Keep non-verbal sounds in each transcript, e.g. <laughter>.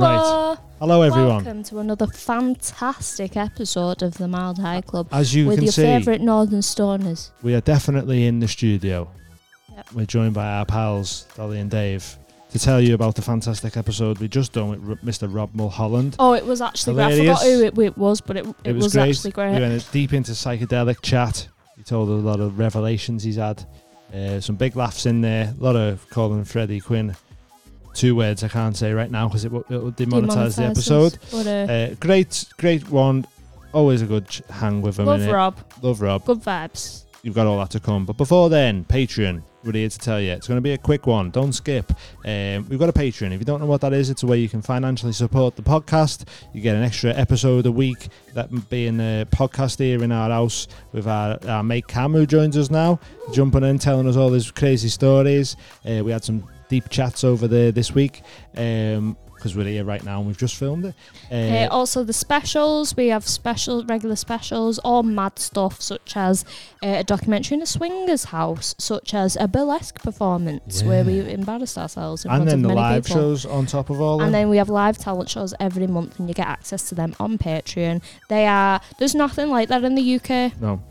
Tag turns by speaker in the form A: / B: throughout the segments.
A: Hello.
B: Hello, everyone.
A: Welcome to another fantastic episode of the Mild High Club
B: As Uh, you
A: with
B: can
A: your
B: see,
A: favourite Northern Stoners.
B: we are definitely in the studio.
A: Yep.
B: We're joined by our pals, Dolly and Dave, to tell you about the fantastic episode we just done with R- Mr. Rob Mulholland.
A: Oh, it was actually great. I
B: Hilarious.
A: forgot who it, it was, but it, it,
B: it
A: was,
B: was, great.
A: actually
B: We
A: great.
B: went deep into psychedelic chat. He told a lot of revelations he's had. Uh, some big laughs in there. A lot of calling Freddie Quinn. Two words I can't say right now because it, w- it will demonetize
A: Demonetised us,
B: the episode.
A: But, uh,
B: Uh, great, great one. Always a good ch- hang with him.
A: love
B: innit?
A: Rob.
B: Love Rob.
A: Good vibes.
B: You've got all that to come. But before then, Patreon. We're here to tell you. It's going to be a quick one. Don't skip. Um, we've got a Patreon. If you don't know what that is, it's a way you can financially support the podcast. You get an extra episode a week. That m- being a podcast here in our house with our, our mate Cam, who joins us now, jumping in, telling us all his crazy stories. Uh, we had some deep chats over there this week because we're here right now and we've just filmed it.
A: Uh,
B: Uh,
A: also, the specials. We have special, regular specials, or mad stuff, such as uh, a documentary in a swingers house, such as a burlesque performance where we
B: Yeah.
A: embarrassed ourselves in
B: and
A: front
B: then
A: of
B: the
A: many
B: live
A: people.
B: shows on top of all.
A: And
B: that.
A: then we have live talent shows every month, and you get access to them on Patreon. They are there's nothing like that in the UK.
B: no.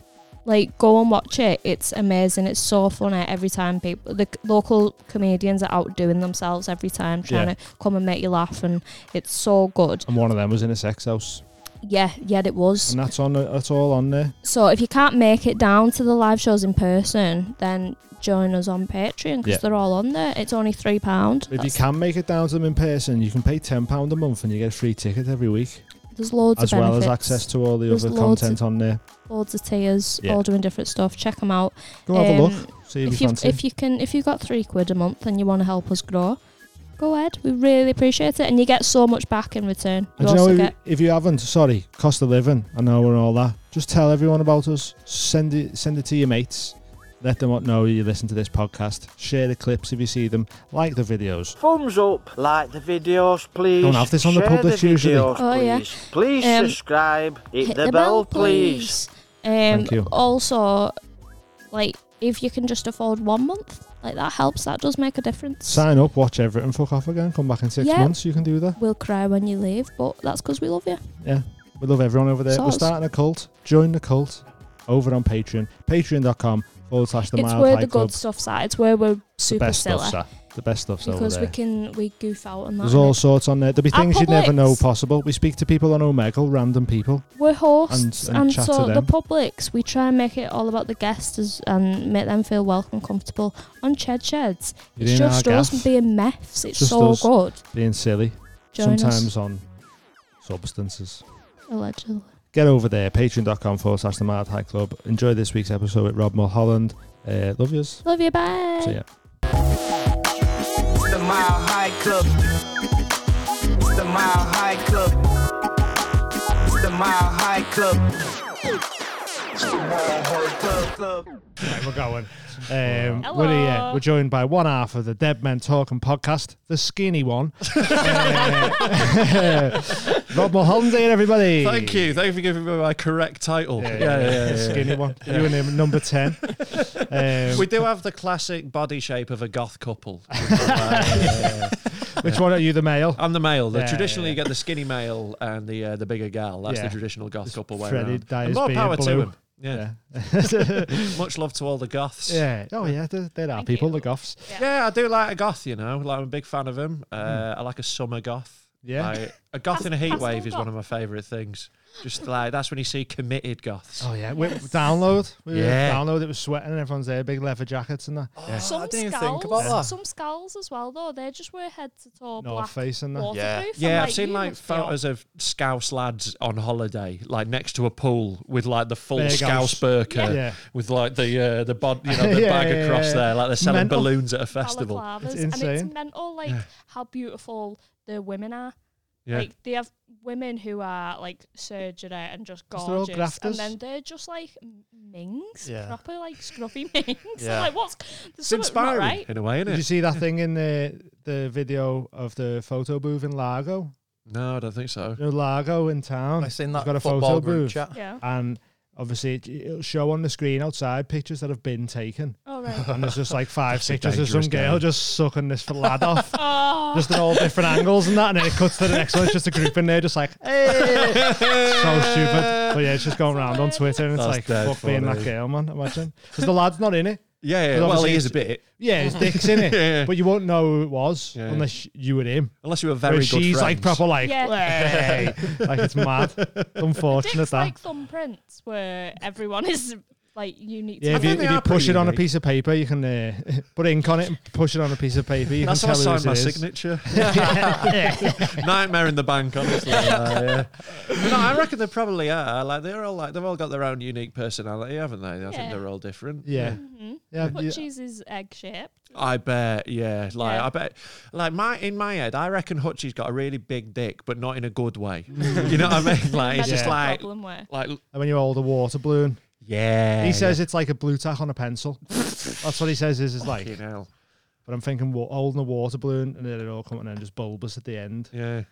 A: Like go and watch it; it's amazing. It's so funny every time people the c- local comedians are out doing themselves every time, trying
B: Yeah.
A: to come and make you laugh, and it's so good.
B: And one of them was in a sex house.
A: Yeah, yeah, it was.
B: And that's on. That's all on there.
A: So if you can't make it down to the live shows in person, then join us on Patreon because
B: Yeah.
A: they're all on there. It's only three pound.
B: If you can make it down to them in person, you can pay ten pound a month and you get a free ticket every week,
A: There's loads
B: as
A: of
B: well
A: benefits.
B: as access to all the
A: There's
B: other
A: loads
B: content on there.
A: loads of tiers,
B: Yeah.
A: all doing different stuff. Check them out.
B: Go have a
A: Um,
B: look. See if,
A: if
B: you
A: you
B: fancy.
A: if you can if you got three quid a month and you want to help us grow, go ahead. We really appreciate it, and you get so much back in return. You
B: and do you know,
A: also
B: if,
A: get
B: if you haven't, sorry, cost of living, I know, and all that. Just tell everyone about us. Send it. Send it to your mates. Let them know you listen to this podcast. Share the clips if you see them. Like the videos.
C: Thumbs up, like the videos, please.
B: Don't have this on the
C: Share
B: public usually.
C: videos,
A: Oh, yeah.
C: please. Please
A: Um,
C: subscribe. Hit, the, bell, please.
A: Um,
B: Thank you.
A: Also, like if you can just afford one month, like that helps. That does make a difference.
B: Sign up. Watch everything. Fuck off again. Come back in six
A: Yeah.
B: months. You can do that.
A: We'll cry when you leave, but that's because we love you.
B: Yeah, we love everyone over there. We're
A: Soz.
B: starting a cult. Join the cult over on Patreon. Patreon.com forward slash the
A: it's
B: mild
A: where
B: high
A: the
B: club.
A: good stuff's at. It's where we're
B: The
A: super
B: best
A: silly
B: stuff's at. The best stuff's over
A: because we
B: there.
A: can we goof out on that.
B: There's
A: and
B: all sorts on there. There'll be
A: Our
B: things you'd never
A: Publix.
B: know possible. We speak to people on Omegle, random people.
A: we're hosts
B: And-
A: and,
B: and chat
A: so
B: to
A: the
B: them.
A: publics we try and make it all about the guests as, and make them feel welcome comfortable on ched sheds
B: You're
A: it's
B: in
A: just
B: our
A: us
B: gaff.
A: being meths it's
B: Just
A: so
B: us.
A: good
B: Being silly.
A: Join
B: sometimes
A: us,
B: on substances.
A: allegedly
B: Get over there. Patreon.com forward slash the mild high club. Enjoy this week's episode with Rob Mulholland. Uh, love yous.
A: love you bye
B: See ya.
D: It's the Mile High Club. It's the Mile High Club. It's the Mile High Club. It's the Mile High Club. club.
B: we're going. Um,
A: Hello.
B: we're here. We're joined by one half of the Dead Men Talking podcast, the skinny
A: <laughs>
B: one. Uh, <laughs> Rob Mulholland here, everybody.
E: Thank you. Thank you for giving me my correct title.
B: Yeah, yeah, yeah, the skinny one. You and him, number <laughs> 10. Um,
E: We do have the classic body shape of a goth couple.
B: <laughs> which one are you, the male?
E: I'm the male.
B: <laughs>
E: The
B: Yeah,
E: traditionally
B: yeah,
E: you get the skinny male and the uh, the bigger gal. That's
B: Yeah.
E: the traditional goth couple way
B: Freddie
E: around.
B: dyes
E: And more
B: beard
E: power
B: blue.
E: to him. Yeah. <laughs> Much love to all the goths.
B: <laughs> yeah. Oh, yeah, there, there are
A: Thank
B: people,
A: you.
B: the goths.
E: Yeah, I do like a goth. You know, like I'm a big fan of him. Uh, I like a summer goth.
B: Hmm. Yeah.
E: I, a goth in a heat
A: That's
E: wave
A: not
E: is
A: goth.
E: one of my favourite things. Just like that's when you see committed goths.
B: Oh, yeah. We, download. We were
E: Yeah.
B: Download. It was sweating and everyone's there, big leather jackets and that.
A: some
F: I didn't even
A: skulls
F: think about that.
A: some skulls as well though they just wear head to toe
B: North
A: black
B: Face and that.
A: waterproof.
F: Yeah.
A: I'm
E: Yeah, I've seen
A: you
E: like
A: must be on-
E: photos of Scouse lads on holiday, like next to a pool with like the full
B: Big house.
E: Scouse burka,
B: Yeah. Yeah.
E: with like the uh, the bod, you
B: <laughs>
E: know, the
B: Yeah,
E: bag
B: yeah,
E: across
B: yeah.
E: there, like they're selling
B: Mental.
E: balloons at a festival.
A: balaclavas,
B: It's
A: and
B: insane.
A: it's mental like how beautiful the women are
E: Yeah.
A: Like they have women who are like surgery and just
B: Because they're all
A: gorgeous, and
B: grafters.
A: then they're just like m- mings,
F: Yeah.
A: proper like scruffy <laughs> mings.
F: Yeah.
A: I'm like what's there's
E: it's
A: something not
E: inspiring
A: right?
E: in a way,
B: Did
E: isn't
B: you
E: it?
B: see that thing in the the video of the photo booth in Largo?
E: No, I don't think so.
B: You know, Largo in town.
F: I seen
B: They've
F: that
B: got a
F: football
B: photo
F: group
B: booth.
F: chat.
A: Yeah,
B: and obviously it, it'll show on the screen outside pictures that have been taken.
A: All right.
B: <laughs> And there's just like
E: <laughs>
B: five
F: a
B: pictures of some
F: dangerous
B: girl
F: game.
B: just sucking this lad off.
A: Ah. <laughs>
B: Just at all different angles and that. And then it cuts to the next one. It's just a group in there just like, hey. <laughs> so stupid. But yeah, it's just going round on Twitter and it's
E: That's
B: like,
E: dead
B: fuck being that
E: funny.
B: girl, man. Imagine. Because the lad's not in it.
E: Yeah, yeah.
B: But
E: Well,
B: obviously
E: he is a
B: it's-
E: bit. <laughs>
B: Yeah, his dick's in it.
E: Yeah.
B: But you won't know who it was
E: Yeah.
B: unless you were him.
E: Unless you were
B: Where
E: very good
B: she's like
E: friends.
B: proper like,
E: <laughs>
A: Yeah.
B: "Hey." like it's mad. Unfortunate
A: Dicks
B: that.
A: like thumbprints where everyone is like unique.
B: yeah,
A: to
B: if you,
E: think
B: if
E: they
B: you
E: are
B: push
E: pretty
B: it on a
E: unique.
B: piece of paper, you can uh, <laughs> put ink on it and push it on a piece of paper. You
E: That's
B: can
E: how I
B: tell whose
E: signed my
B: it is.
E: <laughs> signature.
B: yeah.
E: Nightmare in the bank, honestly. Uh, yeah. But no, I reckon they probably are. Like they're all like they've all got their own unique personality, haven't they? I think
A: Yeah.
E: they're all different.
B: Yeah. Yeah, yeah.
A: Hutchies is egg shaped.
E: I bet, yeah. Like
A: Yeah.
E: I bet, like my in my head, I reckon Hutchie's got a really big dick, but not in a good way. you know what I mean? Like
A: That's
E: it's just
A: the
E: like,
A: problem where
E: like
B: And when you hold a water balloon,
E: yeah.
B: he says it's like a blue tack on a pencel. That's what he says is, is
E: yeah.
B: like.
E: Fucking hell.
B: But I'm thinking wa- holding a water balloon and then it all coming in just bulbous at the end.
E: Yeah.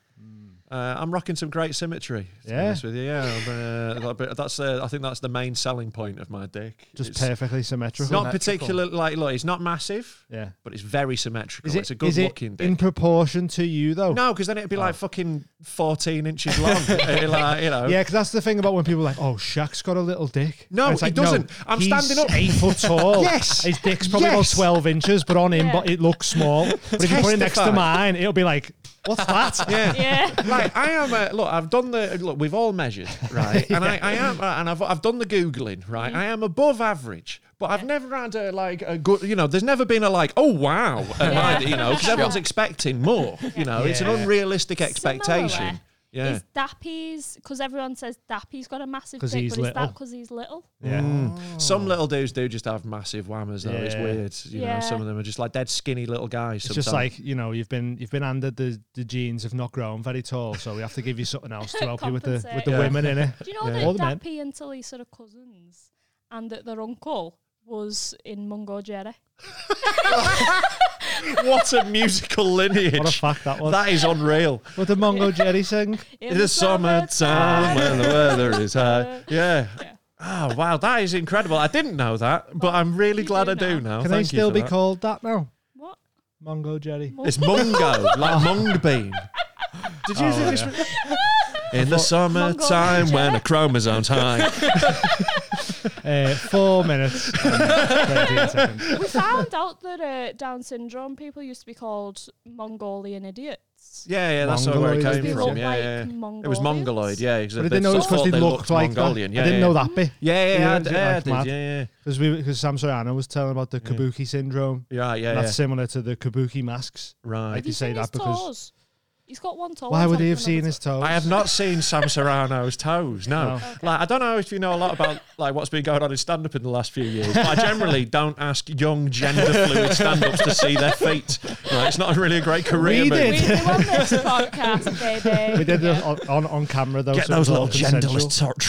E: Uh, I'm rocking some great symmetry. To
B: Yeah.
E: be honest with you, yeah. I'm, uh, that bit- that's uh, I think that's the main selling point of my dick.
B: Just
E: It's
B: perfectly symmetrical.
E: not particular. Like, look, it's not massive,
B: yeah.
E: but it's very symmetrical.
B: Is it,
E: it's a good
B: is it
E: looking dick.
B: in proportion to you though?
E: no, because then it'd be like fucking 14 inches long. <laughs> It'd like, you know.
B: Yeah, because that's the thing about when people are like, oh, Shaq's got a little dick.
E: No,
B: And it's
E: he
B: like,
E: doesn't. I'm
B: he's
E: standing up.
B: eight
E: <laughs>
B: foot tall.
E: Yes.
B: His dick's probably
E: Yes.
B: about 12 inches, but on him,
A: Yeah.
B: but it looks
E: <laughs>
B: small. But if you put it next to
E: Testify.
B: mine, it'll be like, what's that?
E: <laughs>
B: <laughs>
E: Yeah.
A: yeah.
E: like I am a look. I've done the look. We've
B: <laughs>
E: all measured, right? And I, I am, uh, and I've I've done the googling, right? I am above average, but I've never had a like a good. You know, there's never been a like, oh wow, at my- you know, because everyone's expecting more. You know, it's an
B: Yeah.
E: unrealistic expectation.
A: Similar
E: yeah.
A: Is Dappy's because everyone says Dappy's got a massive
B: 'Cause
A: dick,
B: he's
A: but is that
B: little.
A: because he's little?
B: Yeah.
E: Mm. Some little dudes do just have massive whammers, though. It's
B: Yeah.
E: weird. You know,
A: Yeah.
E: some of them are just like dead skinny little guys.
B: It's
E: Sometimes.
B: just like, you know, you've been you've been handed the, the genes have not grown very tall, so we have to give you something else to help you with the with the
A: Compensate.
B: women in it.
E: <laughs>
A: Do you know
B: All the men.
A: that Dappy and Tilly sort of cousins, and that their uncle was in Mungo Jerry?
E: <laughs> what a musical lineage.
B: <laughs> What a fact that was.
E: that is unreal.
B: What did Mongo Jerry
E: <laughs>
B: sing?
E: In the summertime when the weather is
A: <laughs>
E: high. Yeah.
A: Yeah.
E: Oh wow, that is incredible! I didn't know that, but I'm really
A: You
E: glad
A: do
E: I do now.
B: Can
E: Thank
B: they
E: you
B: still
E: for
B: be
E: that.
B: called that now?
A: What?
B: Mongo Jerry.
E: It's
B: <laughs>
E: mungo, like mung bean. Did you think this? was- In the summertime when the chromosome's high.
B: Uh, four minutes. and 13
A: <laughs>
B: seconds.
A: We found out that uh, Down syndrome people used to be called Mongolian idiots.
E: Yeah, yeah, that's where it
B: Mongoloid.
E: came
B: They
E: from.
A: look
E: Yeah,
A: like
E: yeah. It was
A: Mongolians.
E: mongoloid. Yeah, because
B: But I didn't know it was because they, looked like that.
E: Mongolian. Yeah,
B: I didn't
E: yeah.
B: know that bit.
E: Yeah, yeah,
B: Yeah,
E: yeah,
B: it's
E: yeah, I
B: like
E: did,
B: mad.
E: yeah, yeah.
B: Because we, because Sam Soriano was telling about the Kabuki syndrome.
E: Yeah, yeah,
B: and
E: yeah.
B: that's similar to the Kabuki masks.
E: Right.
A: Have you
B: say
A: seen
B: that
A: his
B: because-
A: toes? He's got one toe.
B: Why
A: on
B: would
A: top
B: he
A: of
B: have
A: Oh, another
B: seen
A: toe.
B: his toes?
E: I have not seen Sam Serrano's toes. No,
B: No.
E: like I don't know if you know a lot about like what's been going on in stand up in the last few years. But
B: <laughs>
E: I generally don't ask young gender fluid stand ups to see their feet. Right, it's not really a great career.
B: We
E: move.
B: did.
A: We, we
B: <laughs>
A: won this podcast, baby.
B: We did it on, on on camera though.
E: Get
B: so it was
E: those
B: all
E: little
B: consensual.
E: genderless tr-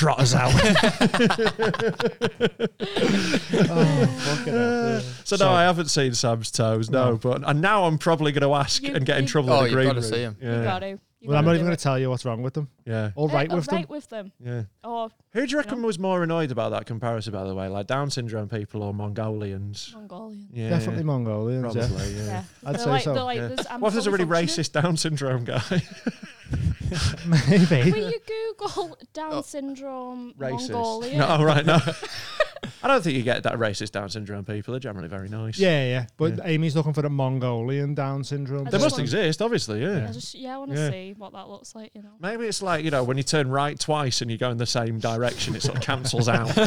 E: trotters out.
B: <laughs> Fucking hell.
E: so no, I haven't seen Sam's toes. No,
B: No.
E: but and now I'm probably going to ask
A: You-
E: and get in
A: you-
E: trouble.
F: Oh,
E: in the
F: you've
E: green
F: gotta
E: room.
F: see 'em.
E: Yeah,
A: Got to.
B: Well, I'm not even going to tell you what's wrong with them.
E: yeah,
B: All right with
A: Uh, right
B: them.
A: with them. Oh,
E: yeah.
A: Or
E: Who do you reckon was more annoyed about that comparison? By the way, like Down syndrome people or Mongolians?
A: Mongolian.
E: Yeah,
B: Definitely Mongolians.
E: Probably,
B: Yeah.
E: yeah.
A: Yeah.
B: I'd
A: They're
B: say
A: like,
B: so.
A: They're like,
E: Yeah.
A: there's- I'm
E: What if there's a
A: fully
E: really
A: functioning.
E: racist Down
A: <laughs>
E: syndrome guy?
B: <laughs> Maybe.
E: <laughs>
A: Will you Google Down syndrome Mongolian?
E: No,
A: <laughs>
E: right, no. I don't think you get that racist Down syndrome people. They're generally very nice.
B: Yeah, yeah. But Amy's looking for the Mongolian Down syndrome.
A: They
E: They
A: Just
B: <laughs>
E: must
A: one.
E: exist, obviously, yeah.
A: I just, yeah, I want to
E: Yeah.
A: see what that looks like, you know.
E: Maybe it's like, you know, when you turn right twice and you go in the same direction, it sort of cancels out. <laughs>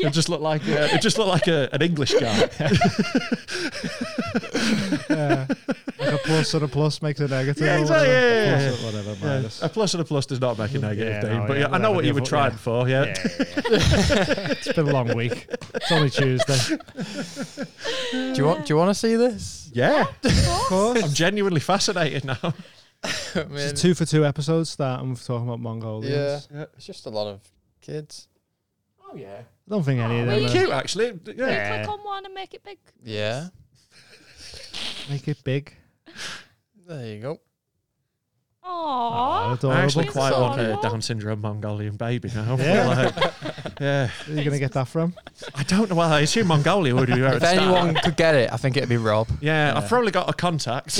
E: It just looked like uh, it just looked like a, an English guy.
B: like a plus and a plus makes a negative.
E: Yeah,
B: or
E: exactly,
B: whatever.
E: yeah, yeah,
B: Plus or whatever. Minus.
E: A plus and a plus does not make a negative,
B: Yeah,
E: Dean,
B: no,
E: but
B: yeah,
E: yeah, I know what you were
B: whatever, yeah.
E: trying for, yeah.
B: Yeah, yeah, <laughs> yeah. it's been a long week. It's only Tuesday.
F: Do you want? Do you want to see this?
E: Yeah.
A: Of
B: <laughs>
A: course.
E: I'm genuinely fascinated now.
F: I mean,
B: It's a two for two episodes starting with talking about
F: yeah,
B: Mongolians.
F: it's just a lot of kids.
E: Oh, yeah.
B: I don't think any of them
A: Really?
B: are-
E: Cute, actually.
A: Can
E: Yeah.
A: you click on one and make it big?
F: Yeah,
B: make it big.
F: there you go.
A: Aww.
E: I actually
B: adorable.
E: quite
F: It's
E: want a
A: adorable.
E: Down syndrome Mongolian baby now. <laughs>
B: Yeah.
E: Like, yeah.
B: Where are you going to get that from?
E: I don't know. Well, I assume Mongolia would
F: <laughs>
E: be where
F: If
E: it started.
F: anyone could get it, I think it'd be Rob.
E: Yeah, I've probably got a contact.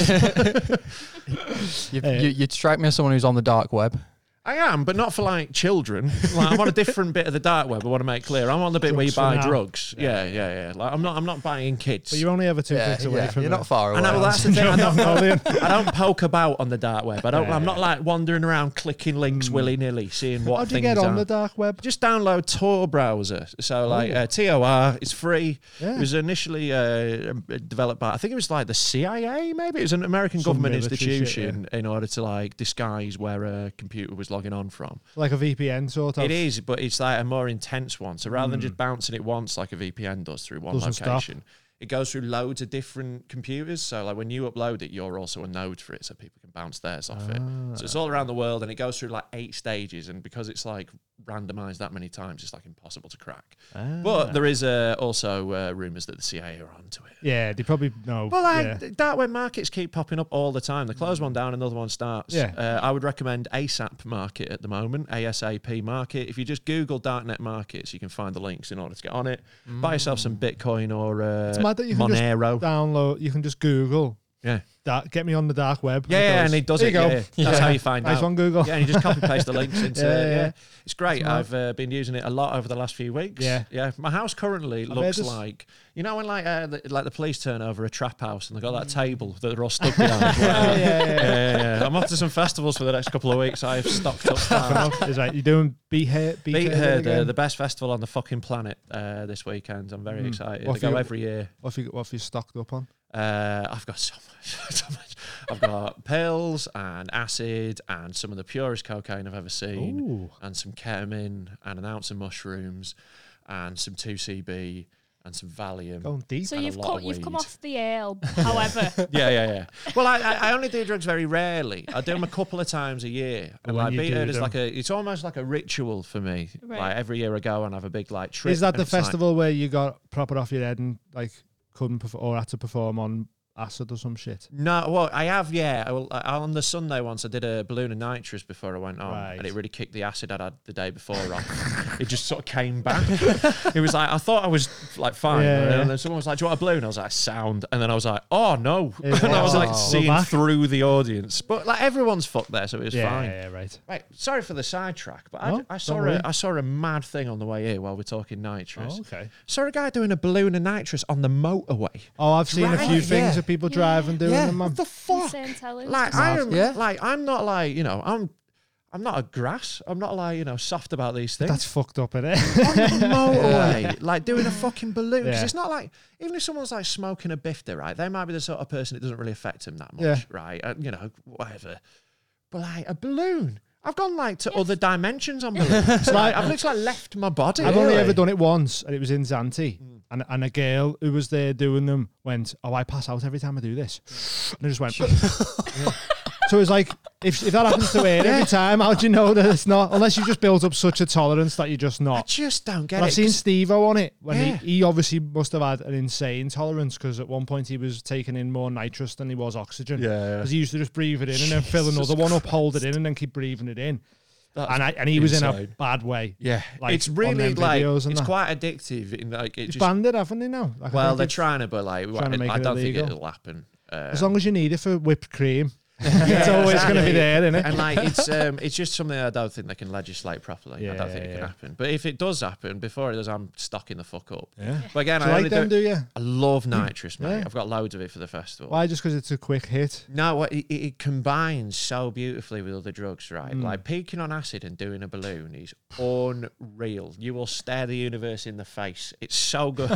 F: You,
B: Yeah.
F: you, you'd strike me as someone who's on the dark web.
E: I am, but not for like children. <laughs> Like I'm on a different bit of the dark web. I want to make clear. I'm on the bit where you
B: Drugs for
E: buy
B: now.
E: drugs. Yeah, yeah, yeah. Like I'm not. I'm not buying kids.
B: But you're only ever two clicks away from
F: You're
B: it. <laughs>
F: not far away.
E: and I, well,
F: <laughs>
E: that's the thing. I don't,
B: Mongolian.
E: I don't poke about on the dark web. I don't. I'm not like wandering around clicking links willy nilly, seeing what
B: How do Hmm. you
E: things
B: get on
E: are.
B: the dark web?
E: just download Tor browser. So like uh, Tor, it's free.
B: Yeah.
E: It was initially uh, developed by I think it was like the CIA, maybe it was an American
B: Some
E: government
B: military shit,
E: institution in order to like disguise where a computer was logging on from.
B: Like a VPN sort of. Hmm.
E: It is, but it's like a more intense one. So rather than just bouncing it once like a VPN does through one
B: Doesn't stop.
E: location. It goes through loads of different computers. So, like when you upload it, you're also a node for it, so people can bounce theirs off it. So
B: Ah.
E: it's all around the world, and it goes through like eight stages. And because it's like randomized that many times, it's like impossible to crack.
B: Ah.
E: But there is uh, also uh, rumors that the CIA are onto it.
B: Yeah, they probably know.
E: Well, like
B: yeah.
E: that when markets keep popping up all the time. They close one down, another one starts.
B: Yeah.
E: Uh, I would recommend ASAP Market at the moment, ASAP Market. If you just Google Darknet Markets, you can find the links in order to get on it. Buy yourself some Bitcoin or uh,
B: It's mad that you can just
E: Monero.
B: download. You can just Google.
E: yeah.
B: That, get me on the dark web.
E: Yeah, yeah, and he does
B: there
E: it.
B: You go.
E: yeah, yeah. That's how you find
B: Nice
E: out.
B: one, Google.
E: Yeah, and
B: <laughs>
E: you just copy paste the links into
B: Yeah,
E: it.
B: yeah.
E: Yeah. It's great. I've uh, been using it a lot over the last few weeks.
B: Yeah.
E: yeah. My house currently
B: heard
E: looks
B: this-
E: like you know when like uh, the, like the police turn over a trap house and they have
B: Mm.
E: got that table that they're all stuck
B: <laughs>
E: behind. yeah, yeah, yeah, yeah. I'm off to some festivals for the next couple of weeks. I've stocked up. hard.
B: Is right. You doing beat her? <laughs> Beat,
E: Beat
B: her
E: Heard, uh, the best festival on the fucking planet uh, this weekend. I'm very excited.
B: What
E: They go
B: Mm. you-
E: every year.
B: What have you What have you stocked up on?
E: Uh, I've got so much, <laughs> so much. I've got pills and acid and some of the purest cocaine I've ever seen,
B: Ooh.
E: and some ketamine and an ounce of mushrooms, and some two CB and some Valium.
B: Going deep.
A: So
E: and a
A: you've
E: lot
A: co-
E: of
A: you've come
E: weed.
A: off the
E: <laughs>
A: ale, however.
E: Yeah, yeah, yeah. Well, I, I I only do drugs very rarely. I do them a couple of times a year.
B: <laughs> And
E: And
B: when
E: like
B: you
E: beat
B: do
E: Heard is
B: them-
E: like a, it's almost like a ritual for me.
A: Right.
E: Like every year I go and have a big like trip.
B: Is that
E: and
B: the
E: it's like-
B: festival where you got proper off your head and like couldn't perform or had to perform on acid or some shit?
E: No, well, I have, yeah. I will, I, on the Sunday once, I did a balloon and nitrous before I went on,
B: Right.
E: and it really kicked the acid I'd had the day before off. it just sort of
B: <laughs>
E: came back. it was like I thought I was like fine,
B: Yeah,
E: and
B: yeah.
E: then someone was like, "Do you want a balloon?" I was like, "Sound," and then I was like, "Oh no!"
B: Yeah.
E: <laughs> and I was like
B: Oh.
E: seeing
B: We're back.
E: through the audience, but like everyone's fucked there, so it was
B: yeah,
E: fine.
B: yeah, right.
E: Right, sorry for the sidetrack, but
B: No,
E: I, I
B: don't
E: saw
B: worry.
E: a, I saw a mad thing on the way here while we're talking nitrous.
B: Oh, okay.
E: Saw a guy doing a balloon and nitrous on the motorway.
B: Oh, I've seen a
E: Right,
B: few
E: yeah.
B: things of people driving doing
E: yeah,
B: them. Man.
E: what the fuck?
A: Insane talent.
E: like I am,
F: Yeah.
E: like I'm not like you know I'm I'm not a grass. I'm not like you know soft about these things.
B: That's fucked up, innit?
E: motorway, like doing a fucking balloon. 'Cause
B: Yeah.
E: It's not like even if someone's like smoking a bifter, right? They might be the sort of person it doesn't really affect them that much,
B: Yeah.
E: right? Uh, you know, whatever. But like a balloon, I've gone like to other dimensions
B: <laughs>
E: on balloons. like I've literally like, left my body.
B: I've only
E: really. Hmm.
B: ever done it once, and it was in Zante. And, and a girl who was there doing them went, "Oh, I pass out every time I do this,"
E: Hmm.
B: and I just went. Yeah. So it's like if, if that happens to her every time, how do you know that it's not? Unless you just built up such a tolerance that you're just
E: I
B: not.
E: just don't get
B: But I've
E: it.
B: seen
E: 'cause-
B: Steve-O on it when
E: Yeah.
B: he, he obviously must have had an insane tolerance because at one point he was taking in more nitrous than he was oxygen.
E: Yeah, yeah.
B: because he used to just breathe it in and then fill another one up, hold it in, and then keep breathing it in.
E: That's
B: And I, and he was in a
E: insane.
B: bad way.
E: yeah,
B: like,
E: it's
B: on
E: really
B: them
E: like
B: videos
E: it's
B: and that.
E: quite addictive. In like it
B: It's
E: just
B: banned it, haven't they now? Like, I
E: Well,
B: think
E: they're
B: it's-
E: trying to, but like,
B: trying to make
E: I
B: it
E: don't think
B: illegal.
E: it'll happen. Uh,
B: As long as you need it for whipped
E: <laughs>
B: cream, it's always going to be
E: exactly.
B: there, isn't it? <laughs>
E: and like, it's um, it's just something I don't think they can legislate properly. I
B: Yeah,
E: don't think it
B: yeah.
E: can happen. But if it does happen, before it does, I'm stocking the fuck up.
B: Yeah.
E: But again,
B: Do
E: I
B: you
E: only
B: like them,
E: do.
B: do you?
E: I love nitrous, mate.
B: Yeah.
E: I've got loads of it for the festival.
B: Why? Just because it's a quick hit.
E: No, what- it, it it combines so beautifully with other drugs, right?
B: Mm.
E: Like peaking on acid and doing a balloon is unreal. You will stare the universe in the face. It's so
B: <laughs>
E: good.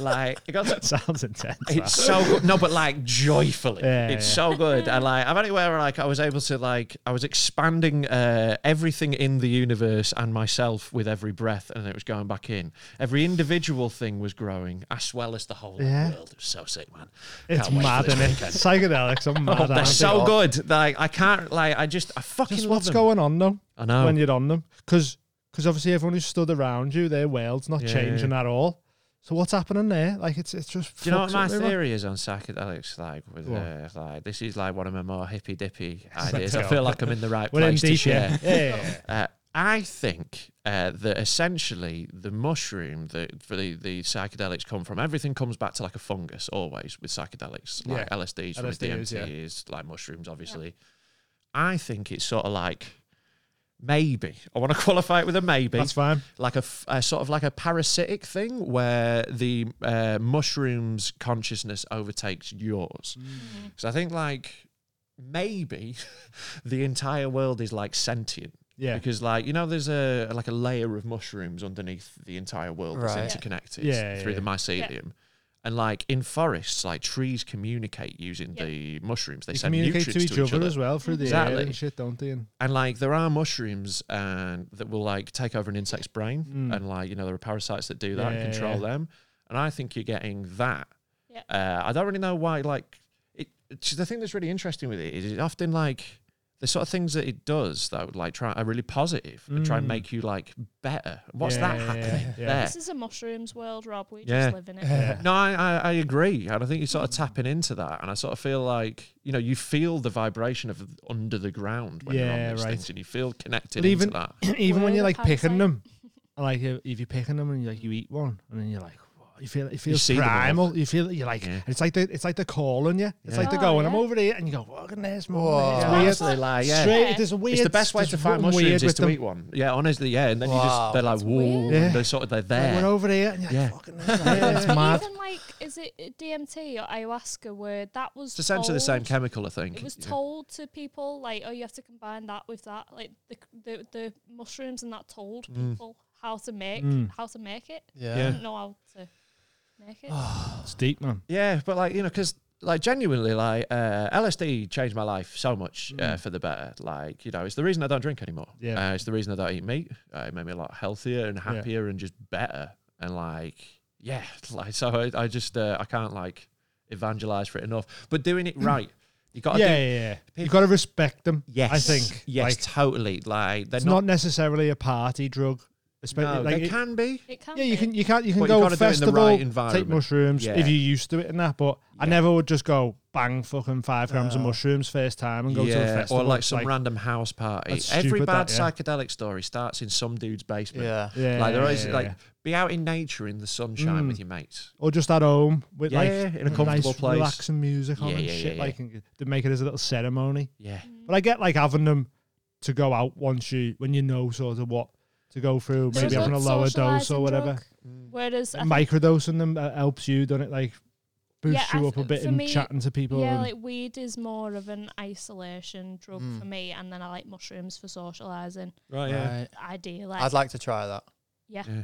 E: like, it got
B: Sounds intense.
E: <laughs> it's so good. No, but like joyfully.
B: Yeah,
E: it's
B: yeah.
E: so good. And like I've had it where like I was able to like I was expanding uh, everything in the universe and myself with every breath and it was going back in. Every individual thing was growing as well as the whole
B: Yeah.
E: world. It was so sick, man.
B: It's
E: Can't wait for
B: mad,
E: this
B: isn't it?
E: weekend. Oh,
B: Psychedelics are mad.
E: They're
B: aren't
E: so
B: they?
E: good. Like I can't like I just I fucking
B: Just
E: love
B: what's
E: them.
B: going on though?
E: I know.
B: When you're on them, because obviously everyone who's stood around you, their world's not
E: Yeah.
B: changing at all. So what's happening there? Like it's it's just.
E: Do you know what
B: fucks
E: my
B: up me, man.
E: theory is on psychedelics? Like, with
B: What?
E: uh, like this is like one of my more
B: <laughs>
E: hippy dippy ideas. I feel like I'm in the right
B: We're in
E: place to
B: deep,
E: share.
B: yeah. yeah.
E: Uh, I think uh, that essentially the mushroom that for the, the psychedelics come from, everything comes back to like a fungus always with psychedelics, like
B: Yeah.
E: LSDs, from
B: LSD is, yeah.
E: DMTs, like mushrooms, obviously. I think it's sort of like maybe I want to <laughs> qualify it with a maybe
B: That's fine.
E: like a, f- a sort of like a parasitic thing where the uh, mushrooms consciousness overtakes
B: Mm.
E: yours so i think like maybe <laughs> the entire world is like sentient
B: Yeah.
E: because like you know there's a like a layer of mushrooms underneath the entire world
F: Right. Yeah.
E: that's interconnected
B: Yeah,
E: through
B: yeah,
E: the mycelium and like in forests like trees communicate using the mushrooms they
B: They
E: send
B: communicate
E: nutrients
B: to each, other, as well through the air
E: Exactly.
B: and shit, don't they? And
E: and like there are mushrooms and that will like take over an insect's brain and like you know there are parasites that do that
B: Mm. Yeah,
E: and control
B: yeah.
E: them and i think you're getting that
A: Yeah.
E: uh, i don't really know why like it it's- the thing that's really interesting with it is it often like the sort of things that it does that would like try are really positive and try and
B: Mm.
E: make you like better what's
B: Yeah, yeah,
E: that
B: yeah,
E: happening
B: yeah.
E: there
A: This is a mushrooms world, Rob. We
E: Yeah.
A: just live in it.
B: Yeah.
E: no, I, I, I agree. And I think you're sort of tapping into that. And I sort of feel like, you know, you feel the vibration of under the ground when you're
B: Yeah,
E: on these
B: right.
E: things and you feel connected
B: But even-
E: into
B: <clears throat>
E: that.
B: even when
A: Were
B: you're
A: the
B: like
A: parasite-
B: picking them, and, like if if you're picking them and you like you eat one and then you're like. "What?" You feel it feels
E: see them all.
B: primal. You feel you're like
E: Yeah.
B: it's like they, it's like they're calling you. It's
E: Yeah.
B: like they're
A: Oh,
B: going,
A: yeah.
B: "I'm over here," and you go, "Fucking there's
F: Whoa.
B: more." It's
F: Yeah.
B: weird.
E: Honestly, like, yeah.
B: Straight,
A: Yeah.
B: there's a weird.
E: It's the best way
B: there's
E: to find
B: something weird
E: mushrooms is
B: with
E: to
B: them.
E: eat one. Yeah, honestly, yeah. And then you
F: Wow.
E: just, they're like, whoa.
A: weird.
B: Yeah.
E: And they're sort of, they're
B: Like,
E: there.
B: We're over here, and you're
E: Yeah.
B: like, "Fucking there's more." Yeah,
E: <laughs>
B: It's mad.
A: Even like, is it DMT or ayahuasca where that was
E: It's essentially the same
A: told-
E: chemical, I think.
A: It was
E: Yeah.
A: told to people like, oh, you have to combine that with that, like the the, the mushrooms, and that told people how to make
B: Mm.
A: how to make it.
F: Mm. Yeah.
A: They didn't know how to make it.
F: <sighs>
B: It's deep, man.
E: Yeah, but like you know, because like genuinely, like uh, LSD changed my life so much uh, for the better. Like you know, it's the reason I don't drink anymore.
B: Mm. Yeah.
E: uh, it's the reason I don't eat meat. Uh, it made me a lot healthier and
B: Yeah.
E: happier and just better. And like, yeah, <laughs> like so I, I just uh, I can't like evangelize for it enough. But doing it right, you got to
B: Mm. yeah,
E: do.
B: yeah, yeah. You got to respect them.
E: Yes,
B: I think.
E: Yes,
B: like,
E: totally. Like they're
B: it's
E: not.
B: not necessarily a party drug, especially
E: no,
B: like
E: they
B: it-
E: can be.
A: It can.
B: Yeah, you
A: be.
B: can you can you can
E: But you
B: go
E: gotta do it in the
B: festival,
E: right
B: take
E: environment.
B: mushrooms
E: Yeah.
B: if you're used to it and that. But I
E: Yeah.
B: never would just go bang fucking five grams of mushrooms first time and go to a festival.
E: or like
B: It's
E: some random house party.
B: That's
E: Every
B: stupid,
E: bad
B: that, yeah.
E: psychedelic story starts in some dude's basement.
F: Yeah.
B: yeah,
E: like they're always
B: yeah,
E: like
B: yeah.
E: be out in nature in the sunshine
B: Mm.
E: with your mates.
B: or just at home with
E: Yeah,
B: like
E: in a
B: with
E: comfortable
B: nice
E: place.
B: relaxing music on
E: Yeah,
B: and
E: yeah, yeah,
B: shit.
E: yeah.
B: Like and to make it as a little ceremony.
E: Yeah.
A: Mm.
B: But I get like having them to go out once you when you know sort of what to go through,
A: They're
B: maybe
A: a
B: having a
A: good
B: lower dose or
A: socialising
B: whatever.
A: drug,
F: Mm.
A: Whereas I think-
B: Microdosing them uh, helps you, doesn't it? Like boosts
A: Yeah, I
B: you
A: th-
B: up a bit
A: for
B: in
A: me-
B: chatting to people.
A: yeah,
B: and,
A: like weed is more of an isolation drug
F: Mm.
A: for me, and then I like mushrooms for socializing.
E: Right.
F: Right.
A: Ideally,
F: I'd like to try that.
A: yeah.
E: Yeah.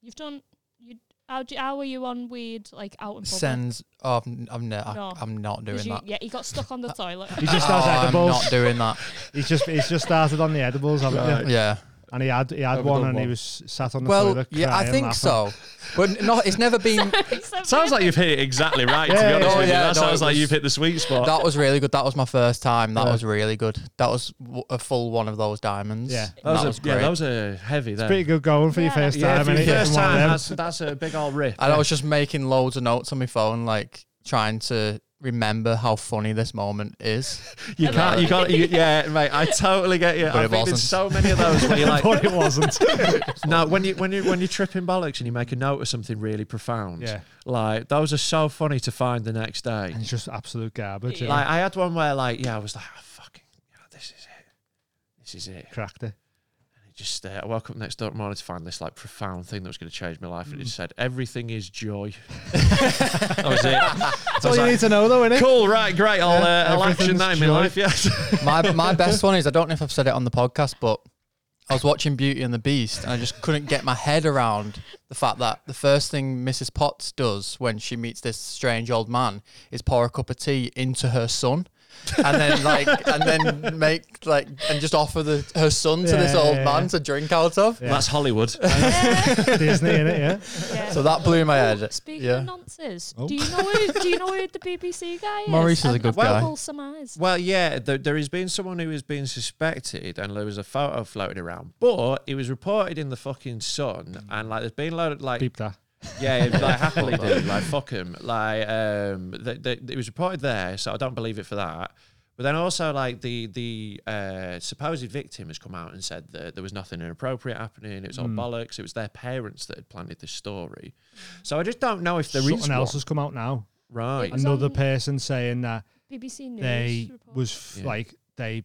A: You've done you. How do, how were you on weed like out in public?
F: Sends. Oh, I'm, I'm, no,
A: No.
F: I, am not
A: Did
F: doing
A: you-
F: that.
A: Yeah, he got stuck
F: <laughs>
A: on the toilet.
B: he just
F: Oh,
B: has
F: I'm
B: edibles.
F: not doing <laughs> that.
B: He's just he's just started on the edibles, haven't
E: Right.
B: you?
F: Yeah.
B: And he had he had
E: Overdone
B: one, and he
E: one.
B: was sat on the
F: Well,
B: toilet.
F: yeah, I
B: crying,
F: think
B: laughing.
F: so. But not.
A: <laughs>
F: It's never been.
E: Sounds like you've hit it exactly right. to
B: <laughs>
E: be
B: Yeah,
E: honest
B: yeah,
E: with you,
F: yeah,
E: that
F: no, it
E: sounds like
F: was-
E: you've hit the sweet spot.
F: That was really good. That was my first time. That
B: Yeah.
F: was really good. That was w- a full one of those diamonds.
B: Yeah.
F: that was,
E: are-
F: great.
E: yeah, those are heavy. Then.
B: Pretty good going for your
A: Yeah.
B: first
E: yeah,
B: time.
E: for your
B: innit?
E: first
B: One of
E: time,
B: them.
E: that's, that's a big old rip.
F: and I was just making loads of notes on my phone, like trying to remember how funny this moment is. <laughs>
E: You can't. You can't. You, yeah, mate. I totally get you.
F: But
E: I've
F: it
E: been in
F: wasn't.
E: so many of those <laughs> where you're like,
B: but it wasn't.
E: no, when you when you when you're tripping bollocks and you make a note of something really profound.
B: Yeah.
E: Like those are so funny to find the next day.
B: and it's just absolute garbage.
A: Yeah.
B: Yeah.
E: Like I had one where like yeah, I was like, oh, fucking, yeah, this is it. This is it.
B: cracked it.
E: It just uh, I woke up next morning to find this like profound thing that was going to change my life, and it just said everything is joy. <laughs> that was it.
B: That's
E: I
B: all
E: was
B: you
E: like,
B: need to know, though,
F: <laughs>
B: innit?
E: Cool, right, great. I'll,
B: Yeah,
E: uh, I'll
B: everything's
E: action that in my
B: joy.
E: life. Yeah,
F: my my best one is I don't know if I've said it on the podcast, but I was watching Beauty and the Beast and I just couldn't get my head around the fact that the first thing Mrs. Potts does when she meets this strange old man is pour a cup of tea into her son. and then like and then make like and just offer the her son to this
B: Yeah,
F: old
B: yeah,
F: man
B: yeah.
F: to drink out of.
E: that's Hollywood.
B: Disney, innit? Yeah.
A: Yeah.
F: So that blew my head.
A: Speaking
F: yeah. Oh.
A: of nonsense, do you know who do you know who the
F: <laughs>
A: BBC guy is? Um,
F: Maurice is a
A: And-
F: good
A: and
F: guy.
A: Wholesome eyes.
E: well, yeah, there, there has been someone who has been suspected, and there was a
B: Mm.
E: photo floating around, but it was reported in the fucking Sun, and like there's been a load of like
B: Beep that.
E: Yeah,
B: <laughs>
E: I happily do. Like fuck him. Like um, th th it was reported there, so I don't believe it for that. But then also, like the the uh, supposed victim has come out and said that there was nothing inappropriate happening. It was all
B: Mm.
E: bollocks. It was their parents that had planted this story. So I just don't know if there is
B: Something else
E: one.
B: has come out now.
E: right.
A: was
B: Another
A: on-
B: person saying that
A: BBC News.
B: they
A: report.
B: was f-
E: Yeah.
B: like they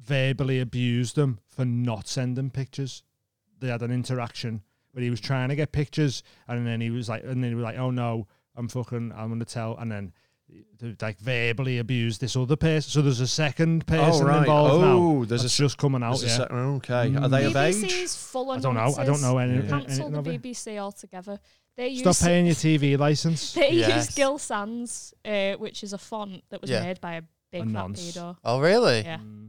B: verbally abused them for not sending pictures. They had an interaction where he was trying to get pictures, and then he was like, and then he was like, "Oh no, I'm fucking, I'm gonna tell," and then. They like verbally abused this other person, so there's a second person
E: right.
B: involved
E: Oh,
B: now.
E: there's a
B: that's
E: s-
B: just coming out.
E: Is this
B: Oh, Yeah,
E: a- okay. Are they of age?
A: BBC's full on
B: I don't know. I don't know any.
E: Yeah.
B: any-
A: Cancel
B: anything
A: the
B: of it.
A: BBC altogether. They
B: Stop
A: use <laughs>
B: paying your TV license.
A: they
F: Yes.
A: use Gil Sans, uh, which is a font that was
F: Yeah.
A: made by a big
B: A
A: fat
B: nonce.
A: pedo.
F: Oh, really?
A: <laughs> Yeah,
B: Mm.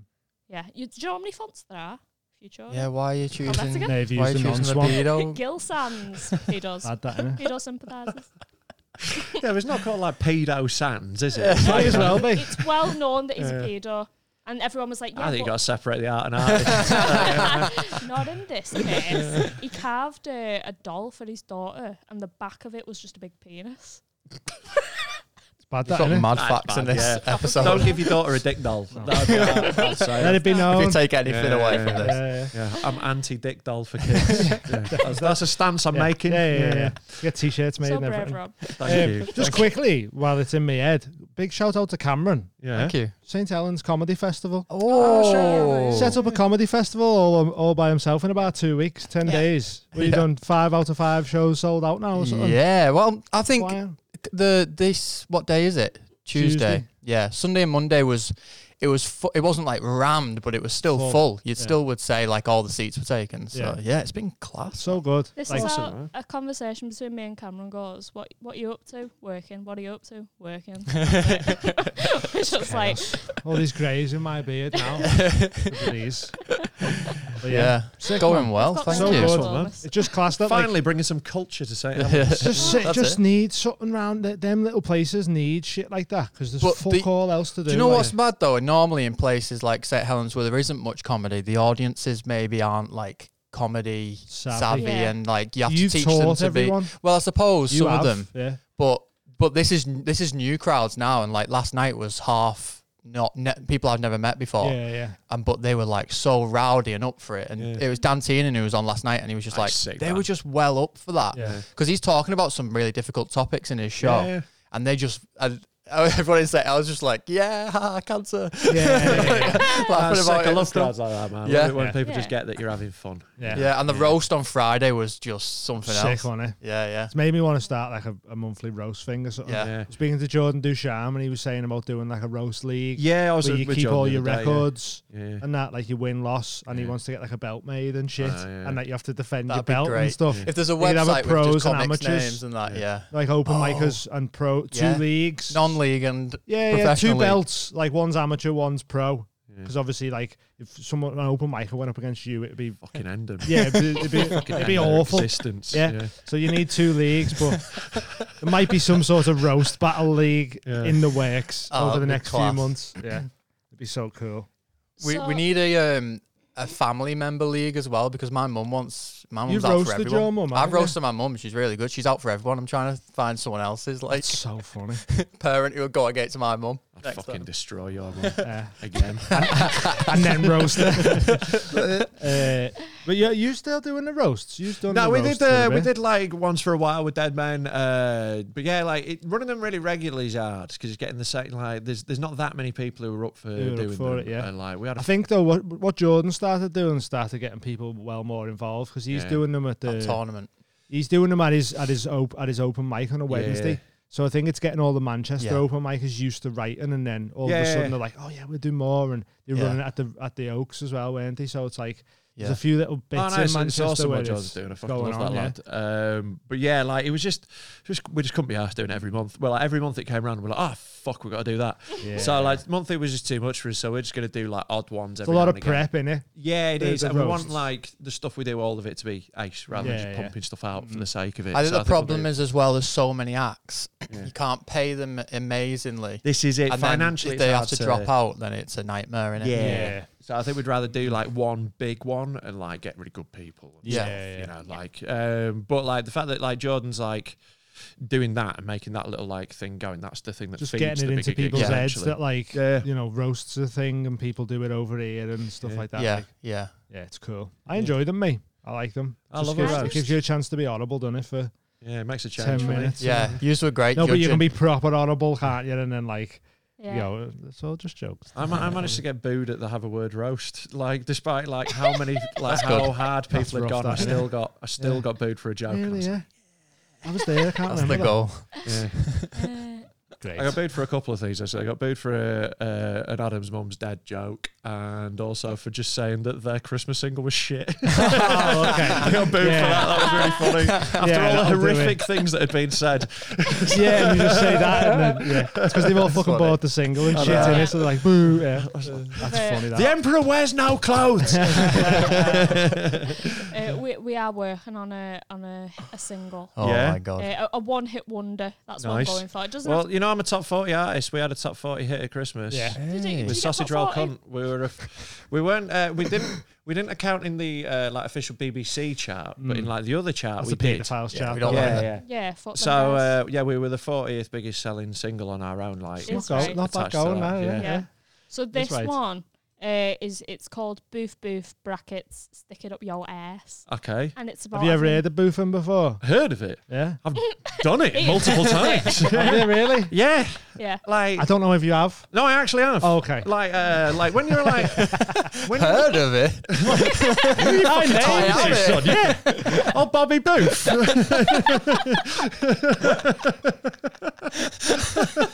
A: yeah. You, do you know how many fonts there are? Future. <laughs>
F: Yeah, why are you
A: Oh, that's a
F: choosing?
A: good-
B: They've
F: why are
B: used
F: you
B: the
F: choosing
B: nonce
F: the
B: one.
F: pedo?
A: Gil
F: <laughs>
A: Sans pedos.
B: Add that in.
A: pedo sympathisers.
E: yeah, it's not called like pedo sands, is it?
B: <laughs> Might as well be.
A: It's well known that he's a pedo, and everyone was like, "Yeah,
E: I think you
A: but
E: got to separate the art and
B: <laughs>
E: artist.
A: Not in this case. he carved a, a doll for his daughter, and the back of it was just a big penis.
B: It's bad
F: You've
B: that,
F: got
B: innit?
F: mad
E: That's
F: facts in
E: bad,
F: this
E: yeah.
F: episode.
E: Don't give your daughter a dick doll. That'd be what
B: <laughs>
E: I'd say.
B: Let it be
F: if
B: known.
F: you take anything
E: Yeah,
F: away
E: yeah,
F: from this.
B: Yeah, yeah.
E: Yeah, I'm anti dick doll for
B: <laughs>
E: kids. Yeah. that's, that's a stance I'm
B: Yeah.
E: making.
B: Yeah, yeah, yeah. Get t-shirts made
A: so
B: and
A: brave,
B: everything.
A: Rob.
E: Thank
B: Um,
E: you.
B: Just quickly, while it's in my head, big shout out to Cameron.
E: Yeah.
F: Thank you.
B: St. Helens Comedy Festival.
F: Oh,
B: Set up a comedy festival all, all by himself in about two weeks, 10 days. We've
F: Yeah.
B: done five out of five shows sold out now or something.
F: Yeah, well, I think
B: Why-
F: the this what day is it? Tuesday.
B: Tuesday.
F: Yeah, Sunday and Monday was it was fu- it wasn't like rammed, but it was still
B: Full,
F: full. You would
B: yeah.
F: still would say like all the seats were taken. So
B: Yeah.
F: yeah, it's been class.
B: So good.
A: This
B: Like,
A: is
E: Awesome,
A: how
E: man.
A: a conversation between me and Cameron goes. What What are you up to? Working. What are you up to? Working. it's just like
B: all these greys in my beard now. Please. But
F: yeah,
B: sick,
F: going
B: man.
F: well.
A: got
F: Thank
B: so
A: no
F: you.
B: good.
A: diplomas.
B: It's just class that like,
E: Finally, bringing some culture to St. Helens.
B: just sit,
F: That's
B: just
F: it.
B: need something round that. Them little places need shit like that because there's
F: But
B: fuck
F: the-
B: all else to do.
F: Do you know
B: like-
F: what's mad though? And Normally in places like St Helens where there isn't much comedy, the audiences maybe aren't like comedy
B: Savvy.
F: savvy,
A: Yeah.
F: and like you have
B: You've
F: to teach them
B: taught
F: to
B: everyone.
F: be. Well, I suppose
B: You
F: some
B: have,
F: of them,
B: Yeah.
F: but but this is this is new crowds now, and like last night was half not ne- people I've never met before,
B: Yeah, yeah.
F: and but they were like so rowdy and up for it, and it was Dan Tiernan who was on last night, and he was just
E: That's
F: like
E: sick,
F: they
E: man.
F: were just well up for that
B: Yeah.
F: because he's talking about some really difficult topics in his show,
E: Yeah.
F: and they just. And, <laughs> Everyone inside, I was just like, yeah, <laughs> ha, ha, cancer.
B: Yeah, yeah,
F: <laughs> Like, laughing
E: I
F: about it
E: I
F: and
E: love
F: stuff.
E: crowds like that, man. I
F: Yeah.
E: love it when
B: Yeah.
E: people just
A: Yeah.
E: get that you're having fun.
B: yeah.
F: Yeah, and the roast on Friday was just something
B: Sick
F: else.
B: on it.
F: Yeah, yeah.
B: It's made me want to start like a, a monthly roast thing or something.
F: Yeah.
E: Yeah.
B: Speaking to Jordan Ducharme, and he was saying about doing like a roast league.
E: Yeah, I was
B: where
E: with
B: you
E: with
B: keep
E: John
B: all
E: the
B: your
E: other day, yeah.
B: records
E: Yeah.
B: and that, like your win loss, and he
E: Yeah.
B: wants to get like a belt made and shit,
E: Ah, yeah.
B: and that you have to defend
F: That'd
B: your
F: be
B: belt
F: great.
B: and stuff.
F: If there's a
B: You could have a
F: website with
B: pros
F: just
B: and
F: comics
B: amateurs.
F: names and that, yeah.
B: Like open micers and pro, two
F: Oh. Yeah.
B: leagues,
F: Non-league and
B: Yeah, yeah, two
F: professional league.
B: belts. Like one's amateur, one's pro. Because obviously, like if someone an open micer went up against you, it'd be
E: Fucking end them.
B: yeah, it'd be, it'd be, it'd be awful.
E: Existence.
B: Yeah. So you need two leagues, but there might be some sort of roast battle league
E: Yeah.
B: in the works
F: Oh,
B: over the
F: that'd be
B: next
F: class.
B: few
F: <clears throat>
B: months. Yeah, it'd be so cool.
F: We
A: So-
F: we need a um a family member league as well because my mum wants my mum's
B: You've
F: out for
B: roasted
F: everyone.
B: your mum,
F: I've
B: haven't you?
F: roasted my mum. She's really good. She's out for everyone. I'm trying to find someone else's like
B: It's so funny.
F: <laughs> parent who would go against my mum.
E: I'd
F: Next
E: fucking
F: time.
E: destroy your one
B: Yeah.
E: again.
B: and then roast it. <laughs> uh, but yeah, you still doing the roasts? You've done
E: No,
B: the
E: we
B: roasts
E: did.
B: in a
E: Uh, we
B: bit.
E: did like once for a while with Dead Man. Uh, but yeah, like it, running them really regularly is hard because it's getting the same. Like there's there's not that many people who are up for
B: Who are up
E: doing
B: for
E: them.
B: it, yeah.
E: And like we had a
B: I think though what what Jordan started doing started getting people well more involved because he's
E: Yeah.
B: doing them at the
F: That tournament.
B: he's doing them at his at his op- at his open mic on a Wednesday.
E: Yeah.
B: So I think it's getting all the Manchester
F: Yeah.
B: open micers used to writing, and then all of
E: Yeah.
B: a sudden they're like, "Oh yeah, we'll do more," and they're
F: Yeah.
B: running at the at the Oaks as well, weren't they? So it's like there's
F: Yeah.
B: a few little bits
E: Oh, no,
B: in
E: it's, it's
B: Manchester
E: awesome
B: where
E: what John's
B: it's
E: doing. I fucking
B: going
E: love
B: on. yeah.
E: that lad. Um, but yeah, like it was just, just we just couldn't be asked doing it every month. Well, like, every month it came around, we're like, oh fuck, we got to do that.
B: Yeah.
E: So like monthly was just too much for us. So we're just gonna do like odd ones.
B: It's a
E: every
B: lot
E: now
B: of
E: and again.
B: prep in it.
E: Yeah, it
B: The-
E: is.
B: the
E: and we want
B: roasts.
E: like the stuff we do, all of it to be ace rather
B: Yeah,
E: than just
B: yeah. Mm.
E: pumping stuff out for the sake of it.
F: I think
E: So
F: the
E: we'll
F: problem
E: do-
F: is as well. There's so many acts.
E: Yeah.
F: You can't pay them amazingly.
E: this is it
F: and then
E: financially.
F: if
E: it's
F: they have
E: hard
F: to drop out, then it's a nightmare. Innit?
E: Yeah.
B: Yeah.
E: So I think we'd rather do like one big one and like get really good people. and
F: Yeah.
E: stuff,
B: Yeah, yeah,
E: you know, like. Um, but like the fact that like Jordan's like doing that and making that little like thing going, that's the thing that
B: Just
E: feeds
B: getting
E: the
B: it into
E: bigger gig,
B: people's heads
E: essentially.
B: that like
E: Yeah.
B: you know roasts are a thing and people do it over here and stuff like that.
F: yeah,
B: Like,
F: yeah.
B: yeah, it's cool. I enjoy them, mate. I like them.
E: I
B: Just
E: love a
B: gives, It
E: roast.
B: gives you a chance to be audible, doesn't it? For
E: yeah, it makes a
B: ten
E: change. for me.
B: minutes.
F: Yeah, you were great.
B: No, but you can
F: judging.
B: be proper audible, can't you? And then like,
A: Yeah.
B: you know, it's all just jokes.
E: I, ma- I managed to get booed at the Have a Word roast. Like, despite like how many like
F: That's
E: how
F: good.
E: hard
B: That's
E: people had
B: rough,
E: gone, I
B: that,
E: still got I still
B: Yeah.
E: got booed for a joke. and I was
B: yeah. I was there. I can't
F: That's the
B: remember.
F: goal.
E: like, yeah.
A: Uh,
B: Great.
E: I got booed for a couple of things. Actually. I got booed for a, uh, an Adam's mum's dad joke, and also for just saying that their Christmas single was shit. <laughs>
B: oh, okay.
E: I got booed
B: Yeah.
E: for that. That was
B: <laughs>
E: really funny. After
B: Yeah,
E: all the
B: that'll do it.
E: horrific things that had been said,
B: <laughs> yeah, <laughs> and you just say that, and then, yeah, it's because they've all fucking bought the single and shit
A: know.
B: in it, so they're like, boo,
E: <laughs>
B: yeah. That's
A: Yeah.
B: funny. That.
E: <laughs> the emperor wears no
B: <laughs>
E: clothes. <laughs>
A: uh, we, we are working on a on a, a single.
F: Oh
E: Yeah.
F: my god.
A: Uh, a, a one hit wonder. That's
E: Nice.
A: what I'm going for. It doesn't have
E: well, you know, I'm a top forty artist. We had a top forty hit at Christmas.
B: Yeah.
A: to, did you- did you
E: with
A: get
E: sausage
A: top
E: roll
A: 40?
E: cunt. We were, a f- we weren't, uh, we didn't, we didn't account in the uh, like official BBC chart, but
B: Mm.
E: in like the other chart
B: That's
E: we
B: the
E: did.
B: pedophiles
F: Yeah,
B: chart.
F: we don't
B: that.
F: like
E: Yeah,
F: that.
E: yeah.
A: Yeah, fuck them
E: So
A: guys.
E: uh, yeah, we were the 40th biggest selling single on our own. Like,
A: It's
B: Not, go-
A: right.
B: not bad
E: attached to
B: going,
E: that,
B: no, yeah.
E: yeah.
B: yeah.
A: so
B: that's
A: this
B: right.
A: one uh, is it's called Boof Boof brackets stick it up your ass,
E: okay,
A: and it's about
B: Have you ever
A: every-
B: heard of Boofing before?
E: heard of it?
B: Yeah.
E: <laughs> I've done it multiple times.
B: Have you really?
E: yeah,
A: Yeah,
E: like
B: I don't know if you
E: <laughs>
B: have.
E: no, I actually have.
B: Oh, okay.
E: Like, uh, like when
B: <laughs>
E: you're like, when you're
F: Heard of it? I have it.
E: Oh,
B: <laughs>
E: Bobby Booth.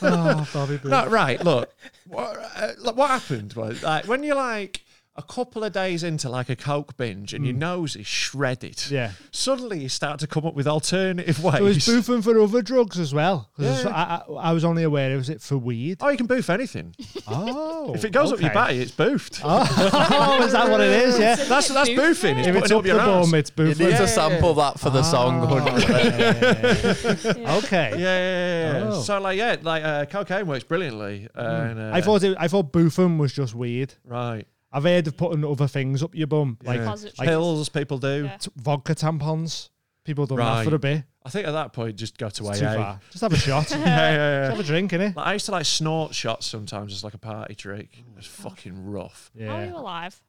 B: Oh, Bobby Boo.
E: No, right. Look, what, uh, look, what happened was like when you're like a couple of days into like a coke binge and your nose is shredded.
B: Mm. Yeah.
E: Suddenly you start to come up with alternative ways.
B: It was boofing for other drugs as well. 'cause it's-
E: Yeah.
B: I, I, I was only aware it was it for
E: <laughs>
B: weed.
E: oh, you can boof anything.
B: Oh,
E: If it goes up your
B: okay.
E: batty, it's boofed.
B: Oh, is that what it is? Yeah.
A: It's a
E: that's
A: bit
E: that's
A: boofy.
E: boofing. It's
B: If it's
E: putting
B: up
E: up
B: the
E: your ass.
B: bum, it's
F: You
B: boofing.
F: need
E: Yeah. Ah.
F: to sample that for the song.
B: Oh,
F: wouldn't you?
E: <laughs>
A: Yeah.
B: okay.
E: Yeah, yeah, yeah, yeah.
B: Oh. Mm.
E: So like, yeah, like uh, cocaine works brilliantly. And, uh,
B: I thought it, I thought boofing was just weed.
E: right
B: I've heard of putting other things up your bum, like
A: Depository.
B: Like-
E: pills people do.
A: Yeah.
B: t- vodka tampons. People done that
E: Right.
B: for a bit.
E: I think at that point just go to AA.
B: It's too far. Just have a shot. Just
E: <laughs> Yeah, yeah, yeah.
B: have a drink, innit?
E: Like, I used to like snort shots sometimes as like a party trick.
B: Mm.
E: It was fucking rough.
A: How are you
B: Yeah.
A: alive?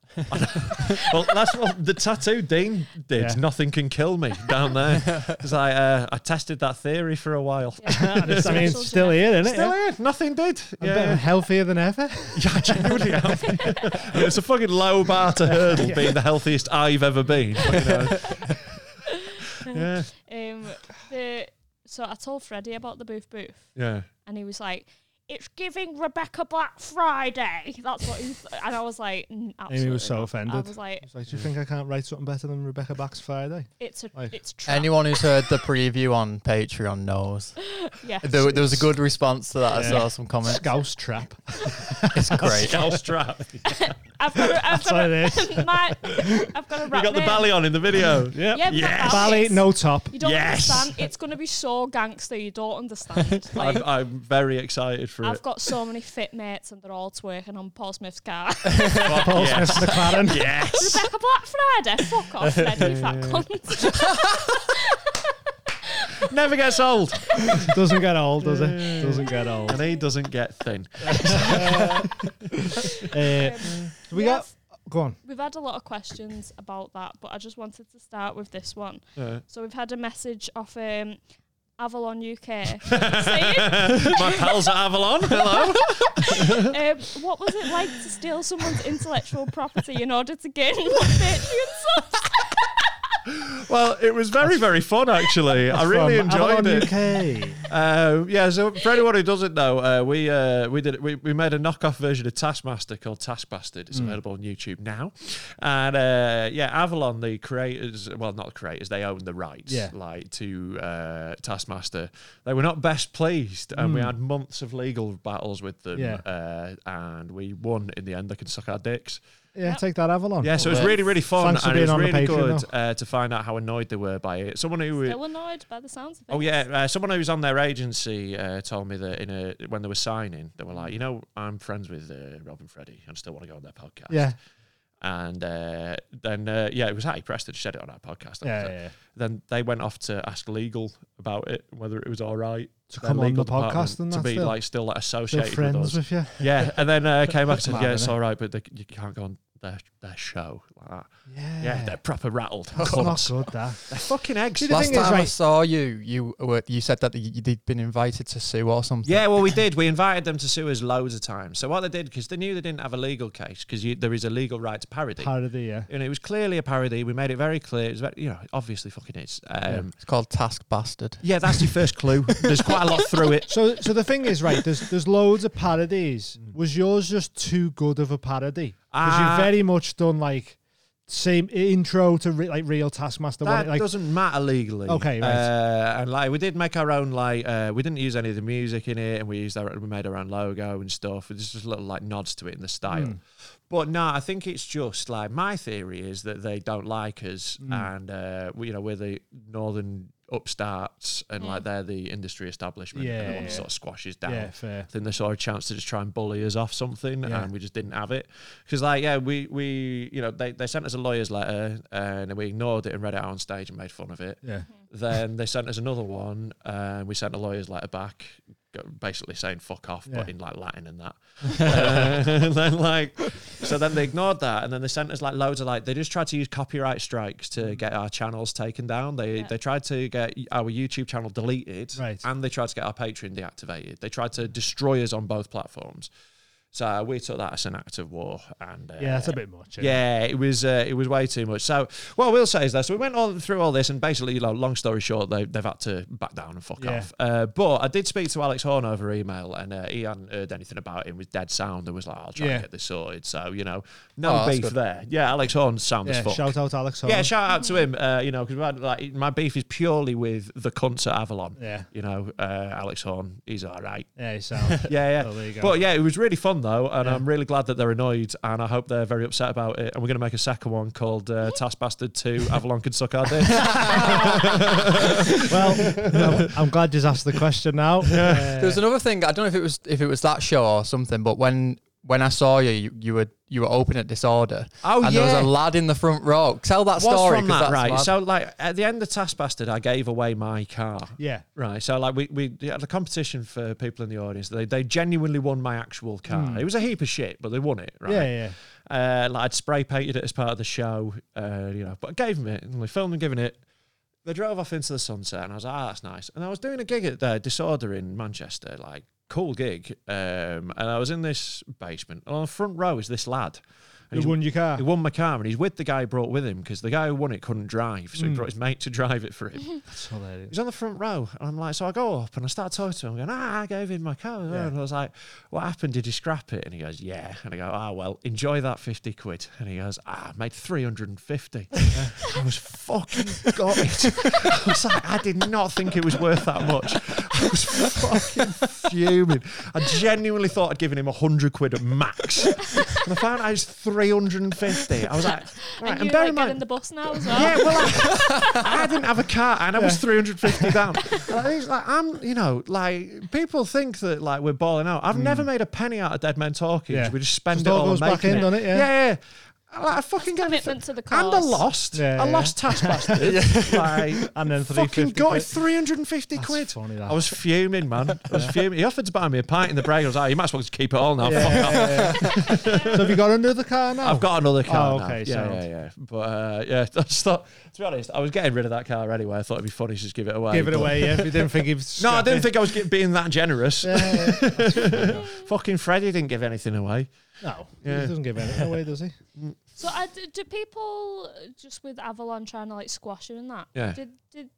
E: well, that's what the tattoo Dean did.
B: Yeah.
E: Nothing can kill me down there.
B: <laughs>
E: 'Cause I uh, I tested that theory for a while.
B: And it's- <laughs> I mean, it's still here, innit?
E: Still here, nothing did.
B: I'm better,
E: Yeah, <laughs>
B: healthier than ever. <laughs>
E: yeah, genuinely healthy. I mean, <laughs> it's a fucking low bar
B: <laughs>
E: to hurdle being the healthiest I've ever been. Fucking hell. yeah,
A: Um, the so I told Freddie about the Boof Boof,
E: yeah.
A: and he was like. It's giving Rebecca Black Friday. That's what he th- and I was like, "N-
B: Amy
A: absolutely.
B: was so
A: not." I
B: offended.
A: was like,
B: It's like, do you think I can't write something better than Rebecca Bax Friday?
A: it's a,
B: Like-
A: it's trap.
F: <laughs> Anyone who's heard the preview on Patreon knows.
E: <laughs>
A: Yes.
F: There, there was a good response to that.
B: Yeah.
F: I saw some comments.
B: Scouse
E: <laughs>
B: trap.
F: It's great.
E: Gal strap.
A: I've got a, I've
B: That's what
A: got
B: it <laughs> is.
A: a, <laughs> my, I've got a
E: You
A: rap
E: got the
A: name.
E: belly on in the <laughs> video.
B: Yep.
A: Yeah, we've got
E: Yes.
B: Ballet,
A: It's-
B: no top.
A: You don't
E: Yes.
A: understand. It's going to be so gangster. You don't
E: <laughs>
A: understand. Like,
E: I'm,
A: I've,
E: I'm very excited for it.
A: got so many fit mates, and they're all twerking on Paul Smith's
E: <laughs>
A: car.
E: Fuck
B: Paul
E: yes.
B: <laughs> Smith
E: <laughs>
B: McLaren.
E: yes.
A: Rebecca Black Friday. Fuck
E: <laughs>
A: off, Freddie, you fat cunt.
E: Never gets old.
B: Doesn't get old, does it? Doesn't get old.
E: And he doesn't get thin.
B: Uh, we
A: we
B: got.
A: have-
B: Go on.
A: We've had a lot of questions about that, but I just wanted to start with this one.
E: Yeah.
A: So we've had a message off um, Avalon
E: <laughs>
A: UK saying,
E: My pals at Avalon. Hello.
A: um, "What was it like to steal someone's intellectual property in order to gain <laughs> more Patreon subs?"
E: <laughs> Well, it was very, very fun, actually. I really
B: From
E: enjoyed
B: Avalon, UK.
E: it. Uh, yeah, so for anyone who doesn't know, uh, we uh, we did we, we made a knockoff version of Taskmaster called Taskbastard.
B: Hmm.
E: It's available on YouTube now, and uh, yeah, Avalon, the creators, well, not the creators, they own the rights,
B: Yeah.
E: like to uh, Taskmaster. They were not best pleased, and we had months of legal battles with them,
B: Hmm. Yeah.
E: uh, and we won in the end. They can suck our dicks.
B: Yeah, take that Avalon.
E: Yeah, so it was really, really fun,
B: Oh, Thanks for
E: and it was
B: being on the
E: really
B: Patreon,
E: good uh, to find out how annoyed they were by it. Someone who
A: Still annoyed by the sounds of it.
E: Oh yeah, uh, someone who's on their agency uh, told me that in
B: Mm.
E: a when they were signing, they were like, you know, I'm friends with uh, Rob and Freddie, and still want to go on their podcast.
B: Yeah.
E: And uh, then, uh, yeah, it was Hattie Preston. She said it on our podcast. that was
B: Yeah,
E: it.
B: yeah, yeah.
E: Then they went off to ask legal about it, whether it was all right.
B: To
E: Their
B: come on
E: legal
B: the podcast
E: department
B: and
E: to
B: that
E: be
B: still?
E: like still like,
B: Still
E: associated with us.
B: friends with you. <laughs>
E: Yeah, and then uh, came back and said,
B: mad,
E: "Yeah, it's
B: innit?
E: all right, but they, you can't go on their their show." Like that.
B: Yeah.
E: Yeah, they're proper rattled.
B: That's not
E: Cunts.
B: good, that.
E: They're fucking eggs.
B: See, The
F: Last
B: thing is,
F: time I
B: right-
F: saw you, you were, you said that you, they'd been invited to sue or something.
E: Yeah, well, we did. We invited them to sue us loads of times. So what they did, because they knew they didn't have a legal case, because there is a legal right to parody.
B: Parody, yeah.
E: and it was clearly a parody. We made it very clear. It was very, you know, obviously fucking is. Um,
F: It's called Task Bastard.
E: yeah. that's your first clue. There's quite a lot through it.
B: So, so the thing is, right? There's there's loads of parodies. Was yours just too good of a parody? Because
E: Mm. Ah.
B: you've very much done like same intro to re- like real Taskmaster. one,
E: That
B: like
E: doesn't matter legally.
B: Okay, right.
E: Uh, and like we did make our own like uh, we didn't use any of the music in it, and we used our we made our own logo and stuff. There's just little like nods to it in the style.
B: Hmm.
E: But no, I think it's just like my theory is that they don't like us,
B: Hmm.
E: and uh, we, you know we're the northern upstarts, and like they're the industry establishment, and
B: Hmm. Yeah,
E: everyone
B: yeah.
E: sort of squashes down.
B: yeah, fair.
E: Then they saw a chance to just try and bully us off something,
B: Yeah.
E: and we just didn't have it. Because, like, yeah, we, we you know, they, they sent us a lawyer's letter, and we ignored it and read it out on stage and made fun of it.
B: Yeah,
E: Then they sent us another one, and we sent a lawyer's letter back, go- basically saying "fuck off," but
B: Yeah.
E: in like Latin and that. <laughs> Uh, and then like, so then they ignored that, and then they sent us like loads of like they just tried to use copyright strikes
B: Mm.
E: to get our channels taken down. They they tried to get our YouTube channel deleted,
B: Right.
E: and they tried to get our Patreon deactivated. They tried to destroy us on both platforms. So uh, we took that as an act of war, and uh,
B: yeah, that's a bit much. isn't it?
E: yeah, it was uh, it was way too much. So what I will say is that so we went all through all this, and basically, you know, long story short, they they've had to back down and fuck
B: Yeah.
E: off. Uh, but I did speak to Alex Horn over email, and uh, he hadn't heard anything about it. and was dead sound, and was like, "I'll try
B: Yeah.
E: and get this sorted." So you know, no
F: Oh, that's
E: beef
F: good.
E: there. Yeah, Alex Horn sound
B: yeah.
E: as fuck.
B: Shout out Alex. Horn.
E: yeah, shout out to him. Uh, you know, because like my beef is purely with the cunts at Avalon.
B: Yeah.
E: you know, uh, Alex Horn, he's all right. <laughs>
B: yeah, <laughs> sound.
E: Yeah, yeah.
B: Oh, there you go.
E: But yeah, it was really fun though, and
B: Yeah.
E: I'm really glad that they're annoyed, and I hope they're very upset about it. And we're going to make a second one called uh, Task Bastard
B: <laughs>
E: Two: Avalon Can Suck Our Dick.
B: well, I'm- I'm glad you asked the question
E: <laughs>
B: now. Uh,
F: There was another thing. I don't know if it was if it was that show or something, but when when I saw you, you, you were you were open at disorder.
E: Oh,
F: and there
E: yeah.
F: was a lad in the front row. Tell that
E: What's
F: story.
E: from
F: 'cause
E: that,
F: that's
E: right?
F: mad.
E: So like at the end of Task Bastard, I gave away my car.
B: yeah,
E: Right, so like we, we had a competition for people in the audience. They they genuinely won my actual car. It was a heap of shit, but they won it. Right?
B: Hmm. yeah, yeah.
E: Uh, like I'd spray painted it as part of the show, uh, you know. But I gave them it, and we filmed them giving it. They drove off into the sunset, and I was like, "Ah, that's nice." And I was doing a gig at the Disorder in Manchester, like cool gig. Um, and I was in this basement, and on the front row is this lad. And
B: Who
E: he's-
B: won your car?
E: he won my car, and he's with the guy he brought with him because the guy who won it couldn't drive, so he brought his mate to drive it for him. He's on the front row, and I'm like, so I go up and I start talking to him, going, ah, I gave him my car.
B: Yeah.
E: And I was like, what happened? Did you scrap it? And he goes, yeah. And I go, ah, well, enjoy that 50 quid. And he goes, ah, I made 350. I was fucking got it. I was like, I did not think it was worth that much. I was fucking fuming. I genuinely thought I'd given him 100 quid at max. And I found out it was 350. I was like, all right,
A: and
E: and
A: you're
E: bear
A: like
E: in mind,
A: getting the bus now as well. <laughs>
E: yeah, well,
B: <laughs>
E: I, I didn't have a car and I was 350 down. And I think it's like, I'm, you know, like people think that like we're balling out. I've never made a penny out of Dead Men Talking.
B: Mm. Yeah.
E: We just spend
B: Just
E: it
B: all
E: all
B: goes
E: on
B: back
E: making
B: in, doesn't it? Yeah.
E: yeah. yeah. I, like, I fucking got
A: Commitment to the
E: And I
A: cause.
E: lost.
B: Yeah, <laughs>
E: I
B: yeah.
E: lost Taskmaster. like,
B: And then
E: fucking
B: 350
E: got
B: quid.
E: 350 quid.
B: funny, that.
E: I was fuming, man. I was fuming. He offered to buy me a pint in the break. I was like, "Oh, you might as well just keep it all now. Fuck off.
B: so have you got another car now?
E: I've got another car.
B: Oh,
E: now.
B: okay,
E: Yeah,
B: sound.
E: yeah, yeah. But uh, yeah, <laughs> I just thought, to be honest, I was getting rid of that car anyway. I thought it'd be funny to just give it away.
B: Give it
E: but-
B: away. Yeah, if you didn't
E: <laughs>
B: think you've.
E: No, I didn't think I was get- being that generous. <laughs> Fucking Freddie didn't give anything away.
B: No,
E: Yeah.
B: he doesn't give
E: <laughs>
B: anything away, does he?
A: So I d do people uh, just with Avalon trying to like squash you and that?
E: Yeah.
A: Did did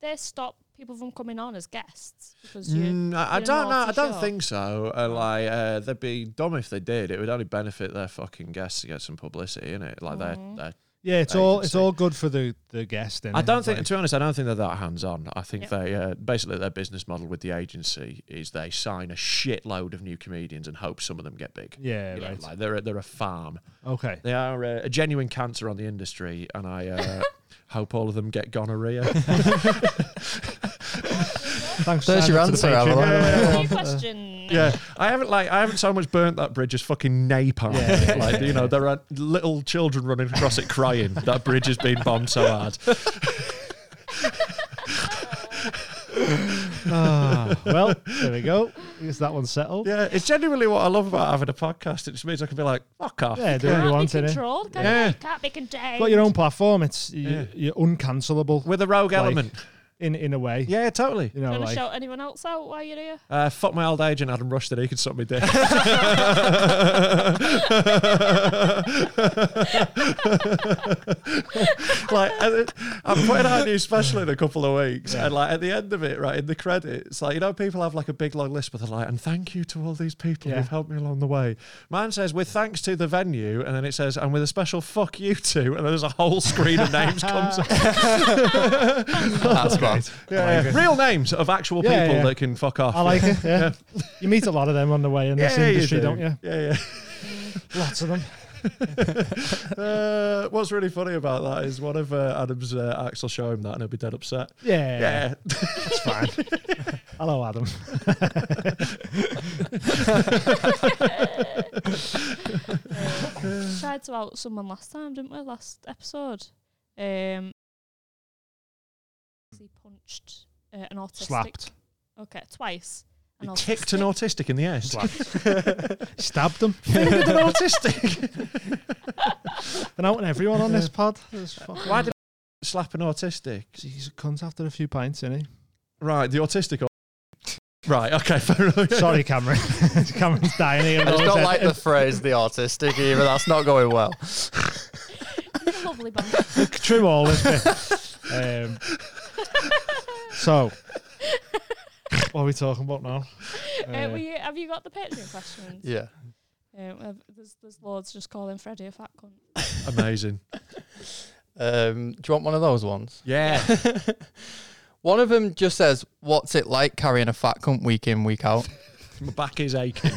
A: they stop people from coming on as guests because you?
E: Mm, I, I
A: you're
E: don't know. I
A: naughty
E: don't
A: show.
E: think so. Uh, like, uh, they'd be dumb if they did. It would only benefit their fucking guests to get some publicity, innit? Like, they're, they're
B: Yeah, it's
E: Right,
B: all
E: let's
B: it's
E: see.
B: all good for the the guest. innit?
E: I don't think,
B: Like,
E: to be honest, I don't think they're that hands on. I think
A: Yeah.
E: they uh, basically their business model with the agency is they sign a shitload of new comedians and hope some of them get big.
B: Yeah,
E: You know,
B: right.
E: like they're a, they're a farm. <laughs>
B: okay.
E: They are uh, a genuine cancer on the industry, and <laughs> I uh, hope all of them get gonorrhea.
B: Thanks.
F: There's
B: sign
F: your
B: up to the
F: answer,
B: Patreon.
F: Avalon.
B: Yeah,
E: <laughs>
B: yeah, yeah.
A: question.
E: <laughs> Yeah, I haven't like I haven't so much burnt that bridge as fucking napalm. <laughs> Like you know, there are little children running across it <laughs> crying. That bridge has been bombed so hard.
B: Ah, well, there we go. I guess that one's settled. Yeah,
E: Yeah, it's genuinely what I love about having a podcast. It just means I can be like, fuck off.
B: do what you
A: Can't be
B: want in it. You've
A: controlled, can
E: Yeah.
A: it? Can't be contained.
B: got your own platform. It's you,
E: Yeah.
B: you're uncancelable
E: With a rogue
B: Like-
E: element.
B: in in a way.
E: Yeah, totally.
B: You know,
A: Gonna
B: like
A: shout anyone else out while you're
E: <laughs>
A: here? <laughs>
E: Uh, fuck my old age and Adam Rush that he could suck
B: <laughs>
E: me dick. like at the- I'm putting out a new special in a couple of weeks, and like at the end of it, right in the credits, like you know, people have like a big long list, but they're like, "And thank you to all these people
B: Yeah.
E: who've helped me along the way." Mine says, "With thanks to the venue," and then it says, "And with a special fuck you too," and there's a whole screen
B: <laughs>
E: of names comes up.
F: That's
E: <laughs>
F: great.
E: Yeah, Real names of actual
B: Yeah,
E: people
B: yeah.
E: that can fuck off.
B: I like it. Yeah, you meet a lot of them on the way in this industry,
E: do.
B: not you?
E: Yeah, yeah.
B: Lots of them.
E: <laughs> Uh, what's really funny about that is one of uh, Adam's uh, acts will show him that and he'll be dead upset.
B: Yeah,
E: Yeah.
B: it's fine. Hello, Adam. <laughs>
A: Tried to out someone last time, didn't we? Last episode. Um, he punched uh, an autistic.
B: Slapped.
A: Okay, twice.
E: He
A: An
E: kicked an
A: autistic.
E: autistic in the ass.
B: Stabbed them.
E: Fingered an
A: <laughs>
E: autistic.
B: They're outing everyone on this pod. It's fucking-
E: <laughs> Why did he slap an autistic?
B: He's a cunt after a few pints, isn't he?
E: <laughs> Right, the autistic. au- Right, okay, fair enough. <laughs>
B: Sorry, Cameron. Cameron's dying here.
F: I just don't like the phrase "the autistic" either. That's not going well. <laughs>
A: He's a lovely
E: <laughs>
A: band.
B: Trim all this bit. Um,
A: Uh,
B: so, what are we talking about now?
A: Uh,
B: Uh,
A: were you, have you got the Patreon questions?
F: Yeah.
A: Um, I've- there's, there's loads just calling Freddie a fat cunt.
E: Amazing.
F: Um, do you want one of those ones?
E: Yeah.
F: One of them just says, "What's it like carrying a fat cunt week in, week out?"
E: My back
B: <laughs>
E: is aching.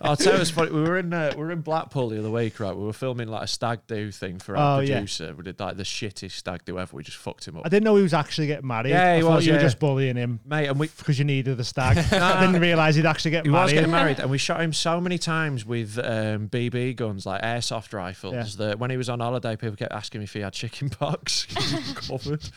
E: I'll tell you, it's funny. We were in uh, we were in Blackpool the other week, right? We were filming like a stag do thing for our
B: Oh, yeah.
E: producer. We did like the shittest stag do ever. We just fucked him up,
B: I didn't know he was actually getting married.
E: Yeah,
B: I
E: he
B: thought
E: was,
B: you were
E: yeah.
B: just bullying him
E: mate. And we
B: because you needed the stag.
E: <laughs>
F: <laughs>
B: I didn't realise he'd actually get
E: He
B: married. <laughs>
E: was getting married, and we shot him so many times with um, BB guns, like airsoft rifles,
B: Yeah.
E: that when he was on holiday, people kept asking if he had chicken pox. <laughs> He was covered.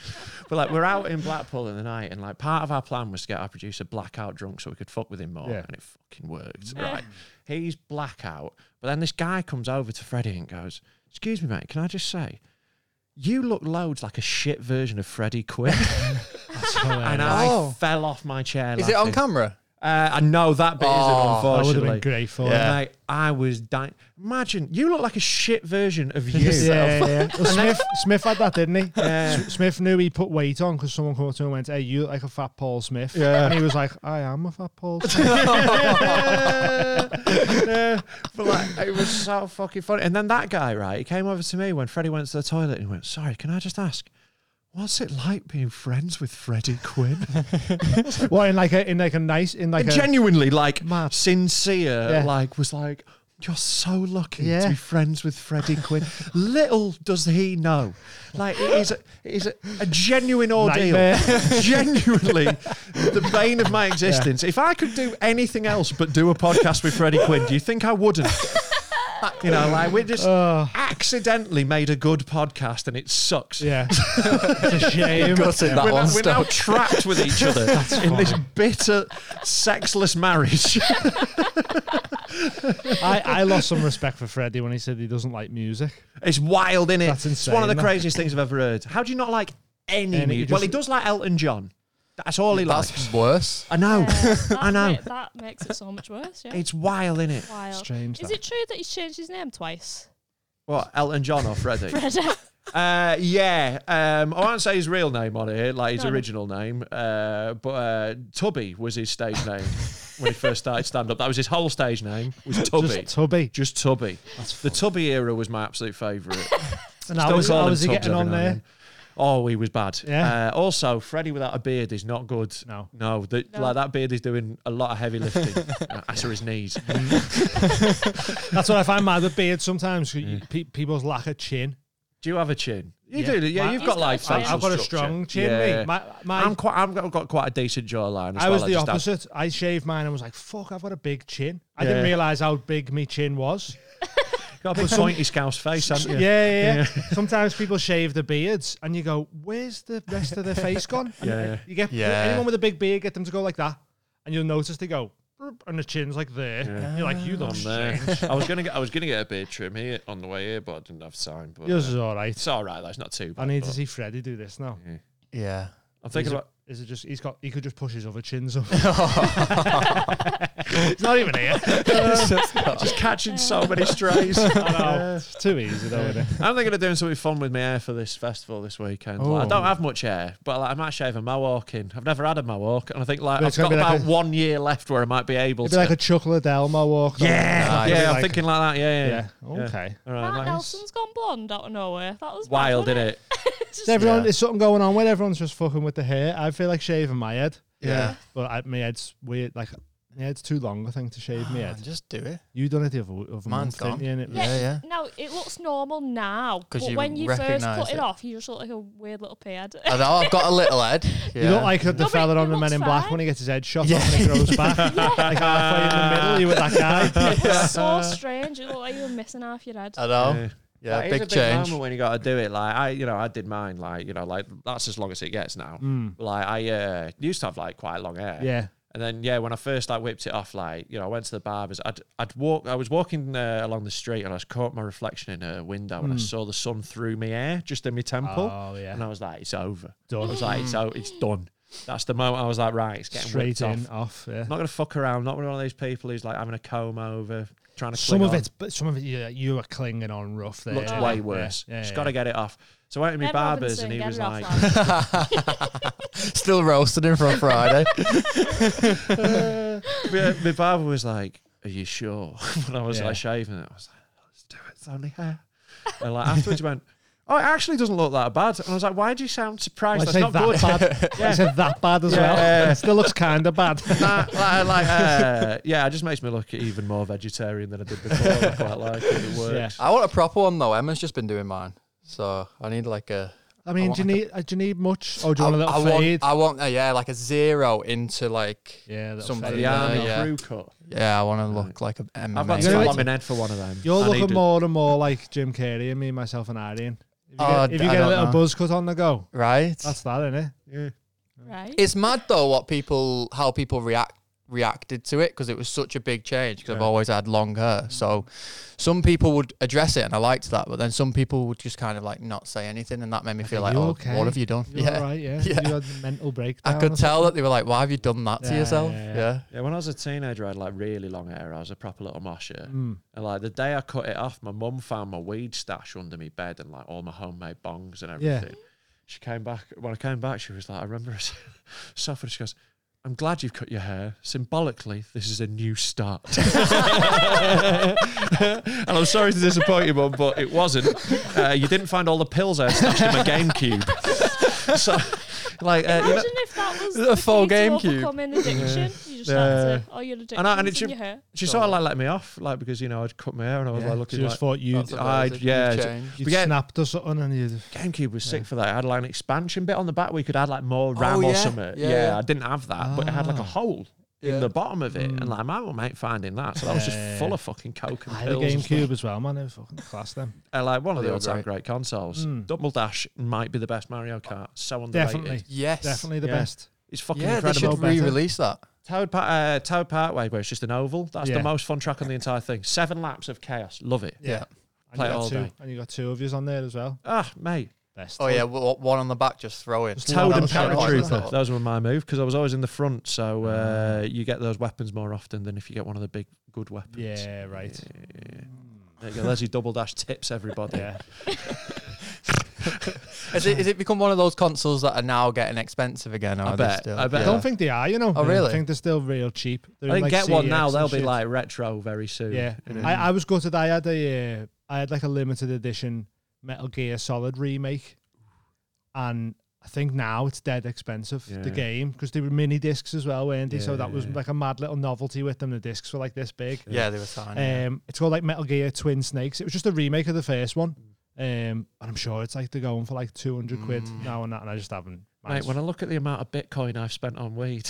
E: But like, we're out in Blackpool in the night, and like, part of our plan was to get our producer blackout drunk so we could fuck with him more,
B: Yeah.
E: and it fucking worked. Right, he's blackout, but then this guy comes over to Freddie and goes, "Excuse me, mate, can I just say?" You look loads like a shit version of Freddie Quinn,
B: <laughs>
E: and I
F: Oh.
E: fell off my chair.
F: Is it on
E: laughing.
F: camera?
E: Uh, I know that bit
F: Oh,
B: That
E: isn't,
B: would have
E: unfortunately.
B: been great for
F: Yeah.
B: him.
E: Mate, I was dying. Imagine, you look like a shit version
B: <laughs>
E: of
B: <laughs>
E: you.
B: Yeah, yeah, yeah. Well, Smith, Smith had that, didn't he? <laughs> S- Smith knew he put weight on because someone came up to him and went, "Hey, you look like a fat Paul Smith." Yeah. And he was like, "I am a fat Paul." Smith. <laughs>
E: Yeah, but like, it was so fucking funny. And then that guy, right, he came over to me when Freddie went to the toilet and he went, Sorry, can I just ask, what's it like being friends with Freddie Quinn?
B: well, in like a in like a nice in like
E: And
B: a
E: genuinely, like,
B: Mad.
E: sincere,
B: Yeah.
E: like, was like, you're so lucky
B: Yeah.
E: to be friends with Freddie Quinn. Little does he know, like it is a, it is a, a genuine ordeal.
B: Nightmare.
E: <laughs> Genuinely, the bane of my existence. If I could do anything else but do a podcast with Freddie Quinn, do you think I wouldn't? You know, like we just
B: Uh. Oh,
E: accidentally made a good podcast, and it sucks.
B: yeah. <laughs> it's a shame.
F: Gutted that
E: We're,
F: one
E: now, we're now
F: still.
E: trapped with
B: <laughs>
E: each other in this bitter, sexless marriage.
B: I, I lost some respect for Freddie when he said he doesn't like music.
E: It's wild, innit?
B: That's
E: It's one of the
B: insane, that.
E: craziest things I've ever heard. How do you not like any
B: Any-
E: music?
B: you
E: well,
B: just-
E: he does like Elton John. That's all he likes.
F: That's worse.
E: Oh, <laughs> I know.
A: Yeah,
E: I know.
A: Uh, That, ma- that makes it so much worse. Yeah.
E: It's wild, innit?
A: Wild.
B: strange,
A: Is
B: that.
A: it true that he's changed his name twice?
E: What, Elton John or
A: <laughs>
E: Freddie?
A: Freddie.
E: uh, yeah. Um, I won't say his real name on here, like his
A: No, no.
E: original name, uh, but uh, Tubby was his stage name when he first started stand up. That was his whole stage name, was Tubby.
B: Just Tubby.
E: Just Tubby. the Tubby era was my absolute
B: <laughs>
E: favourite.
B: And
E: Still
B: how was,
E: call
B: how
E: him
B: was he
E: Tubbs
B: getting
E: every
B: on
E: now and
B: there?
E: then. Oh, he was bad.
B: Yeah.
E: Uh, also, Freddie without a beard is not good.
B: No.
E: No, the,
A: No.
E: like that beard is doing a lot of heavy
B: <laughs>
E: lifting uh, as are his knees. Mm.
B: That's what I find mad with beard sometimes. 'cause you- pe- people's lack of chin.
E: Do you have a chin? You do, yeah.
B: My-
E: you've
A: He's got
E: got
A: a
E: like
A: strong-
E: facial
B: I've got a
E: structure.
B: strong chin, mate. My- my-
E: I'm quite. I've got- got quite a decent jawline. As
B: I was
E: well.
B: the
E: just have-
B: opposite. I shaved mine and was like, "Fuck, I've got a big chin." I didn't
E: Yeah.
B: realize how big my chin was.
E: Got a
B: <laughs>
E: big pointy scouse face, haven't you?
B: Yeah, yeah. yeah.
E: <laughs>
B: Sometimes people shave their beards, and you go, "Where's the rest of their face gone?" And
E: Yeah.
B: You get
F: Yeah.
B: anyone with a big beard, get them to go like that, and you'll notice they go, "Burp," and the chin's like there. You're like, "You look
E: I'm
B: <laughs>
E: there.
B: strange."
E: I was gonna get. I was gonna get a beard trim here on the way here, but I didn't have time. But
B: Yours is
E: uh,
B: all right.
E: it's all right. That's not too bad.
B: I need to
E: but
B: see Freddie do this now.
F: Yeah.
E: I'm thinking
B: Is it-
E: about.
B: Is it just he's got? He could just push his other chins
E: <laughs>
B: up. <laughs> it's not even here.
E: Just catching so
B: <laughs>
E: many strays.
B: No, it's too easy though. Isn't it?
E: I'm thinking of doing something fun with my hair for this festival this weekend. Like, I
F: Oh.
E: don't have much hair, but like, I might shave a mohawk in. I've never had a mohawk, and I think like
B: But
E: I've
B: it's
E: got
B: gonna be like
E: about
B: a-
E: one year left where I might be able
B: It'd
E: to.
B: be like a chuckle Adele walk.
E: yeah,
F: Nice.
E: yeah, I'm
B: Like-
E: thinking like that. Yeah,
B: Yeah.
E: yeah.
B: Okay.
E: All right,
A: Matt
E: like-
A: Nelson's gone blonde out of nowhere. That was
E: wild,
A: bad,
E: isn't
A: wasn't
E: it?
B: So everyone,
F: Yeah.
B: there's something going on where everyone's just fucking with the hair. I feel like shaving my head.
F: Yeah.
B: But I, my head's weird. Like, my head's too long, I think, to shave
E: Ah,
B: my head.
F: Just do it.
B: You done it the other, other
F: Mine's
B: month, didn't
F: gone.
B: you? And it was-
F: Yeah, yeah.
A: No, it looks normal now,
F: 'Cause
A: but
F: you
A: when you first
F: recognise
A: cut it.
F: it.
A: off, you just look like a weird little pad.
F: I know, I've got a little head. Yeah.
B: You look like the
A: No, but
B: fella
A: it
B: on the Men
A: looks
B: in Black
A: fine.
B: when he gets his head shot
F: Yeah.
B: off and it grows
E: <laughs>
B: back.
A: <laughs>
B: Like
E: Ah.
B: halfway in the middle, you were that
E: Uh,
B: guy.
A: it was so strange. It looked like you were missing half your head.
F: I know. Yeah,
E: That is a
F: big change.
E: moment when you got to do it. Like I, you know, I did mine. Like you know, like that's as long as it gets now. Like I uh, used to have like quite long hair.
B: Mm. Yeah.
E: And then yeah, when I first like whipped it off, like you know, I went to the barbers. I'd I'd walk. I was walking uh, along the street and I just caught my reflection in a window and I saw the sun through my hair just in my temple.
B: Hmm. Oh, yeah.
E: And I was like, it's over.
B: Done.
E: I was like, it's o- it's done. That's the moment I was like, right, it's getting
B: Straight
E: whipped
B: in, off.
E: off.
B: yeah.
E: I'm not gonna fuck around. I'm not one of those people who's like having a comb over, trying to.
B: Some
E: cling
B: of
E: on
B: it's, but some of it, you, you are clinging on rough there.
E: looked
B: Yeah.
E: way
B: Yeah.
E: worse.
B: Yeah,
E: Just
B: yeah.
E: got to get it off. So I went to my
A: Ben
E: barbers
A: Robinson,
E: and he
A: get
E: was
A: it off
E: like,
A: that.
F: Still roasted him from Friday. <laughs>
E: my, my barber was like, "Are you sure?" <laughs> When I was
B: Yeah.
E: like shaving it, I was like, "Let's do it. It's only hair." And like afterwards, he went, "Oh, it actually doesn't look that bad." And I was like, "Why do you sound surprised?
B: I
E: That's
B: say
E: not
B: that
E: good." <laughs>
B: bad. <laughs> I said that bad as well.
E: Yeah.
B: It still looks kind of bad.
E: <laughs> Nah, like, like, uh, yeah, it just makes me look even more vegetarian than I did before. I quite
B: <laughs>
E: like it. It works.
F: I want a proper one though. Emma's just been doing mine, so I need like a.
B: I mean,
F: want
B: do you need uh, do you need much? Or do you want a
F: I,
B: little
F: I
B: fade?
F: want, I want, uh, yeah, like a zero into like,
B: Yeah, that'll
F: something.
B: fade.
E: The
F: Yeah,
E: army
F: yeah.
E: crew cut.
F: yeah, I want to look like a MMA.
E: I've got
B: You know
E: too
B: what?
E: long in head for one of them.
B: You're
E: I need
B: looking
E: to-
B: more and more like Jim Carrey and me, myself, and Irene. If you
F: Oh,
B: get, if
F: I
B: you get a
F: don't
B: little
F: know.
B: buzz cut on the go,
F: right.
B: that's that, isn't it? Yeah.
A: right?
F: it's mad though what people, how people react reacted to it because it was such a big change because I've always had long hair. So some people would address it and I liked that, but then some people would just kind of like not say anything and that made me feel like,
B: you
F: oh,
B: okay?
F: what have you done?
B: You're all right, yeah.
F: Yeah.
B: You had a mental breakdown.
F: I
B: or
F: could tell that they were like, why have you done that to
B: Yeah,
F: yourself?
B: yeah, yeah.
F: yeah.
E: Yeah, when I was a teenager, I had like really long hair. I was a proper little mosher.
B: Hmm.
E: And like the day I cut it off, my mum found my weed stash under my bed and like all my homemade bongs and
B: Yeah.
E: everything. She came back. When I came back, she was like, I remember her <laughs> suffering. She goes, I'm glad you've cut your hair. Symbolically, this is a new start.
A: <laughs>
E: <laughs> and I'm sorry to disappoint you, mum, but it wasn't. Uh, you didn't find all the pills I had stashed in my GameCube. so, like, uh, you know-
A: Imagine if that
E: <laughs>
A: was
F: A
A: the
F: full
A: key to
F: GameCube.
A: overcoming addiction. You just had to, oh, your addiction
E: and, I, and
A: in
E: it, she,
A: your hair.
E: she sort of like let me off, like because you know I'd cut my hair and I was
B: something.
E: like
B: Yeah.
E: looking
B: She just
E: like
B: thought you'd,
F: That's a-
E: I'd,
F: You'd
E: yeah,
F: change.
E: but
B: you'd
E: yeah,
B: snapped or something and you'd.
E: GameCube was sick for that. It had like an expansion bit on the back where you could add like more RAM or
F: yeah.
E: something. Yeah,
F: Yeah, yeah.
E: I didn't have that, but it had like a hole
F: Yeah.
E: in the bottom of it, and like my mum ain't finding that, so that was just full of fucking coke and
B: Mm. I had a
E: pills. and stuff.
B: GameCube as well, man. I fucking class them.
E: Uh, like one of
F: They
E: the
F: were
E: all-time great.
F: great.
E: consoles. Double Dash might be the best Mario Kart. So underrated.
B: Mm. Definitely.
F: Yes.
B: Definitely the
E: Yeah.
B: best.
E: It's fucking
F: Yeah, they
E: incredible.
F: should
B: better.
F: re-release that.
E: Toad, pa- uh, Toad Parkway, where it's just an oval. That's
B: Yeah.
E: the most fun track on the entire thing. Seven laps of chaos. Love it.
F: Yeah.
B: And
E: Play
B: you
E: it
B: got
E: all
B: two,
E: day.
B: And you got two of yous on there as well.
E: Ah, mate.
B: Best.
F: Oh yeah, w- one on the back just throw in.
B: Just
E: Toad
B: That
E: and
B: was my
E: Paratrooper.
F: point.
E: Those were my move because I was always in the front, so
B: Ah.
E: uh, you get those weapons more often than if you get one of the big good weapons.
B: Yeah, right.
E: Oh, There you go. There's your double dash tips, everybody.
B: Yeah.
E: <laughs>
F: Has it, has it become one of those consoles that are now getting expensive again? Or
E: I
F: are they
E: bet,
F: Still?
E: I bet.
B: I don't think they are, you know.
F: Oh, really?
B: I think they're still real cheap. They're
E: I
B: in,
E: think
B: like,
E: get one now.
B: CEX and
E: They'll be
B: shit.
E: like retro very soon.
B: Yeah,
F: Mm-hmm.
E: innit?
B: I, I was gutted. I had a, uh, I had like a limited edition Metal Gear Solid remake, and I think now it's dead expensive the
E: Yeah.
B: game because they were mini discs as well, weren't they? So that was
E: Yeah.
B: like a mad little novelty with them. The discs were like this big.
F: Yeah, they were signed.
B: Um, it's called like Metal Gear Twin Snakes. It was just a remake of the first one. Um, and I'm sure it's like they're going for like 200 quid now and that, and I just haven't.
E: Mate, when I look at the amount of Bitcoin I've spent on
B: <laughs>
E: weed,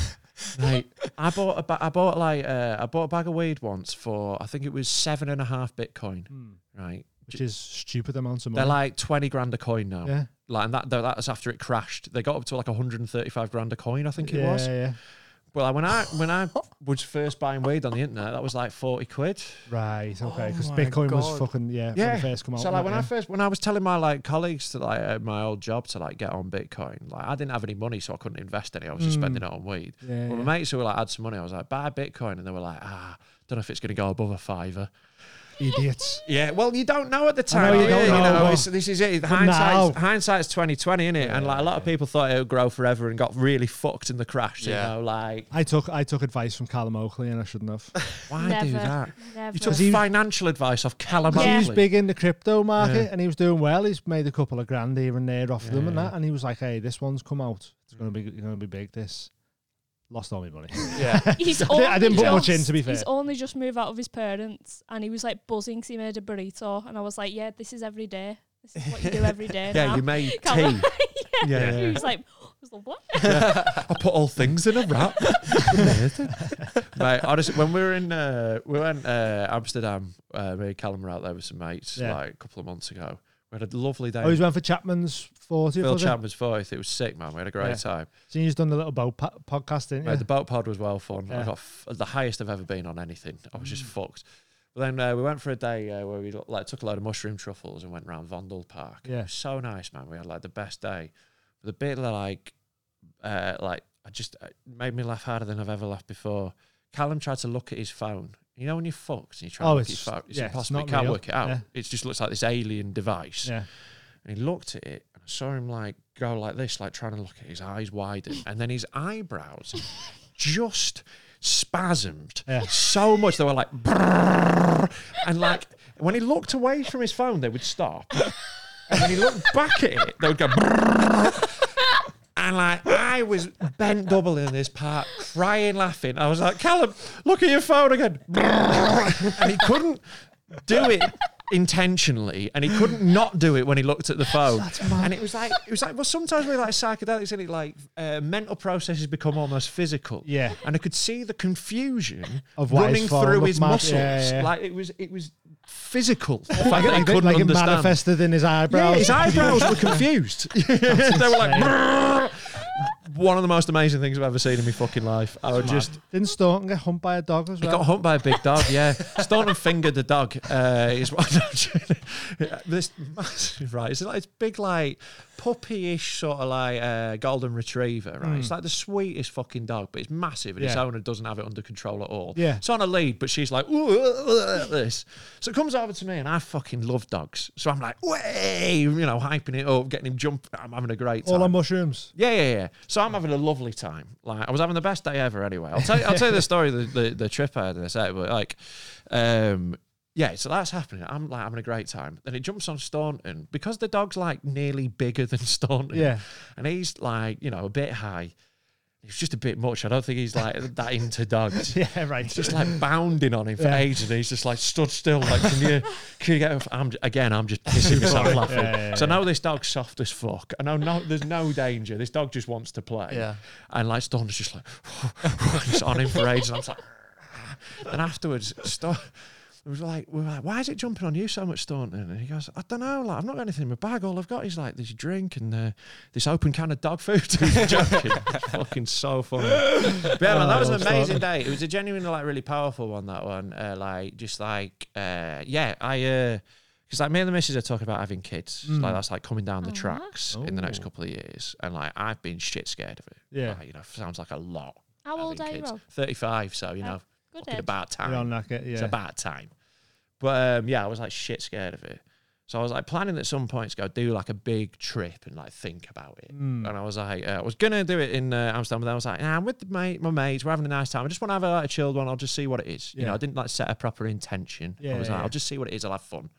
F: <laughs>
E: mate, I bought a ba- I bought like uh, I bought a bag of weed once for I think it was seven and a half Bitcoin,
B: Hmm.
E: right?
B: which is stupid amounts of money.
E: They're like twenty grand a coin now.
B: Yeah.
E: Like and that that's after it crashed. They got up to like 135 grand a coin, I think it
B: yeah,
E: was.
B: yeah.
E: But like when I
B: <laughs>
E: when I was first buying weed on the internet, that was like 40 quid.
B: Right,
E: Oh
B: okay. Because
F: my
B: Bitcoin was
F: God.
B: fucking, yeah, when it first come out.
E: So
B: wasn't
E: like when
B: it?
E: I first when I was telling my like colleagues to like uh, my old job to like get on Bitcoin, like I didn't have any money, so I couldn't invest any. I was just spending it on weed.
B: Yeah,
E: but my
B: yeah.
E: mates who were like had some money, I was like buy Bitcoin, and they were like ah. Don't know if it's going to go above a fiver.
B: yeah. Idiots.
E: Yeah, well, you don't know at the
B: I
E: time.
B: know you don't know, but-
E: it's- this is it. Hindsight's,
B: now-
E: hindsight's twenty twenty, isn't it? and like a lot of people thought it would grow forever and got really fucked in the crash.
F: Yeah.
E: You know, like
B: I took I took advice from Callum Oakley and I shouldn't have.
E: why do
A: Never.
E: that?
A: Never.
E: You took
B: he-
E: financial advice off Callum.
B: Because he was
E: Oakley.
B: big in the crypto market and he was doing well. He's made a couple of grand here and there off them and that. And he was like, "Hey, this one's come out. It's gonna be it's gonna be big. This lost all my money.
F: Yeah.
A: He's
B: <laughs> I didn't- I didn't
A: only
B: put much
A: just-
B: in, to be fair.
A: He's only just moved out of his parents, and he was like buzzing 'cause he made a burrito, and I was like, "Yeah, this is every day. This is what you do every day."
E: <laughs> Yeah,
A: now. <laughs>
E: you made
A: Can't
E: tea.
B: yeah,
A: He was like, <gasps> I was like, "What?"
E: <laughs> I put all things in a wrap. Mate, honestly, when we were in, uh, we went uh, Amsterdam. Uh, me and Callum were out there with some mates
B: Yeah.
E: like a couple of months ago. We had a lovely day.
B: Oh, he's went for Chapman's 40th.
E: Phil
B: was it?
E: Chambers fourth. It was sick, man. We had a great
B: Yeah.
E: time.
B: So he's done the little boat po- podcast, didn't
E: Mate,
B: you?
E: the boat pod was well fun.
B: Yeah. Mm.
E: I got f- the highest I've ever been on anything. I was just fucked. But then uh, we went for a day uh, where we like took a load of mushroom truffles and went round Vondel Park.
B: Yeah.
E: It was so nice, man. We had like the best day. But the bit that like, uh, like I just it made me laugh harder than I've ever laughed before. Callum tried to look at his phone. You know when you're fucked and you try
B: Oh,
E: to look at
B: it's-
E: his phone, it's
B: yeah, it's
E: impossible.
B: not
E: you can't
B: real.
E: work it out.
B: Yeah.
E: It just looks like this alien device.
B: yeah.
E: And he looked at it and I saw him like go like this, like trying to look at his eyes widen. And then his eyebrows just spasmed
B: Yeah.
E: so much they were like "Brrrr." and like when he looked away from his phone they would stop. And when he looked back at it, they would go "Brrrr." And like I was bent double in this part, crying, laughing. I was like, Callum, look at your phone again. <laughs> "Brrrr." And he couldn't do it intentionally and he couldn't not do it when he looked at the phone and it was like it was like well sometimes with like psychedelics and it like uh, mental processes become almost physical
B: Yeah.
E: and i could see the confusion
B: Of why
E: running
B: his phone
E: through
B: looked
E: his
B: mad.
E: muscles
B: Yeah, yeah.
E: like it was it was physical the fact
B: Like,
E: that he
B: like, it-
E: couldn't
B: like it
E: understand
B: manifested in his eyebrows.
E: yeah, his eyebrows were confused. <laughs> they were like,
B: insane.
E: "Brrr." one of the most amazing things I've ever seen in my fucking life. I would just
B: Didn't Staunton get humped by a dog as
E: he
B: well?
E: got humped by a big dog, yeah. Staunton fingered the dog. Uh, is what <laughs> I'm trying to- this massive, right? It's like it's big, like puppy-ish sort of like uh, golden retriever, right? It's like the sweetest fucking dog, but it's massive, and its
B: Hmm. Yeah.
E: owner doesn't have it under control at all.
B: Yeah.
E: it's on a lead, but she's like "Ooh, uh, uh," like this. So it comes over to me, and I fucking love dogs. So I'm like, way, you know, hyping it up, getting him jump. I'm having a great time.
B: All on mushrooms. <laughs>
E: Yeah, yeah, yeah. So I'm having a lovely time. Like I was having the best day ever. Anyway, I'll tell you, I'll tell you the story, of the, the the trip I had in a sec. But like, um, yeah. So that's happening. I'm like having a great time. Then it jumps on Staunton because the dog's like nearly bigger than <laughs> Staunton.
B: Yeah.
E: and he's like you know a bit high. He's just a bit much. I don't think he's like that into
B: <laughs>
E: dogs.
B: Yeah, right.
E: It's just like bounding on him for
B: Yeah.
E: ages, and he's just like stood still. Like, can you, can you get? Off? I'm j- again, I'm just
B: <laughs>
E: pissing myself laughing.
B: yeah, yeah,
E: so I know this dog's soft as fuck. I know no, there's no danger. This dog just wants to play.
F: Yeah.
E: And like Storm's just like, <laughs> just on him for ages. And I'm just like, <laughs> and afterwards, Storm. It was like, we were like, why is it jumping on you so much, Staunton? And he goes, I don't know, like, I've not got anything in my bag. All I've got is like this drink and uh, this open can of dog food. <laughs> He's joking. It's fucking so funny. But yeah, man, that was an amazing day. It was a genuinely like really powerful one. That one, uh, like just like uh, yeah, I because like me and the missus are talking about having kids.
B: Mm.
E: Like that's like coming
A: Oh,
E: down the tracks in the next couple of years, and like I've been shit scared of it.
B: Oh. Yeah.
E: Like, you know, sounds like a lot.
A: How old
E: having
A: are you,
E: kids.
A: Rob?
E: Thirty-five. So you
A: Oh,
E: know,
A: good
E: fucking
A: age.
E: about time.
B: You're on that, yeah.
E: It's about time. But um, yeah, I was like shit scared of it. So I was like planning at some point to go do like a big trip and like think about it.
B: Hmm.
E: And I was like, uh, I was gonna do it in uh, Amsterdam, but then I was like, nah, I'm with the mate, my mates, we're having a nice time. I just want to have a, like, a chilled one. I'll just see what it is. You
B: Yeah.
E: know, I didn't like set a proper intention.
B: Yeah,
E: I was
B: yeah,
E: like,
B: yeah.
E: I'll just see what it is. I'll have fun.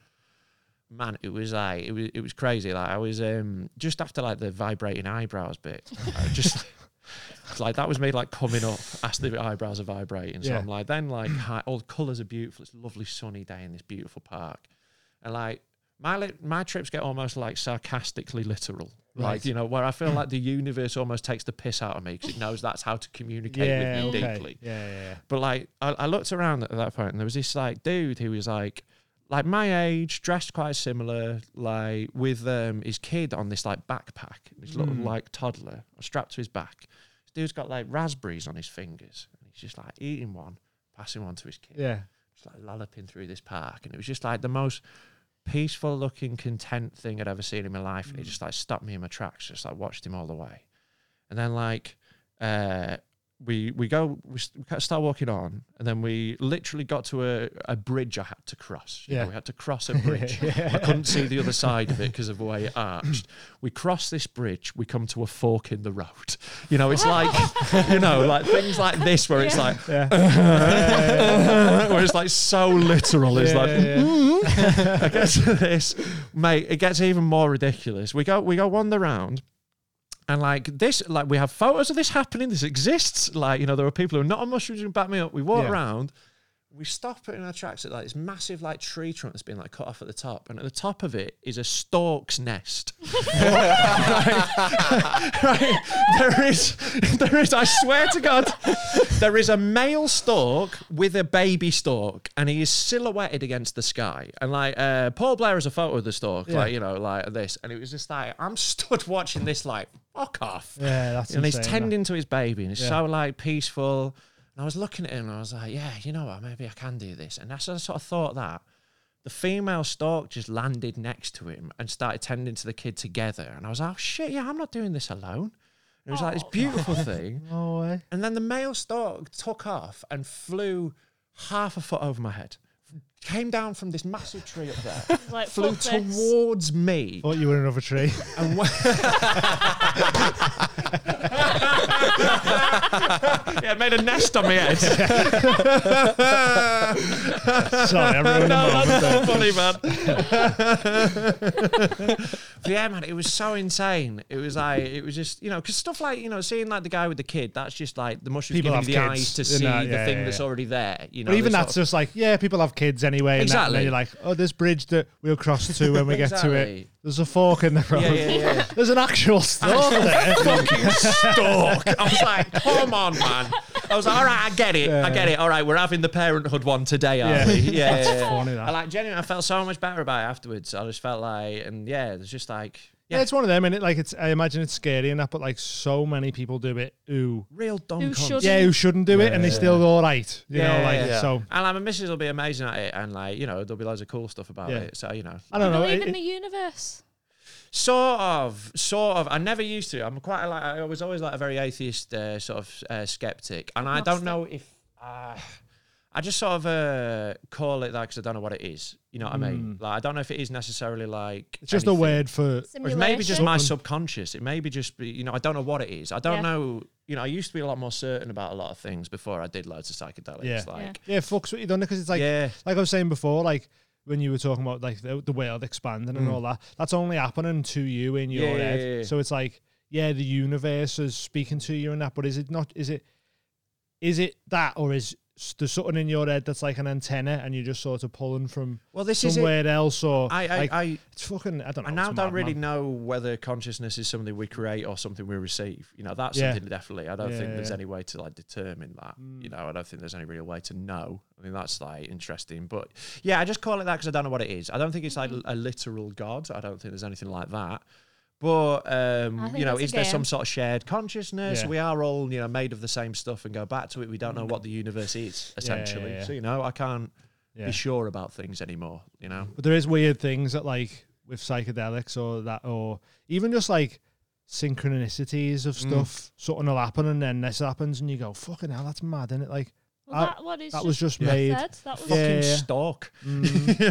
E: Man, it was like it was it was crazy. Like I was um just after like the vibrating eyebrows bit, I just like that was me like coming up as the eyebrows are vibrating. So
B: Yeah.
E: I'm like, then like hi, all the colours are beautiful. It's a lovely sunny day in this beautiful park, and like my li- my trips get almost like sarcastically literal.
B: Right.
E: Like you know, where I feel like the universe almost takes the piss out of me because it knows that's how to communicate with me
B: okay.
E: deeply.
B: Yeah, yeah, yeah.
E: But like, I, I looked around at that point, and there was this like dude who was like, like my age, dressed quite similar, like with um his kid on this like backpack, this little like toddler strapped to his back. This dude's got like raspberries on his fingers, and he's just like eating one, passing one to his kid,
B: Yeah.
E: just like lolloping through this park, and it was just like the most peaceful looking, content thing I'd ever seen in my life. And it just like stopped me in my tracks, just like watched him all the way. And then like uh, we we go we s- we kinda start walking on, and then we literally got to a, a bridge I had to cross. You know,
B: Yeah.
E: we had to cross a bridge. I couldn't see the other side of it because of the way it arched. We cross this bridge, we come to a fork in the road. You know, it's like you know, like things like this where it's like <laughs>
B: <laughs>
E: where it's like so literal. It's
B: Yeah,
E: like
B: yeah, yeah.
E: Mm. <laughs> I get to this, mate. It gets even more ridiculous. We go, we go wander round, and like this, like we have photos of this happening. This exists. Like you know, there are people who are not on mushrooms who back me up. We walk
B: Yeah.
E: around, we stop in our tracks at like this massive like tree trunk that's been like cut off at the top, and at the top of it is a stork's nest. right, right, there is, there is. I swear to God, there is a male stork with a baby stork, and he is silhouetted against the sky. And like uh, Paul Blair has a photo of the stork, like you know, like this, and it was just like I'm stood watching this, like fuck off.
B: Yeah, that's
E: and he's
B: insane, that.
E: tending to his baby, and it's
B: Yeah.
E: so like peaceful. And I was looking at him, and I was like, yeah, you know what, maybe I can do this. And as I sort of thought that, the female stork just landed next to him and started tending to the kid together. And I was like, oh, shit, yeah, I'm not doing this alone. And it was like this
B: <laughs>
E: beautiful thing.
B: No way.
E: And then the male stork took off and flew half a foot over my head. Came down from this massive tree up
B: <laughs>
E: there,
A: Like,
E: flew
A: fuck this. <laughs>
E: towards me.
B: Thought you were in another
E: <laughs>
B: tree. <laughs>
E: And went- yeah, it made a nest on my head.
B: Sorry, I ruined the
E: no,
B: moment.
E: that's not funny, man.
B: <laughs>
E: but yeah, man, it was so insane. It was like it was just you know because stuff like you know seeing like the guy with the kid. That's just like the mushrooms
B: People
E: giving you the
B: have kids,
E: eyes to
B: they're
E: see
B: not-
E: the
B: yeah,
E: thing
B: yeah,
E: that's
B: yeah.
E: already there. You know,
B: But even
E: this
B: that's
E: sort
B: just like, yeah, people have kids anyway. And, that, and
E: Exactly.
B: then you're like, oh, this bridge that we'll cross to when we get to it.
E: Exactly.
B: There's a fork in the road.
E: yeah, Ah, yeah.
B: <laughs> There's an actual stork
E: <laughs>
B: there.
E: of stalk. I was like, come on, man. I was like, all right, I get it, I get it. All right, we're having the parenthood one today,
B: Yeah. <laughs>
E: aren't we? Yeah,
B: That's
E: yeah, yeah.
B: funny, that.
E: I like genuinely, I felt so much better about it afterwards. I just felt like, and yeah, it's just like,
B: Yeah,
E: yeah,
B: it's one of them, and it like it's. I imagine it's scary and that, but like so many people do it who,
E: real dumb.
A: Who
E: cunts.
A: should-
B: yeah, who shouldn't do it, and they still go all right, you know,
E: Yeah,
B: like
E: yeah.
B: so.
E: And like my missus will be amazing at it, and like you know there'll be loads of cool stuff about
B: Yeah.
E: it. So you know,
B: I don't know.
A: Believe
B: it-
A: in
B: it-
A: the universe.
E: sort of, sort of. I never used to. I'm quite like I was always like a very atheist uh, sort of uh, skeptic, and I don't know if uh, I just sort of uh, call it that because I don't know what it is. You know what I mean? Like I don't know if it is necessarily like
B: Hmm. it's just a
E: anything.
B: word for
E: Or it's
A: Simulation.
E: maybe just my subconscious. It may be just be, you know, I don't know what it is. I don't
A: Yeah.
E: know. You know, I used to be a lot more certain about a lot of things before I did loads of psychedelics.
B: Yeah.
E: Like,
A: Yeah.
B: yeah, fucks what you done because it's like
E: Yeah.
B: like I was saying before, like when you were talking about like the, the world expanding and all that. That's only happening to you in your
E: Mm. Yeah, yeah,
B: head.
E: yeah, yeah.
B: So it's like yeah, the universe is speaking to you and that, but is it not? Is it is it that or is s- there's something in your head that's like an antenna and you're just sort of pulling from
E: Well, this is it.
B: somewhere else or
E: I, I,
B: like,
E: I,
B: it's fucking I don't know.
E: I now
B: it's
E: don't
B: mad,
E: really
B: man.
E: know whether consciousness is something we create or something we receive. You know, that's
B: Yeah.
E: something definitely. I don't
B: Yeah,
E: think there's
B: yeah. Mm.
E: any way to like determine that. You know, I don't think there's any real way to know. I mean, that's like interesting, but yeah, I just call it that because I don't know what it is. I don't think it's like
B: Mm-hmm.
E: a literal god. I don't think there's anything like that. But
A: I
E: um,
A: think
E: you know,
A: it's a
E: is there some
A: game.
E: sort of shared consciousness?
B: Yeah. Mm.
E: We are all you know made of the same stuff and go back to it. We don't know what the universe is
B: yeah, yeah,
E: essentially.
B: yeah.
E: So you know, I can't
B: Yeah.
E: be sure about things anymore. You know.
B: But there is weird things that like with psychedelics or that or even just like synchronicities of
E: Mm.
B: stuff. Something will happen and then this happens and you go, fucking hell, that's mad, isn't it? Like
A: Well,
B: I-
A: that one is
B: that was just
A: what I
B: made. <laughs>
A: said. That was
B: Yeah.
E: fucking stalk. <laughs> You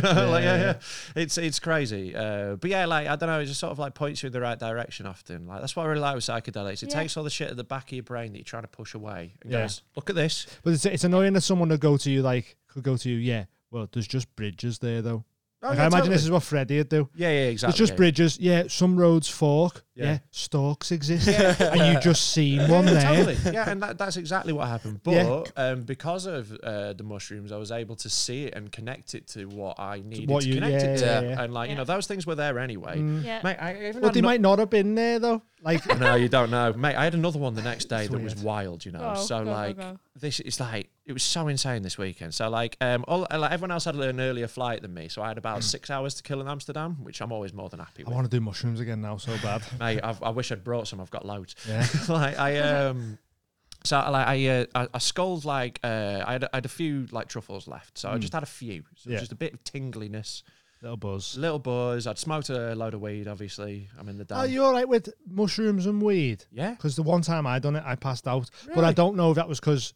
E: know, like, yeah, yeah. It's it's crazy. Uh, but yeah, like I don't know, it just sort of like points you in the right direction often. Like that's what I really like with psychedelics. It
A: Yeah.
E: takes all the shit at the back of your brain that you're trying to push away and
B: Yeah.
E: goes, Look at this.
B: But it's, it's annoying that someone will go to you like could go to you, yeah. Well, there's just bridges there though.
E: Oh,
B: like
E: yeah,
B: I imagine this
E: totally.
B: is what Freddie would do.
E: Yeah, yeah, exactly.
B: There's just
E: yeah.
B: bridges. Yeah, some roads fork. Yeah, stalks exist, <laughs> and you just seen one there.
E: Totally. Yeah, and that, that's exactly what happened. But
B: Yeah.
E: um, because of uh, the mushrooms, I was able to see it and connect it to what I needed
B: what
E: to
B: you-
E: connect
B: yeah,
E: it to.
B: yeah, yeah. Mm.
E: And like, you
A: Yeah.
E: know, those things were there anyway.
A: Yeah.
E: Mate, I even
B: But
E: had
B: they
E: no-
B: might not have been there though. Like,
E: <laughs> no, you don't know, mate. I had another one the next day that was
B: weird.
E: wild, you
A: Go,
E: know. so
A: go, go,
E: like
A: go.
E: this, it's like it was so insane this weekend. So like, um, all like everyone else had an earlier flight than me, so I had about six hours to kill in Amsterdam, which I'm always more than happy
B: Hmm. I
E: with.
B: want to do mushrooms again now so bad.
E: Mate, I've, I wish I'd brought some. I've got loads.
B: Yeah.
E: <laughs> like I um. So like I uh, I, I sculled like uh, I, had, I had a few like truffles left, so I just had a few, so
B: Hmm. Yeah.
E: just a bit of tingliness,
B: Little buzz.
E: little buzz. I'd smoked a load of weed, obviously. I'm in the
B: Are
E: dark.
B: you all right with mushrooms and weed?
E: yeah,
B: Because the one time I done it, I passed out. But I don't know if that was because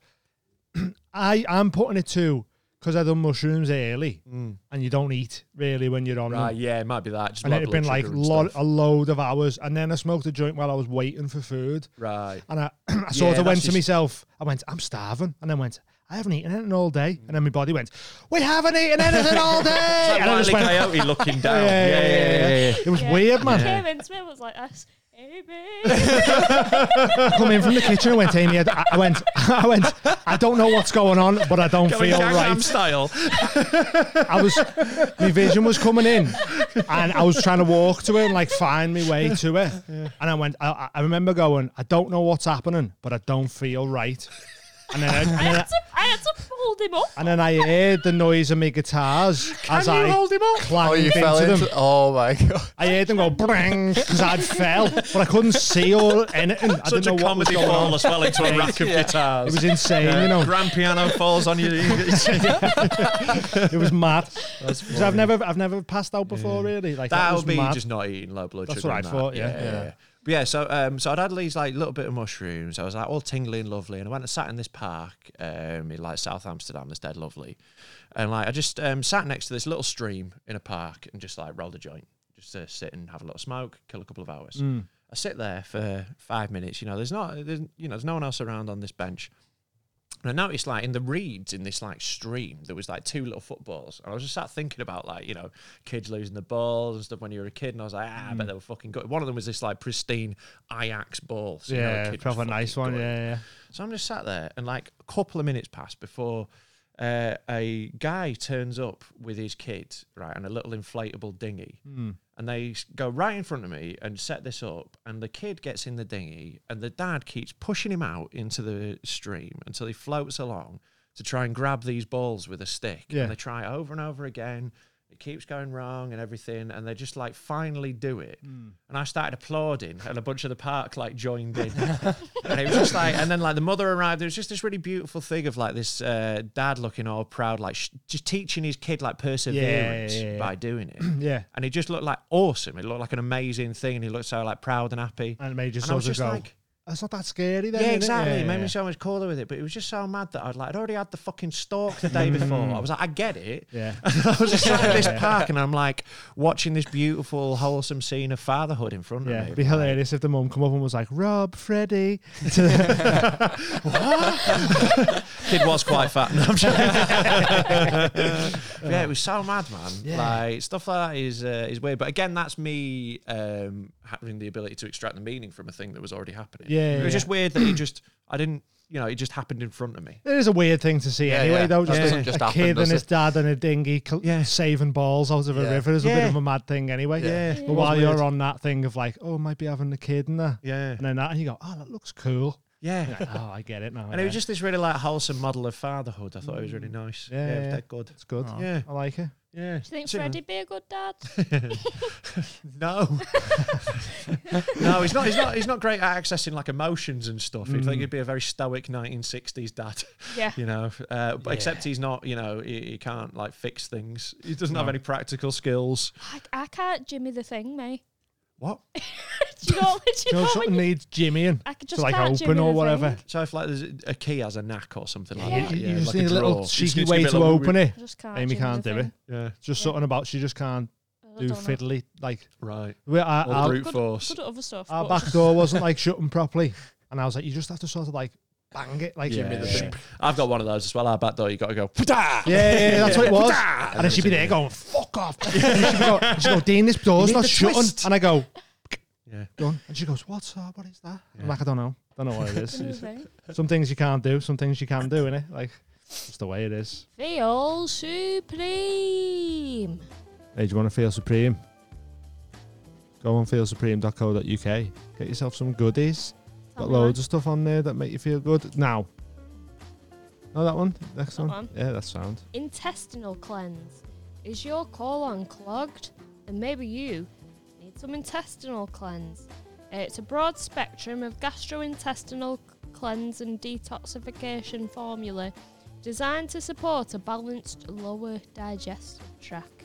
B: <clears throat> I I'm putting it to because I done mushrooms early, and you don't eat really when you're on
E: Hmm. right,
B: them.
E: Uh, yeah, it might be that. Just
B: Hmm. And
E: blood
B: it had
E: blood
B: been like
E: sugar and
B: lo-
E: stuff.
B: a load of hours, and then I smoked a joint while I was waiting for food,
E: right.
B: and I, <clears throat> I sort
E: Yeah,
B: of went
E: that's
B: to
E: just-
B: myself. I went, I'm starving, and then went. I haven't eaten anything all day,
E: Hmm.
B: and then my body went, "We haven't eaten anything
E: <laughs>
B: all day." and I
E: Wile E.
B: just went,
E: Coyote looking down.
B: Yeah, yeah, yeah, yeah,
E: yeah.
B: It was weird, man.
A: I came into it, I was like, this. Hey,
B: <laughs>
A: babe.
B: I come in from the kitchen and went, Amy, I, I went, <laughs> I went, I don't know what's going on, but I don't
E: Going
B: feel
E: Gangnam
B: right.
E: style.
B: I was, my vision was coming in, and I was trying to walk to it and like find my way to it. And I went, I- I, I remember going, I don't know what's happening, but I don't feel right. And then, I, and,
A: I,
B: then
A: had
B: I,
A: to, I had to hold him up.
B: and then I heard the noise of my guitars as
E: you
B: I
E: hold him up?
B: clanged
F: Oh, you fell
B: into them.
F: into. Oh my <laughs> god.
B: I heard them go brang because I'd fell, but I couldn't see or anything. I
E: Such
B: didn't
E: a
B: know what was
E: comedy
B: going on.
E: fall as well into a rack of
B: It
E: guitars.
B: was insane, <laughs> you know.
E: Grand piano falls on
B: <laughs>
E: you.
B: It was
E: <laughs>
B: mad. Because I've never, I've never passed out before, really. Like that
E: That'll
B: was
E: be
B: mad.
E: just not eating low blood
B: That's
E: sugar.
B: what
E: and
B: I
E: that.
B: thought, yeah.
F: Yeah.
E: But yeah, so um, so I'd had these like little bit of mushrooms. I was like all tingly and lovely, and I went and sat in this park um, in like South Amsterdam. This dead lovely, and like I just um, sat next to this little stream in a park and just like rolled a joint, just to sit and have a little smoke, kill a couple of hours.
B: Mm.
E: I sit there for five minutes. You know, there's not, there's, you know, there's no one else around on this bench. And I noticed, like, in the reeds in this, like, stream, there was, like, two little footballs. And I was just sat thinking about, like, you know, kids losing the balls and stuff when you were a kid. And I was like, ah, I
B: Mm.
E: bet they were fucking good. One of them was this, like, pristine Ajax ball. So, you know, a
B: yeah,
E: kid was
B: proper nice one.
E: fucking gutted.
B: Yeah, yeah.
E: So I'm just sat there, and like a couple of minutes pass before uh, a guy turns up with his kid, right, and a little inflatable dinghy. And they s- go right in front of me and set this up. And the kid gets in the dinghy, and the dad keeps pushing him out into the stream until he floats along to try and grab these balls with a stick.
B: Yeah.
E: And they try it over and over again. It keeps going wrong and everything. And they just like finally do it. And I started applauding, and a bunch of the park like joined in. And it was just like, and then like the mother arrived. There was just this really beautiful thing of like this uh, dad looking all proud, like sh- just teaching his kid like perseverance
B: yeah, yeah.
E: by doing it. <clears throat>
B: Yeah.
E: And he just looked like awesome. It looked like an amazing thing. And he looked so like proud and happy.
B: And it made you
E: And I
B: sort
E: was
B: of
E: just
B: go,
E: like,
B: that's not that scary then.
E: yeah,
B: innit?"
E: exactly.
B: Yeah,
E: it made
B: yeah.
E: me so much cooler with it, but it was just so mad that I'd like I'd already had the fucking stalk the day before.
B: Mm.
E: I was like, I get it. <laughs>
B: Yeah.
E: I was just sat in this park and I'm like watching this beautiful, wholesome scene of fatherhood in front
B: Yeah,
E: of
B: it'd
E: me.
B: be hilarious if the mum come up and was like, Rob,
E: <laughs>
B: Freddie. To the-
E: Kid was quite fat. No, I'm <laughs> joking. But yeah, it was so mad, man. Like stuff like that is uh, is weird. But again, that's me um, having the ability to extract the meaning from a thing that was already happening.
B: Yeah,
E: it was
B: yeah.
E: just weird that it just I didn't. You know, it just happened in front of me.
B: it is a weird thing to see
F: Yeah,
B: anyway,
F: yeah.
B: though.
F: That
B: Just,
F: doesn't
B: a,
F: just
B: a
F: happen,
B: kid
F: does
B: and
F: it?
B: his dad in a dinghy cl-
E: Yeah.
B: saving balls out of a
F: Yeah.
B: river is a bit
E: Yeah.
B: of a mad thing anyway.
F: Yeah.
B: But while you're on that thing of like, oh, might be having a kid in there.
E: Yeah.
B: And then that, and you go, oh, that looks cool.
E: Yeah.
B: <laughs> oh, I get it now.
E: And it
B: yeah.
E: was just this really like wholesome model of fatherhood. I thought it was really nice.
B: Yeah,
E: Yeah,
B: yeah.
E: they're good.
B: It's good.
E: Yeah.
B: I like it.
E: Yeah.
A: Do you think
E: So-
A: Freddie'd be a good
B: <laughs>
A: dad?
E: <laughs> No. no, he's not. He's not. He's not great at accessing like emotions and stuff. I
B: Mm.
E: think he'd be a very stoic 1960s dad.
A: Yeah.
E: <laughs> You know, uh, but except he's not. You know, he, he can't like fix things. He doesn't have any practical skills.
A: I, I can't Jimmy the thing,
B: <laughs>
A: mate. <laughs>
E: What?
A: Do you know, do you
B: You know,
A: know
B: something
A: when you,
B: needs Jimmy in
A: I could
B: to
A: just
B: like
A: can't
B: open
A: Jimmy
B: or
A: the
B: whatever.
A: thing.
E: So if like there's a key has a knack or something
A: Yeah.
E: like that.
B: You,
E: yeah,
B: you just
E: like
B: need a little
E: drawer. You just
B: cheeky
E: need to
B: way
E: give it a
B: to
E: little
B: open
E: woo-woo.
B: it.
A: I just can't
B: Amy
A: Jimmy
B: can't
A: the
B: do it.
A: thing.
E: Yeah.
B: Just something about she just can't
A: I
B: do
A: don't know.
B: fiddly. Like
E: Right.
B: we, our,
E: Or the
B: our,
E: brute force.
A: Good at other stuff.
B: our
A: but
B: back door wasn't like shutting properly, and I was like, you just have to sort of like bang it, like
E: Yeah.
B: Jimmy the thing.
E: I've got one of those as well. Our back door. You got to go. <laughs> "Pta!"
B: Yeah, yeah, yeah, that's what it
E: <laughs>
B: was. And then she'd be there going, "Fuck off!" And she'd go, she'd go "Dean, this door's
E: need
B: not
E: to
B: shutting,"
E: twist.
B: and I go,
E: Yeah.
B: done. And she goes, "What's that? What is that?" I'm like, "I don't know. Don't know what
A: <laughs>
B: it is.
A: Moving.
B: some things you can't do. Some things you can do, innit? Like, it's the way it is.
A: Feel supreme.
B: Hey, do you want to feel supreme? Go on feelsupreme.co.uk. Get yourself some goodies.
A: Tell
B: Got
A: me why.
B: loads of stuff on there that make you feel good. Now. No, that one. Next
A: That
B: one.
A: one.
B: Yeah, that's sound.
A: Intestinal cleanse. Is your colon clogged? Then maybe you need some intestinal cleanse. Uh, It's a broad spectrum of gastrointestinal cleanse and detoxification formula designed to support a balanced lower digestive tract.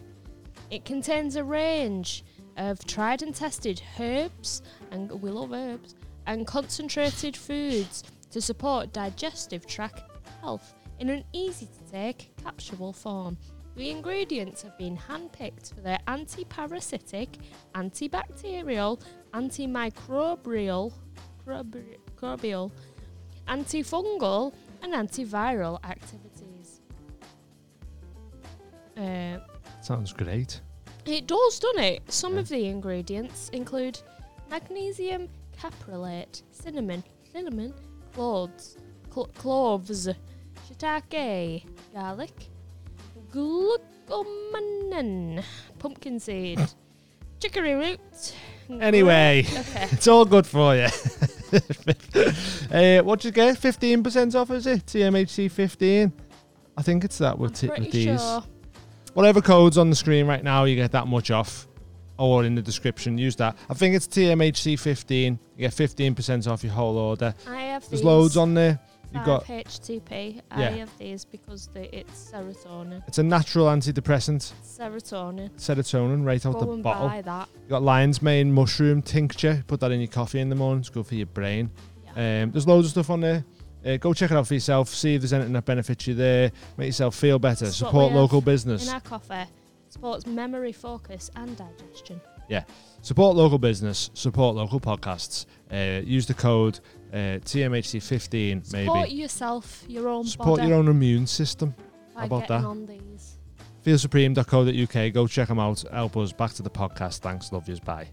A: It contains a range of tried and tested herbs and oh, we love herbs and concentrated foods to support digestive tract health in an easy to take capsuleable form. The ingredients have been handpicked for their anti-parasitic, antibacterial, antimicrobial, crobri- crobial, antifungal, and antiviral activities. Uh,
B: Sounds great.
A: it does, doesn't it? Some of the ingredients include magnesium caprolate, cinnamon, cinnamon, cloves, cl- cloves, shiitake, garlic, glucomannan, pumpkin seed, chicory root. <laughs>
B: Anyway,
A: Okay.
B: it's all good for you. <laughs> uh, what you get? Fifteen percent off, is it? TMHC fifteen. I think it's that
A: I'm
B: with, t- with
A: pretty
B: these.
A: sure.
B: Whatever code's on the screen right now, you get that much off. Or in the description, use that. I think it's TMHC fifteen. You get fifteen percent off your whole order.
A: I have
B: There's
A: these
B: loads on there. You've
A: five
B: got
A: HTP. I
B: Yeah.
A: have these because they, it's serotonin.
B: it's a natural antidepressant,
A: Serotonin.
B: serotonin, right out
A: Go
B: the
A: and
B: bottle.
A: buy that.
B: You got lion's mane mushroom tincture. Put that in your coffee in the morning. It's good for your brain. Um, there's loads of stuff on there. Uh, go check it out for yourself. See if there's anything that benefits you there. Make yourself feel better.
A: That's what
B: Support
A: we have
B: local
A: In
B: business.
A: our coffee, supports memory, focus, and digestion.
B: Support local business. Support local podcasts. Uh, use the code uh, TMHC15
A: Support
B: maybe.
A: yourself, your own
B: Support
A: body.
B: your own immune system.
A: by
B: How about
A: getting
B: that?
A: on these.
B: Feelsupreme.co.uk. Go check them out. Help us. Back to the podcast. Thanks. Love yous. Bye.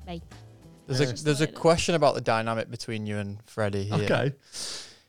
F: There's a
A: Just
F: there's a
A: like that.
F: question about the dynamic between you and Freddie here.
E: Okay.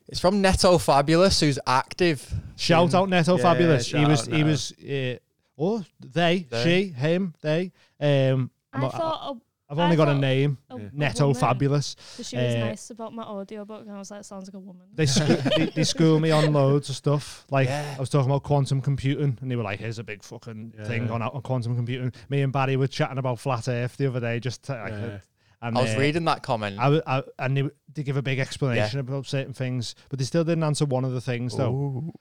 F: It's from Neto Fabulous, who's active.
B: Shout
F: in-
B: out Neto
E: Yeah,
B: Fabulous. He
E: shout
B: was.
E: out
B: He
E: Neto.
B: was. Uh, oh, they,
F: They.
B: she, him, they. Um, I'm
A: I
B: a-
A: thought oh,
B: I've only
A: I
B: got a
A: thought-
B: name.
A: a, a, a
B: Neto
A: woman,
B: Fabulous.
A: 'cause she was
B: uh,
A: nice about my audiobook, and I was like, sounds like a woman.
B: They, sc-
F: <laughs>
B: they they school me on loads of stuff. Like
F: Yeah.
B: I was talking about quantum computing, and they were like, "Here's a big fucking thing
E: Yeah.
B: on, on quantum computing." Me and Barry were chatting about flat Earth the other day. Just uh, like,
E: Yeah.
B: and
F: I was
B: uh,
F: reading that comment.
B: I, w- I- and they, w- they give a big explanation about certain things, but they still didn't answer one of the things though.
F: Ooh.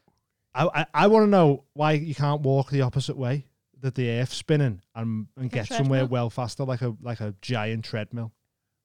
B: I I, I want to know why you can't walk the opposite way that the Earth's spinning and, and
A: a
B: get somewhere
A: treadmill?
B: well faster, like a like a giant treadmill.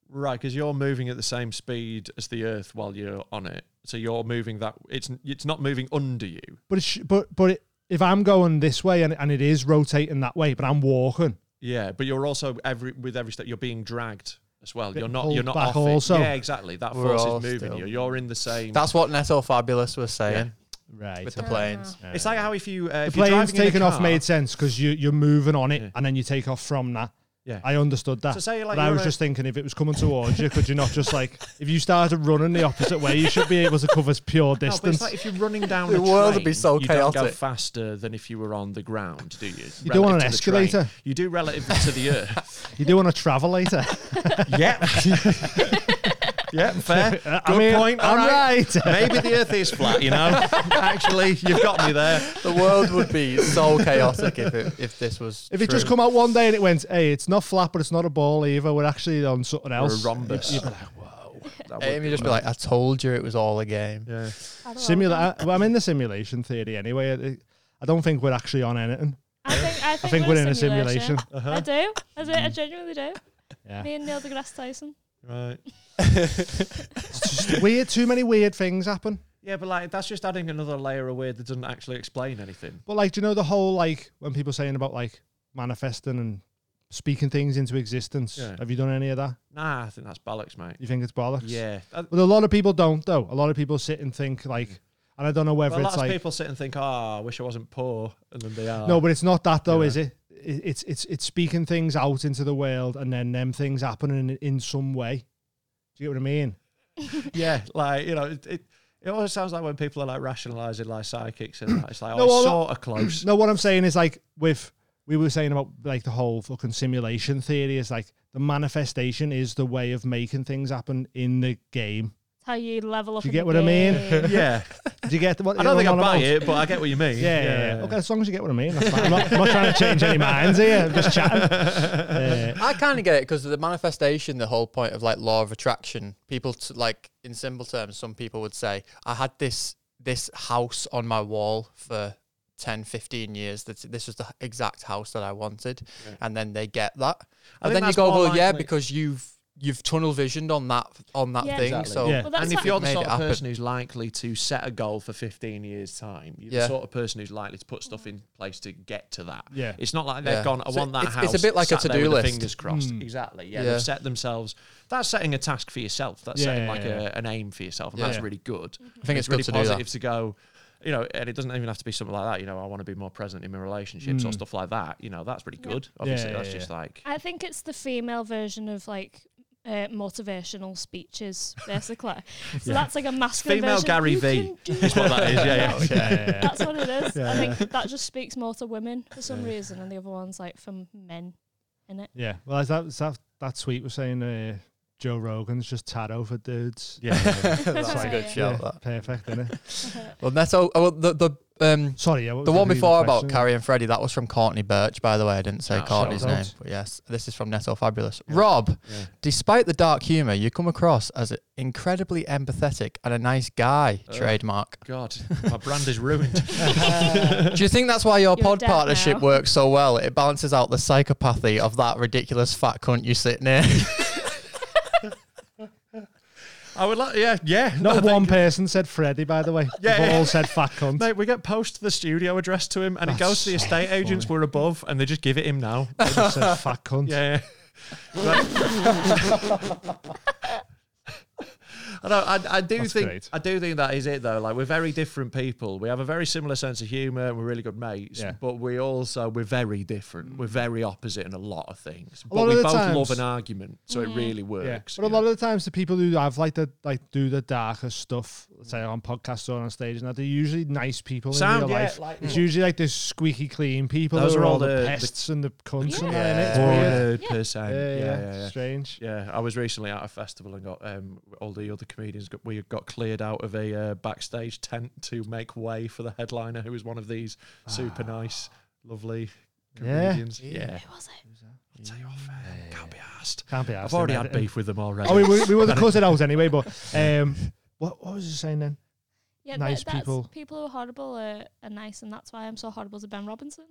E: Right, because you're moving at the same speed as the Earth while you're on it, so you're moving that. It's it's not moving under you.
B: But it sh- but but it, if I'm going this way and, and it is rotating that way, but I'm walking.
E: Yeah, but you're also every with every step you're being dragged as well.
B: Bit
E: You're not
B: pulled
E: you're not
B: back
E: off
B: also.
E: it. Yeah, exactly. That
F: We're
E: force
F: all
E: is moving
F: still-
E: you. You're in the same.
F: That's what Neto Fabulous was saying
B: Right.
F: with the planes.
E: it's like how if you uh,
B: the
E: if you're
B: plane's
E: driving in a
B: taking off
E: car-
B: made sense because you you're moving on it
E: Yeah.
B: and then you take off from that.
E: Yeah.
B: I understood that.
E: So say like
B: but I
E: you're
B: was
E: a-
B: just thinking if it was coming towards you, could you not just like <laughs> if you started running the opposite way, you should be able to cover pure
E: No, but
B: distance.
E: it's like if you're running down
F: <laughs> The
E: a
F: world
E: train,
F: would be so
E: you don't go
F: chaotic.
E: faster than if you were on the ground, do you?
B: You do on
E: Relative
B: an
E: to the train.
B: escalator.
E: You do relative to
B: <laughs>
E: the Earth.
B: you do want to travel later.
E: <laughs> yeah. yeah, fair. Good
B: <laughs> I mean,
E: point. All
B: I'm
E: right.
B: right.
E: Maybe the Earth is flat. You know, <laughs> actually, you've got me there.
F: <laughs> The world would be so chaotic if it, if this was.
B: <laughs> If it just
F: true.
B: come out one day and it went, hey, it's not flat, but it's not a ball either. We're actually on something
E: Or a
B: else.
E: rhombus.
B: You'd be
E: That would
F: Amy just be like, I told you it was all a game.
E: Yeah.
A: I don't know.
E: Oh,
B: Simula- I- well, I'm in the simulation theory anyway. I- I don't think we're actually on anything.
A: I think, I think,
B: I think we're, in a simulation. Uh-huh. Mm.
A: I do. I do. I genuinely do.
B: Yeah.
A: Me and Neil deGrasse Tyson.
E: Right. <laughs>
B: It's just weird. Too many weird things happen.
E: Yeah, but like that's just adding another layer of weird that doesn't actually explain anything.
B: But like, do you know the whole like when people saying about like manifesting and speaking things into existence?
E: Yeah.
B: Have you done any of that?
E: Nah, I think that's bollocks, mate.
B: You think it's bollocks?
E: Yeah. Uh,
B: But a lot of people don't though. A lot of people sit and think like, and I don't know whether
E: well, a lot
B: it's
E: of
B: like
E: people sit and think, "Ah, I wish I wasn't poor," and then they are.
B: no, but it's not that though,
E: Yeah.
B: is it? it- it's it's it's speaking things out into the world and then them things happening in, in some way. Do you get what I mean?
E: yeah, like you know, it, it, it always sounds like when people are like rationalising like psychics and that. It's like, oh,
B: No,
E: it's
B: well, no-
E: sort of close.
B: No, <laughs> what I'm saying is like with we were saying about like the whole fucking simulation theory is like the manifestation is the way of making things happen in the game.
A: It's how you level up.
B: Do you
A: in
B: get
A: the
B: what I mean?
A: game.
B: <laughs>
E: Yeah,
B: Do you get what
E: I don't think I
B: am
E: buy
B: about?
E: it, but I get what you mean.
B: Yeah, yeah, yeah. Okay, as long as you get what I mean,
E: <laughs>
B: that's fine. I'm not, I'm not trying to change any minds here. I'm just chatting. Uh,
F: I kind of get it because the manifestation, the whole point of like law of attraction. People t- like in simple terms, some people would say, "I had this this house on my wall for 10, 15 years. That this was the exact house that I wanted," and then they get that.
E: I think
F: and then you
E: that's
F: go,
E: more
F: "Well, yeah,
E: likely-
F: because you've you've tunnel visioned on that on that
A: Yeah.
F: thing."
E: Exactly.
F: So
B: Yeah.
A: Well, that's
E: and
A: like-
E: if you're the
F: Made
E: sort
F: it
E: of
F: happen.
E: person who's likely to set a goal for 15 years' time, you're
F: Yeah.
E: the sort of person who's likely to put stuff in place to get to that.
B: Yeah.
E: It's not like they've
F: Yeah.
E: gone, I
F: So
E: want that
F: it's-
E: house.
F: it's a bit like a
E: sat there
F: to-do
E: with the
F: list.
E: Fingers crossed.
B: Hmm.
E: Exactly. Yeah,
F: Yeah.
E: They've set themselves, that's setting a task for yourself. That's
B: Yeah,
E: setting
B: yeah,
E: like
B: yeah.
E: A, an aim for yourself. And
F: Yeah.
E: that's
B: Yeah.
E: really good.
F: I think it's
E: really
F: good to do that.
E: positive to go, you know, and it doesn't even have to be something like that. You know, I want to be more present in my relationships or stuff like that. You know, that's really good. Obviously,
B: Hmm. Yeah,
E: that's
B: yeah,
A: <laughs>
E: just like.
A: I think it's the female version of like uh, motivational speeches, basically.
B: <laughs>
A: so that's like a masculine
E: Female
A: version.
E: Gary
A: "You
E: V
A: can do
E: is <laughs> what that is. Yeah,
B: <laughs>
E: yeah.
B: yeah, yeah, yeah.
A: That's what it is.
B: Yeah,
A: I think that just speaks more to women for some reason, and the other one's like for men, in it.
B: Yeah. Well, as that as that that tweet was saying, uh, Joe Rogan's just tarot for dudes.
E: Yeah, yeah, yeah.
F: <laughs> That's a good shout. that.
B: perfect, isn't it?
F: Well, that's all. Oh, well, the the um,
B: Sorry, yeah, what
F: The
B: was
F: one
B: real
F: before about
B: question?
F: Carrie and Freddie, that was from Courtney Birch, by the way. I didn't say
E: Ah,
F: Courtney's
B: shout out.
F: name. But yes, this is from Neto Fabulous. Rob, despite the dark humour, you come across as incredibly empathetic and a nice guy, trademark.
E: God, my brand is ruined.
F: <laughs> Do you think that's why your
A: You're
F: pod
A: dead
F: partnership
A: now.
F: works so well? It balances out the psychopathy of that ridiculous fat cunt you sit near. <laughs>
E: I would like, yeah, yeah.
B: Not
E: I think-
B: one person said Freddie, by the way.
E: Yeah,
B: They've
E: yeah.
B: all said fat
E: <laughs>
B: cunt.
E: Mate, we get post to the studio address to him, and it
B: That's
E: goes to the
B: so
E: estate agents
B: funny.
E: we're above, and they just give it him
B: <laughs>
E: now.
B: They just said fat cunt.
E: Yeah. yeah. <laughs> I, know, I, I do
B: That's
E: think
B: great.
E: I do think that is it though. Like we're very different people. We have a very similar sense of humour. and We're really good mates,
B: Yeah.
E: but we also we're very different. We're very opposite in a lot of things. But
B: lot
E: we
B: of the
E: both
B: times-
E: love an argument, so it really works.
B: But a
E: you
B: lot
E: know.
B: of the times, the people who have like the like do the darker stuff, let's say on podcasts or on stage, and that they're usually nice people
E: Sound,
B: in real
E: yeah,
B: life.
E: like-
B: it's usually like the squeaky clean people.
E: Those
B: who
E: are all
B: all the,
E: the-
B: pests and the cunts and
A: Yeah.
B: that. innit? It's weird.
E: 100%.
B: Yeah,
E: Yeah, yeah, yeah.
B: strange.
E: Yeah, I was recently at a festival and got um, all the other comedians. Got, we got cleared out of a uh, backstage tent to make way for the headliner, who was one of these super nice, lovely
B: Ah. Yeah.
E: comedians. Yeah,
A: Who was it?
E: I'll tell you off. air, Can't be asked.
B: Can't be.
E: I've
B: arsed,
E: already
B: innit?
E: had
B: <laughs>
E: beef with them already.
B: Oh, we, we, we would have cut it out anyway.
E: <laughs>
B: But um, what what was you saying then?
A: Yeah,
B: Nice
A: that's,
B: people.
A: People who are horrible are, are nice, and that's why I'm so horrible to Ben Robinson.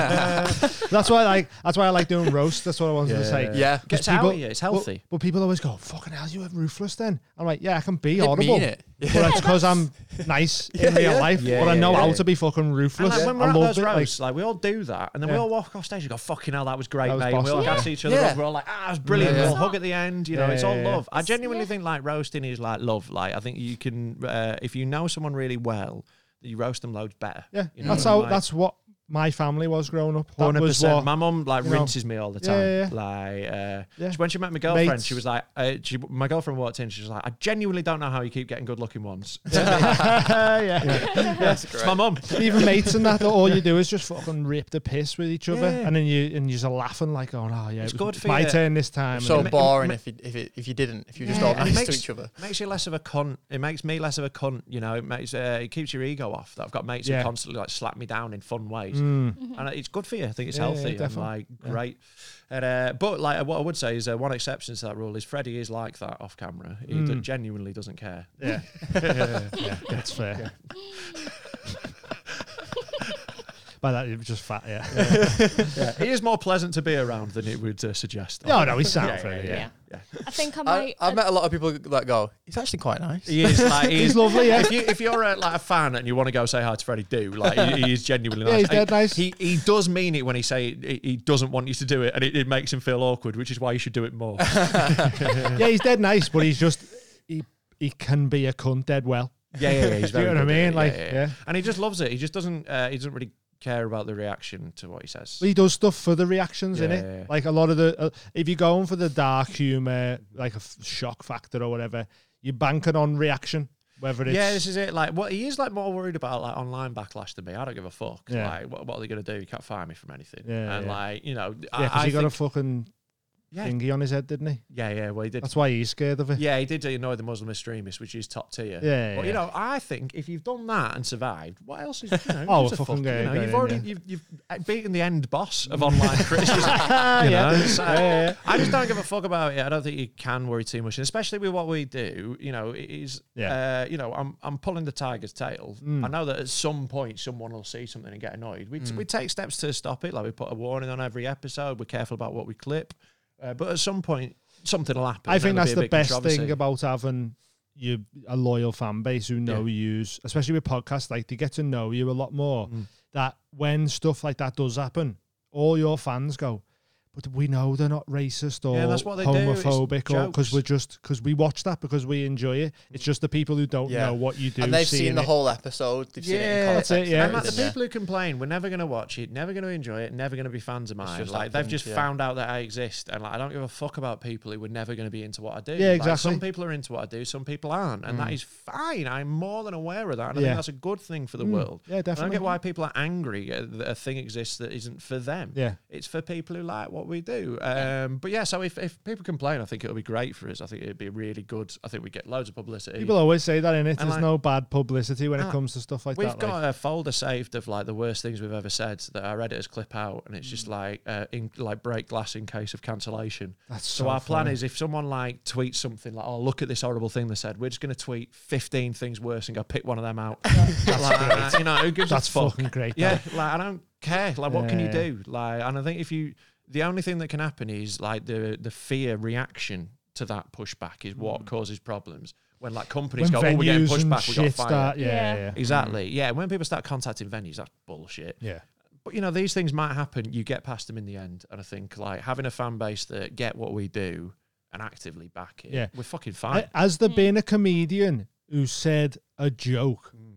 B: That's why I like that's why I like doing roast. That's what I wanted to say.
E: Yeah.
F: yeah.
E: Gets
B: 'Cause
E: out
B: people-
E: of you. It's
B: But-
E: healthy.
B: But, people always go, "Fucking hell, you were ruthless." Then I'm like, "Yeah, I can be
F: Didn't
B: audible,
F: mean it.
B: but it's because I'm nice in
F: Yeah,
B: real
F: yeah.
B: life,
E: Yeah,
B: or I
E: yeah,
B: know
E: yeah.
B: how to be fucking
E: And
B: ruthless."
E: like, when we're
B: I
E: at
B: love
E: those
B: it. Like,
E: roasts, like, we all do that, and then
B: Yeah.
E: we all walk off stage and go, "Fucking hell, that was great,
B: That was
E: mate!" And we all
B: boss.
E: gas each other
F: Yeah.
E: up. We're all like, "Ah, it's brilliant."
B: Yeah.
E: We'll hug at the end. You know,
B: Yeah,
E: it's all
B: yeah, yeah.
E: love. I genuinely
A: yeah.
E: think like roasting is like love. Like, I think you can uh, if you know someone really well, you roast them loads better.
B: yeah,
E: you know,
B: that's how
E: like-
B: that's what my family was growing up. That
E: Hundred
B: was
E: percent.
B: what
E: My mum like
B: you know.
E: rinses me all the
B: Yeah, yeah,
E: time. Like uh,
B: Yeah.
E: she- when she met my girlfriend,
B: Mates.
E: she was like, uh, she, my girlfriend walked in, she was like, I genuinely don't know how you keep getting good
B: <laughs>
E: looking ones. yeah, it's my mum. <laughs>
B: even mates and that. All you do is just fucking rip the piss with each other,
E: Yeah.
B: and then you and you're laughing like, "Oh no, yeah, it was
E: It's good for
B: my
E: you.
B: turn this time."
F: <laughs> So
B: and,
E: ma-
F: boring
E: ma-
F: if you, if, it, if you didn't, if you were just
E: Yeah,
F: all
E: and it
F: nice
E: makes-
F: to each other.
E: makes you less of a cunt. It makes me less of a cunt. You know, it makes uh, it keeps your ego off. That I've got mates
B: Yeah.
E: who constantly like slap me down in fun ways, <laughs>
B: Mm.
E: and it's good for you. I think it's
B: Yeah, yeah,
E: healthy. and,
B: definitely.
E: like great. And uh, but like what I would say is uh, one exception to that rule is Freddie is like that off camera. He
B: Mm.
E: d- genuinely doesn't care.
B: yeah. yeah, yeah, that's fair. <laughs> By that, it was just fat, yeah.
E: <laughs> he is more pleasant to be around than it would uh, suggest.
B: No, no, he's sound for it.
E: yeah.
B: Yeah.
A: I think I
F: I,
A: might.
F: I've met a lot of people that go, he's actually quite nice.
E: He is
B: <laughs>
E: like he
B: He's
E: is- <laughs>
B: lovely, yeah.
E: If you if you're a, like a fan and you want to go say hi to Freddie, do like he, he is
B: <laughs>
E: genuinely
B: Yeah,
E: nice.
B: he's dead
E: he,
B: nice.
E: He he does mean it when he say he, he doesn't want you to do it, and it, it makes him feel awkward, which is why you should do
B: <laughs>
E: it more.
B: Yeah, he's dead nice, but he's just, he, he can be a cunt dead well.
E: Yeah, yeah, yeah. He's
B: Do you
E: <laughs> very
B: know what I
E: good at
B: mean?
E: it,
B: Like, yeah.
E: and he just loves it. He just doesn't. Uh, he doesn't really care about the reaction to what he says.
B: He does stuff for the reactions in
E: Yeah.
B: it. Like a lot of the, uh, if you're going for the dark humor, like a f- shock factor or whatever, you're banking on reaction. Whether it's
E: yeah, this is it. Like, what he is like more worried about, like online backlash than me. I don't give a fuck.
B: Yeah.
E: Like, what, what are they gonna do? You can't fire me from anything.
B: Yeah,
E: and
B: yeah.
E: like, you know,
B: yeah, because
E: I, I
B: he got a
E: think,
B: fucking
E: Yeah.
B: thingy on his head, didn't he?
E: yeah, yeah. Well, he did.
B: That's why he's scared of it.
E: Yeah, he did annoy the Muslim extremists, which is top tier.
B: Yeah,
E: but
B: yeah.
E: you know, I think if you've done that and survived, what else is you know?
B: <laughs> Oh,
E: gives a
B: fucking
E: fuck,
B: go-
E: you know?
B: go
E: You've
B: in,
E: already
B: yeah.
E: you've, you've beaten the end boss
B: <laughs>
E: of online criticism. <laughs> you know? So, I just don't give a fuck about it. I don't think you can worry too much, and especially with what we do. You know, it is.
B: Yeah. Mm.
E: Uh, you know, I'm I'm pulling the tiger's tail. I know that at some point someone will see something and get annoyed. We t- we take steps to stop it. Like we put a warning on every episode. We're careful about what we clip. Uh, but at some point, something will happen.
B: I
E: and
B: think
E: it'll be
B: that's
E: a
B: the
E: big
B: best
E: controversy.
B: thing about having you a loyal fan base who know yous, especially with podcasts. Like they get to know you a lot more.
E: Mm.
B: That when stuff like that does happen, all your fans go, "But we know they're not racist or
E: Yeah, that's what they do. It's
B: homophobic, or because
E: jokes. Mm.
B: we're just because we watch that because we enjoy it. It's just the people who don't
F: Yeah.
B: know what you do.
F: and they've
B: seeing
F: seen the
B: it.
F: whole episode. They've seen it in
E: Yeah,
B: that's
F: context.
B: it, yeah.
E: and like the
F: everything,
E: people who complain, we're never going to watch it, never going to enjoy it, never going to be fans of mine.
F: just
E: Like
F: that
E: they've
F: thing,
E: just
F: yeah.
E: found out that I exist, and like I don't give a fuck about people who were never going to be into what I do.
B: Yeah,
E: Like,
B: exactly. Mm.
E: some people are into what I do, some people aren't, and that is fine. I'm more than aware of that, and I
B: Yeah. Mm.
E: think that's a good thing for the world.
B: yeah,
E: I don't
B: definitely.
E: get why people are angry uh, that a thing exists that isn't for them.
B: Yeah.
E: it's for people who like what we do. Um, But yeah, so if, if people complain, I think it'll be great for us. I think it'd be really good. I think we get loads of publicity.
B: People always say that in it.
E: And
B: There's
E: like-
B: no bad publicity when it
E: Ah,
B: comes to stuff like
E: We've
B: that. like-
E: got a folder saved of like the worst things we've ever said that our editors clip out, and it's
B: Mm.
E: just like uh, in like break glass in case of cancellation.
B: That's
E: so,
B: so
E: our plan
B: funny.
E: is if someone like tweets something like, "Oh, look at this horrible thing they said," we're just going to tweet fifteen things worse and go pick one of
B: <laughs>
E: them out. <laughs> Like, you know, who gives
B: that's
E: a fuck?
B: fucking great.
E: Yeah, like I don't care. Like, what can you
B: Yeah.
E: do? Like, and I think if you, the only thing that can happen is like the the fear reaction to that pushback is what causes problems. When like companies
B: Mm. When
E: go, "Oh, we're getting
B: venues and
E: pushback, we got
B: shit
E: fired."
B: start-
A: Yeah.
B: yeah, yeah, yeah.
E: Exactly. Yeah. When people start contacting venues, that's bullshit.
B: Mm. yeah.
E: But you know, these things might happen. You get past them in the end, and I think like having a fan base that get what we do and actively back it.
B: Yeah.
E: We're fucking
B: I-
E: fine.
B: Has Eh, there been a comedian who said a joke
E: Hmm.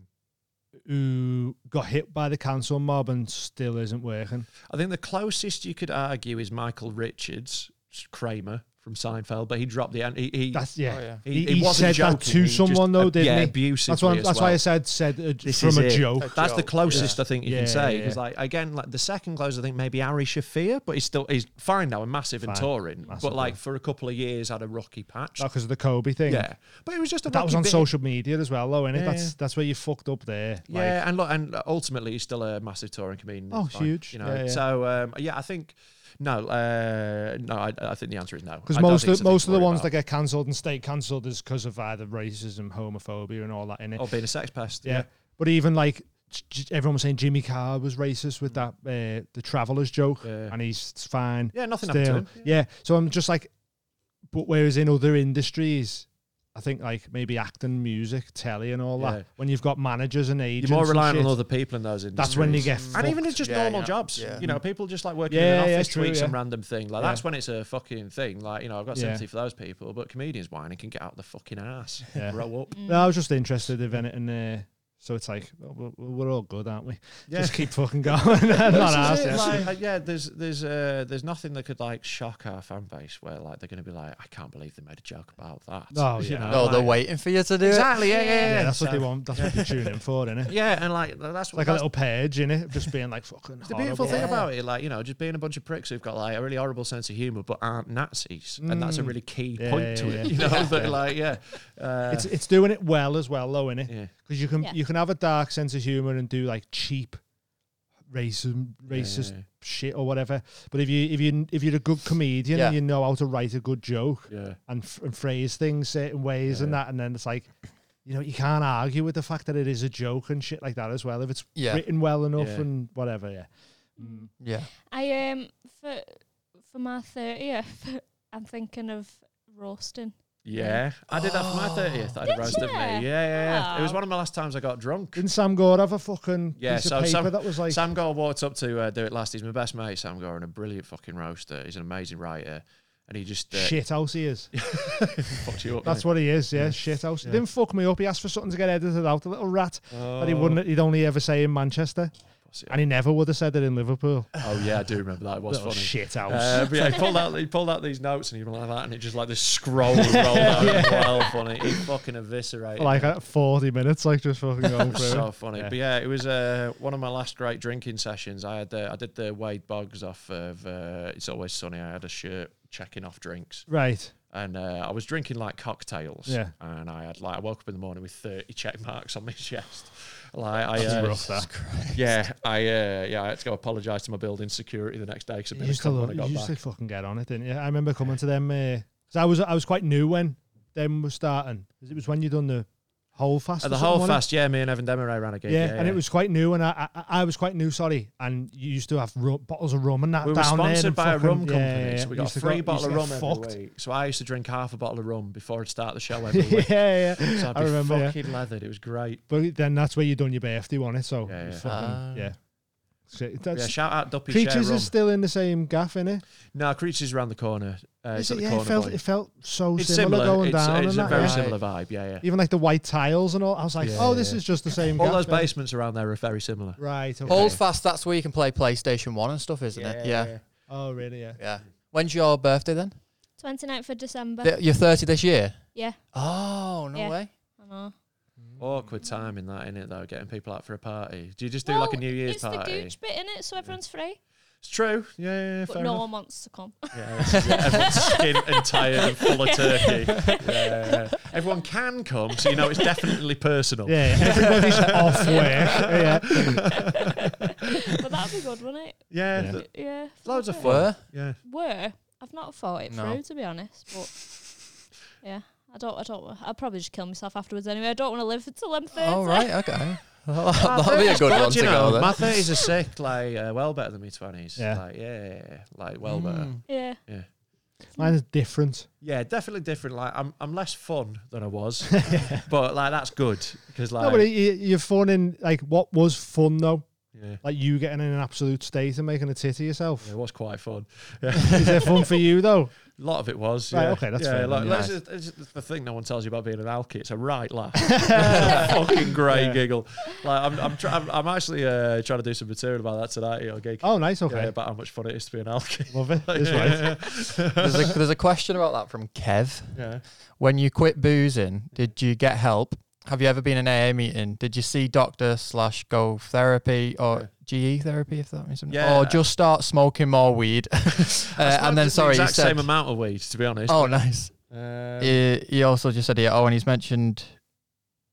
B: who got hit by the cancel mob and still isn't working?
E: I think the closest you could argue is Michael Richards Kramer from Seinfeld, but he dropped the he he,
B: That's yeah.
F: Oh, yeah.
E: he,
B: He, he
E: wasn't
B: said that
E: joking,
B: to
E: he just,
B: someone
E: uh,
B: though, didn't
E: yeah,
B: he?
E: Abusively
B: That's, why-
E: as
B: that's
E: well.
B: why I said said uh, j-
C: This
B: from
C: is
B: a
C: it.
B: joke.
E: That's the
F: joke,
E: closest I think you
B: Yeah,
E: can say
B: yeah,
E: because,
B: yeah.
E: like, again, like the second closest I think maybe Ari Shafir, but he's still he's fine now and massive and
B: Fine.
E: touring,
B: Massive,
E: but like for a couple of years had a rocky patch.
B: Because of the Kobe thing.
E: Yeah, but it was just a
B: That was
E: wacky
B: on
E: bit.
B: social media as well, though, innit?
E: Yeah,
B: That's
E: yeah.
B: that's where you fucked up there.
E: Yeah,
B: Like,
E: and look, and ultimately he's still a massive touring comedian.
B: Oh,
E: It's fine,
B: huge.
E: You know,
B: Yeah, yeah.
E: so um, yeah, I think no, uh, no, I, I think the answer is no.
B: Because
E: I don't
B: most
E: think it's
B: of,
E: something
B: most
E: to
B: of the
E: worry
B: ones
E: about.
B: that get cancelled and stay cancelled is because of either racism, homophobia, and all that in it.
E: or being a sex pest.
B: yeah. But even like j- j- everyone was saying Jimmy Carr was racist with that uh, the travelers joke,
E: Yeah.
B: and he's fine.
E: Yeah, nothing happened to him.
B: Yeah. so I'm just like, but whereas in other industries, I think like maybe acting, music, telly, and all
E: Yeah.
B: that, when you've got managers and agents,
E: You're more
B: and
E: reliant on
B: shit,
E: other people in those industries.
B: That's when you get
E: And even
B: fucked.
E: it's just
F: Yeah,
E: normal
F: yeah.
E: jobs.
F: Yeah.
E: You know, people just like working
B: Mm-hmm. Yeah,
E: in an
B: yeah,
E: office,
B: true,
E: tweet some
B: yeah.
E: random thing. Like
B: Yeah.
E: that's when it's a fucking thing. Like you know, I've got
B: Yeah.
E: sympathy for those people, but comedians whining can get out the fucking ass.
B: Yeah.
E: Grow up.
B: No, I was just interested if anything. Uh, so it's like oh, we're- we're all good, aren't we?
E: Yeah.
B: Just keep
E: <laughs>
B: fucking going. <laughs> <laughs> Not
E: This
B: us,
E: is it,
B: yeah.
E: like, uh, yeah, there's there's uh, there's nothing that could like shock our fan base where like they're gonna be like, I can't believe they made a joke about that.
B: Oh,
E: You
B: yeah.
E: know,
F: No, they're
E: like-
F: waiting for you to do it.
E: Exactly. Yeah, yeah, yeah.
B: Yeah, that's what they
E: So-
B: want. That's what they tune in for, isn't it?
E: Yeah, and like tha- that's
B: It's like a
E: that's
B: little page in it, just being like fucking.
E: It's the beautiful
B: horrible.
E: thing about it, like you know, just being a bunch of pricks who've got like a really horrible sense of humor, but aren't Nazis, and that's a really key
B: Mm. Yeah,
E: point to
B: yeah,
E: it.
B: yeah.
E: You know, <laughs> that like yeah, uh,
B: it's it's doing it well as well though, innit?
E: Yeah.
B: Because you can
A: Yeah.
B: you can have a dark sense of humor and do like cheap racism racist
E: yeah.
B: shit or whatever. But if you if you if you're a good comedian
F: Yeah.
B: and you know how to write a good joke
E: yeah,
B: and, f- and phrase things certain ways and that, and then it's like. You know, you can't argue with the fact that it is a joke and shit like that as well. If it's
F: Yeah.
B: written well enough
E: Yeah. Mm.
B: and whatever, yeah.
F: Yeah.
A: I um for for my thirtieth, I'm thinking of roasting.
E: yeah. I did that for my thirtieth. I had a
A: Oh, Did
E: roast of me.
A: ya?
E: Yeah, yeah. yeah. It was
A: Oh.
E: one of my last times I got drunk.
B: Didn't Sam Gore have a fucking
E: Yeah,
B: piece
E: so
B: of paper
E: Sam,
B: that was like
E: Sam Gore walked up to uh, do it last. He's my best mate, Sam Gore, and a brilliant fucking roaster. He's an amazing writer, and he just uh,
B: shit house he is?
E: fucked you up.
B: That's what he is, yeah. Shit house.
E: Oh.
B: He didn't fuck me up. He asked for something to get edited out. A little rat that he wouldn't. He'd only ever say in Manchester.
E: course. Yeah.
B: And he never would have said it in Liverpool.
E: Oh yeah, I do remember that. It was
B: Little
E: funny.
B: shit house.
E: Uh, but yeah, he pulled out he pulled out these notes and he went like that, and it just like this scroll rolled out. as Well, funny. He fucking
B: <laughs>
E: eviscerated.
B: like at 40 minutes, like just fucking going
E: It
B: through.
E: was <laughs> so
B: it.
E: funny.
B: Yeah.
E: But yeah, it was uh, one of my last great drinking sessions. I had uh, I did the Wade Boggs off of uh, It's Always Sunny. I had a shirt checking off drinks,
B: Right.
E: and uh, I was drinking like cocktails.
B: Yeah.
E: and I had like I woke up in the morning with thirty check marks on my <laughs> chest. Like I,
B: That's
E: uh,
B: rough, that.
F: <laughs>
E: yeah, I uh, yeah, I had to go apologise to my building security the next day because I'd
B: You
E: been a
B: used to,
E: cunt when
B: love,
E: I
B: you
E: got
B: used
E: back.
B: to fucking get on it, didn't you? I remember coming to them because I was I was quite new when them was starting. 'Cause It was when you done the whole fast.
E: At
B: or
E: the
B: something,
E: whole
B: wasn't it?
E: fast, yeah, me and Evan Demaray ran a gig.
B: Yeah, and it was quite new, and I, I I was quite new. Sorry, and you used to have ru- bottles of rum and that
E: we were
B: down there.
E: sponsored
B: and
E: by a
B: fucking-
E: rum company,
B: yeah, yeah,
E: so
B: yeah.
E: we got
B: Used
E: a
B: to
E: free
B: used
E: bottle
B: to
E: of
B: get
E: rum
B: <laughs>
E: every
B: fucked.
E: week. So I used to drink half a bottle of rum before I'd start the show every
B: <laughs>
E: week.
B: yeah,
E: So
B: yeah.
E: I'd be
B: I remember. yeah.
E: fucking leathered. It was great.
B: But then that's where you done your birthday, on it? So
E: Yeah,
B: yeah,
E: yeah. Um,
F: Ah.
B: yeah. So
E: Yeah,
B: that's,
E: shout out Duppy Share
B: creatures
E: Rum.
B: is still in the same gaff, innit?
E: no, Creatures around the corner. Uh,
B: Is
E: it's at
B: it?
E: the
B: Yeah,
E: corner.
B: it felt
E: boy.
B: it felt so
E: it's
B: similar,
E: similar.
B: going
E: it's uh,
B: down
E: it's
B: and
E: a
B: that,
E: very
B: yeah.
E: similar vibe. Yeah, yeah.
B: Even like the white tiles and all. I was like,
E: Yeah,
B: oh,
E: yeah,
B: this
E: yeah.
B: is just the same.
E: All
B: gaff,
E: those
B: innit?
E: basements around there are very similar.
B: Right. Okay.
F: Old fast. That's where you can play PlayStation One and stuff, isn't it? Yeah,
B: Oh, really? Yeah.
F: yeah. When's your birthday then?
A: 29th of December.
F: Th- You're 30 this year.
A: Yeah.
F: Oh no
A: Yeah.
F: way.
A: I know.
E: Awkward time in that, innit, though, getting people out for a party. Do you just do
A: Well,
E: like a New Year's
A: it's
E: party?
A: the gooch bit in it, so everyone's free.
E: It's true. Yeah, yeah, yeah.
A: But
E: fair
A: no
E: enough.
A: one wants to
E: <laughs>
A: come.
E: Yeah, this is it. everyone's skin and tired and full of turkey. Yeah. Everyone can come, so you know it's definitely personal.
B: Yeah, everybody's
E: <laughs>
B: off work. Yeah.
A: but that'd be good, wouldn't it?
E: Yeah,
B: Yeah.
E: th-
A: Yeah.
E: loads of fun.
F: Were?
E: Yeah,
A: Were. I've not thought it
F: No.
A: through, to be honest. But yeah, I don't. I don't. I'd probably just kill myself afterwards anyway. I don't want to live until I'm 30.
F: All
G: <laughs>
F: Oh, right. Okay. <laughs>
A: Oh,
F: That'll be a good one to
E: you know,
F: go then.
E: my thirties are sick, like uh, well better than my twenties.
B: Yeah.
E: like yeah, like well better.
A: Yeah.
B: Mine is different.
E: Yeah, definitely different. Like I'm, I'm less fun than I was, but like that's good because like
B: No, but you- you're fun in like what was fun though,
E: yeah,
B: like you getting in an absolute state and making a tit of yourself.
E: it was quite fun.
B: Is it fun for you though?
E: A lot of it was.
B: Right,
E: yeah.
B: okay, that's
E: yeah,
B: fair
E: Like,
B: then,
E: that's
B: yeah.
E: just- that's just the thing no one tells you about being an alky. It's a
B: <laughs>
E: right laugh. <laughs> fucking great
B: Yeah.
E: giggle. Like I'm, I'm, try- I'm, I'm actually uh, trying to do some material about that tonight. You know, gig.
B: Oh, nice.
E: Yeah,
B: Okay,
E: about how much fun it is to be an alky.
B: love
E: <laughs>
B: it. It's right.
F: There's a, there's a question about that from Kev.
E: Yeah.
F: When you quit boozing, did you get help? Have you ever been in an AA meeting? Did you see doctor slash go therapy or GE therapy if that means something?
E: Yeah.
F: Or just start smoking more weed? <laughs> uh, and then
E: Smoked
F: <laughs> sorry,
E: the
F: he
E: exact
F: said.
E: same amount of weed. To be honest.
F: oh, nice.
E: Uh,
F: He, he also just said here. Oh, and he's mentioned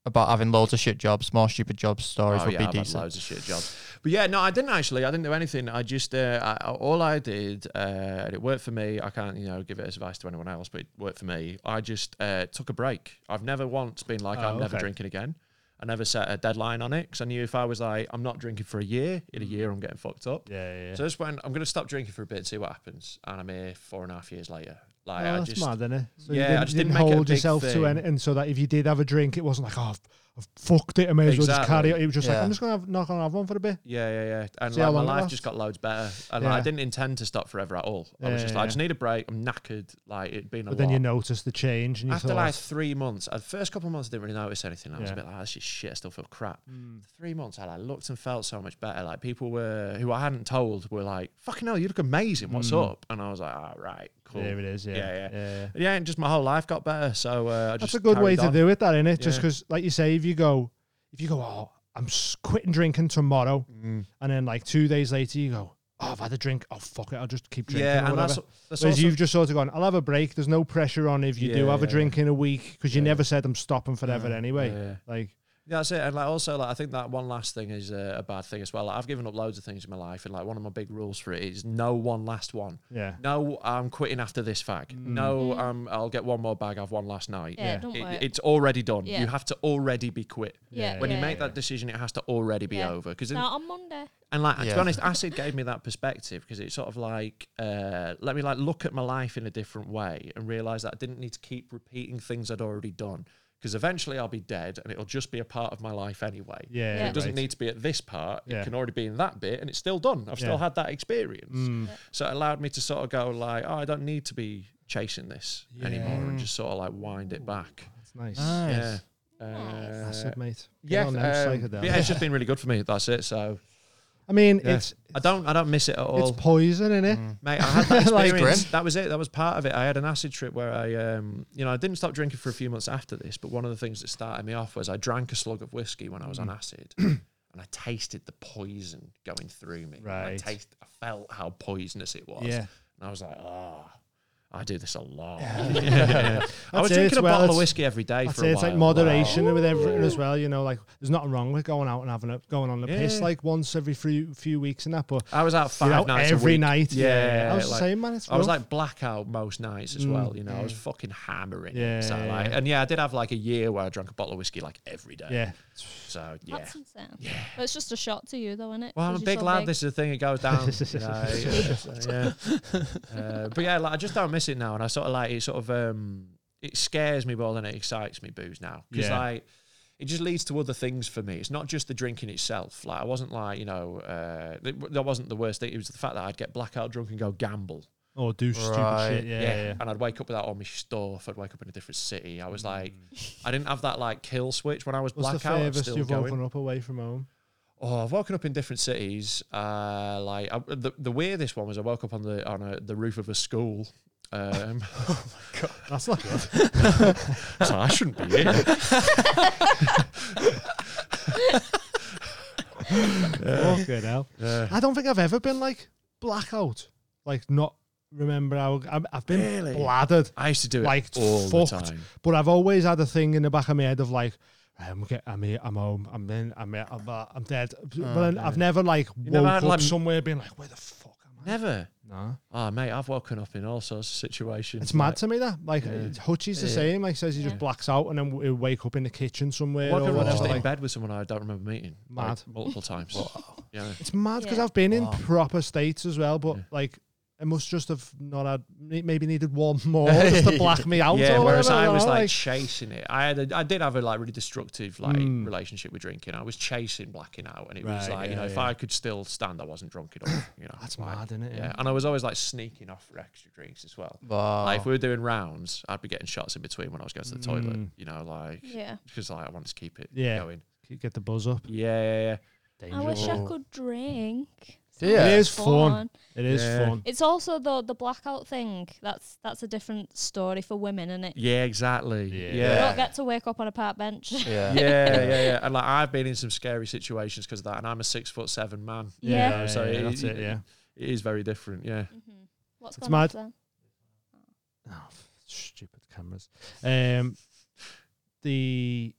F: about having loads of shit jobs, more stupid jobs. Stories
E: Oh
F: would
E: yeah,
F: be
E: I've had
F: decent.
E: loads of shit jobs. But yeah, no, I didn't actually. I didn't do anything. I just uh, I- I, all I did, uh, and it worked for me. I can't you know give it as advice to anyone else, but it worked for me. I just uh, took a break. I've never once been like I'm
B: Oh,
E: never
B: okay.
E: drinking again. I never set a deadline on it because I knew if I was like I'm not drinking for a year, in a year I'm getting fucked up.
B: Mm-hmm. Yeah, yeah. yeah.
E: So I just went. I'm gonna stop drinking for a bit and see what happens. And I'm here four and a half years later.
B: Oh,
E: Like I
B: that's
E: just
B: mad, isn't it? So
E: Yeah, I
B: you didn't,
E: just
B: didn't
E: didn't make it a
B: hold
E: big
B: yourself
E: thing.
B: to anything, so that if you did have a drink, it wasn't like, oh, I've, I've fucked it. I may as well just carry
E: Exactly.
B: it. It was just like,
F: Yeah.
B: I'm just gonna have, not gonna have one for a bit.
E: Yeah, yeah, yeah. And
B: See
E: like,
B: how
E: my
B: long it
E: life
B: lasts?
E: just got loads better. And like, I
B: Yeah.
E: didn't intend to stop forever at all. I
B: Yeah,
E: was just
B: yeah,
E: like, I
B: yeah.
E: just need a break. I'm knackered. Like it'd been a
B: But then
E: lot.
B: you notice the change, and you
E: After
B: thought,
E: like three months, uh, the first couple of months I didn't really notice anything. I was a
B: Yeah. Mm.
E: bit like, this is shit. I still feel crap. Three months, I like looked and felt so much better. Like people were who I hadn't told were like, "Fucking hell, you look amazing. What's up?" And I was like, "All right, cool."
B: "Oh, there it is. Mm. Yeah,
E: Yeah, yeah.
B: yeah.
E: And yeah, and just my whole life got better. So uh, I just
B: That's a good way
E: carried
B: to
E: on.
B: do it, that isn't it? Just
E: Yeah.
B: 'cause Just because, like you say, if you go, if you go, oh, I'm s- quitting drinking tomorrow, and then like two days later you go, oh, I've had a drink, oh fuck it, I'll just keep drinking.
E: Yeah,
B: or
E: and
B: whatever.
E: that's, that's
B: Whereas
E: also-
B: you've just sort of gone, I'll have a break. There's no pressure on if you do
E: Yeah,
B: have a
E: yeah,
B: drink in a week because you
E: Yeah.
B: never said I'm stopping forever
E: Yeah,
B: anyway.
E: yeah.
B: Like,
E: Yeah, that's it. And like, also, like, I think that one last thing is uh, a bad thing as well. Like, I've given up loads of things in my life, and like one of my big rules for it is no one last one.
B: yeah,
E: No, I'm quitting after this fag. No, um, I'll get one more bag. I've one last night.
A: Mm. Yeah, it don't
E: It-
A: work.
E: it's already done.
A: Yeah.
E: You have to already be quit.
A: Yeah.
E: When you
A: yeah.
E: make that decision, it has to already be
A: Yeah.
E: over. Because
A: Now on Monday.
E: and like to
F: Yeah.
E: be honest, acid gave me that perspective because it's sort of like uh, let me like look at my life in a different way and realize that I didn't need to keep repeating things I'd already done because eventually I'll be dead and it'll just be a part of my life anyway.
B: Yeah,
E: And it doesn't
B: right.
E: need to be at this part.
B: Yeah.
E: It can already be in that bit and it's still done. I've
B: Yeah. Mm.
E: still had that experience, so it allowed me to sort of go like, oh, I don't need to be chasing this anymore and just sort of like wind it back.
B: that's nice.
F: Nice.
E: Yeah. Uh,
B: That's it, mate. Get
E: yeah,
B: on
E: um,
B: them psychedelics. <laughs>
E: yeah, it's just been really good for me. That's it. So
B: I mean,
E: Yeah. mm,
B: it's
E: I don't. I don't miss it at all.
B: it's poison in it.
E: Mate, I
B: <laughs>
E: had that
F: Like
E: experience.
F: grim.
E: that was it. That was part of it. I had an acid trip where I, um, you know, I didn't stop drinking for a few months after this. But one of the things that started me off was I drank a slug of whiskey when I was on
B: Mm. <clears throat>
E: acid, and I tasted the poison going through me. I
B: Right.
E: taste. I felt how poisonous it was.
B: Yeah.
E: And I was like, oh, I do this a lot. I
B: <laughs>
E: <laughs>
B: That's
E: was
B: it,
E: drinking
B: it's
E: a
B: well,
E: bottle
B: it's-
E: of whiskey every day
B: I'd
E: for
B: say
E: a
B: it's
E: while.
B: like moderation with everything as well. You know, like there's nothing wrong with going out and having a going on the piss
E: Yeah.
B: like once every few few weeks and that. But
E: I was out five
B: you know,
E: nights
B: every
E: a week.
B: night.
E: Yeah,
B: I was the
E: like-
B: same man. It's
E: I was
B: rough.
E: like blackout most nights as well. You know, I was fucking hammering. it.
B: Mm. Yeah,
E: So
B: yeah,
E: like,
B: yeah.
E: and yeah, I did have like a year where I drank a bottle of whiskey like every day.
B: yeah,
E: So yeah.
G: That's insane. But it's just a shot to you, though, isn't it?
E: well, I'm a
G: 'Cause you're
E: big
G: so
E: lad.
G: big.
E: This is the thing. It goes down. you know, yeah, so,
B: <laughs>
E: yeah. Uh, but yeah, like, I just don't miss it now, and I sort of like it. Sort of um, it scares me more than it excites me. Booze now because
B: Yeah.
E: like it just leads to other things for me. It's not just the drinking itself. Like I wasn't like you know uh, th- that wasn't the worst thing. It was the fact that I'd get blackout drunk and go gamble.
B: or Oh, do
F: Right,
B: stupid shit. Yeah, yeah. Hmm.
E: And I'd wake up without all my stuff. I'd wake up in a different city. I was like, I didn't have that like kill switch when I was
B: What's the
E: blackout. I'm
B: furthest
E: still
B: you've
E: going.
B: woken up away from home?
E: Oh, I've woken up in different cities. Uh, like I, the the weirdest one was I woke up on the on a, the roof of a school. Um, <laughs>
B: That's not good.
E: so I shouldn't be here.
B: <laughs> Fucking hell. I don't think I've ever been like blackout, like not remember how I'm, I've been
E: Really?
B: bladdered,
E: I used to do it
B: like
E: all the
B: fucked.
E: time.
B: But I've always had a thing in the back of my head of like. "Right, I'm, get, I'm here. I'm home. I'm in. I'm here, I'm, uh, I'm dead. but then I've never like woke
E: Oh, never had,
B: up
E: like,
B: somewhere being like, where the fuck am I?
E: Never.
B: Nah.
E: Oh, mate, I've woken up in all sorts of situations.
B: It's mad to me that like it's Hutchie's the same. Like says he just
G: Yeah.
B: blacks out and then w- he'll wake up in the kitchen somewhere
E: Woken
B: or
E: up
B: whatever.
E: just in
B: like-
E: bed with someone I don't remember meeting. like,
B: Mad.
E: multiple times. Yeah.
B: It's mad because
G: Yeah.
B: I've been
F: Wow.
B: in proper states as well, but like I must just have not had may- maybe needed one
E: <laughs>
B: more just to black me out.
E: Yeah,
B: or
E: whereas
B: whatever,
E: I
B: you
E: was
B: know,
E: like chasing it. I had a, I did have a like really destructive like
B: Mm.
E: relationship with drinking. I was chasing blacking out, and it was
B: Right,
E: like you know
B: yeah,
E: if
B: yeah.
E: I could still stand, I wasn't drunk enough. You know,
B: that's
E: like,
B: mad, isn't it?
E: Yeah. and I was always like sneaking off for extra drinks as well.
F: Wow.
E: Like if
B: Oh.
E: we were doing rounds, I'd be getting shots in between when I was going to the toilet.
B: Mm.
E: You know, like
G: Yeah.
E: because like I wanted to keep it
B: Yeah.
E: going.
B: Get the buzz up.
E: Yeah, yeah, yeah.
G: I wish I
F: Dangerous.
G: could drink.
F: Yeah.
B: It is fun. It is
E: Yeah.
B: fun.
G: It's also though the blackout thing. That's that's a different story for women, isn't it?
E: Yeah, exactly.
B: Yeah.
G: You
E: Yeah.
G: don't get to wake up on a park bench. Yeah.
F: Yeah.
E: yeah, yeah, yeah, and like I've been in some scary situations because of that, and I'm a six foot seven man.
G: <laughs>
B: Yeah,
E: so
B: yeah,
E: it-
B: that's it. Yeah.
E: It is very different. Yeah,
G: Mm-hmm. What's
B: It's
G: going on
B: mad.
G: then?
B: Oh, f- stupid cameras. Um, the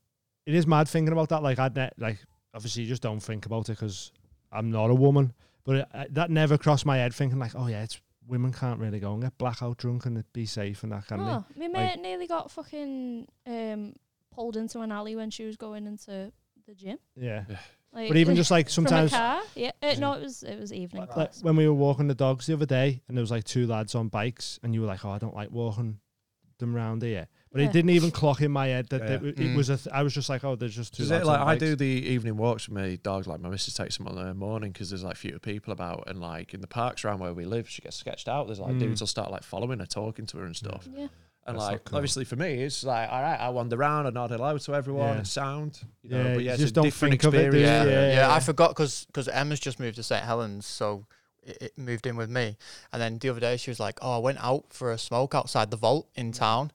B: it is mad thinking about that. Like I'd ne- like obviously you just don't think about it because I'm not a woman. But it, I, that never crossed my head thinking like, oh yeah, it's women can't really go and get blackout drunk and be safe and that can
G: Oh, my mate
B: Like-
G: nearly got fucking um, pulled into an alley when she was going into the gym.
B: they? Yeah.
G: Like,
B: But even just like
G: <laughs>
B: sometimes.
G: from a car. Yeah, uh, no, it was it was evening
B: Like
G: class.
B: when we were walking the dogs the other day, and there was like two lads on bikes, and you were like, "Oh, I don't like walking them round here," but
G: Yeah.
B: it didn't even clock in my head that
E: Yeah.
B: it, it
F: Mm.
B: was a. Th- I was just like, "Oh, there's just two
E: Is
B: lads."
E: it like
B: on
E: I
B: bikes.
E: do the evening walks with my dogs? Like my missus takes them on the morning because there's like fewer people about, and like in the parks around where we live, she gets sketched out. There's like dudes will start like following her, talking to her and stuff.
G: Yeah.
E: And
B: Mm. That's
E: like
B: not cool.
E: obviously for me, it's like all right, I wander around, I nod hello to everyone,
B: Yeah.
E: it's sound. You know,
B: Yeah,
E: but
B: you
E: yeah, it's
B: just
E: a
B: don't
E: different
B: think of it, do
E: experience.
B: you?
F: Yeah,
B: Yeah,
F: yeah.
B: yeah.
F: I forgot because Emma's just moved to St Helens, so it, it moved in with me. And then the other day she was like, "Oh, I went out for a smoke outside the vault in town."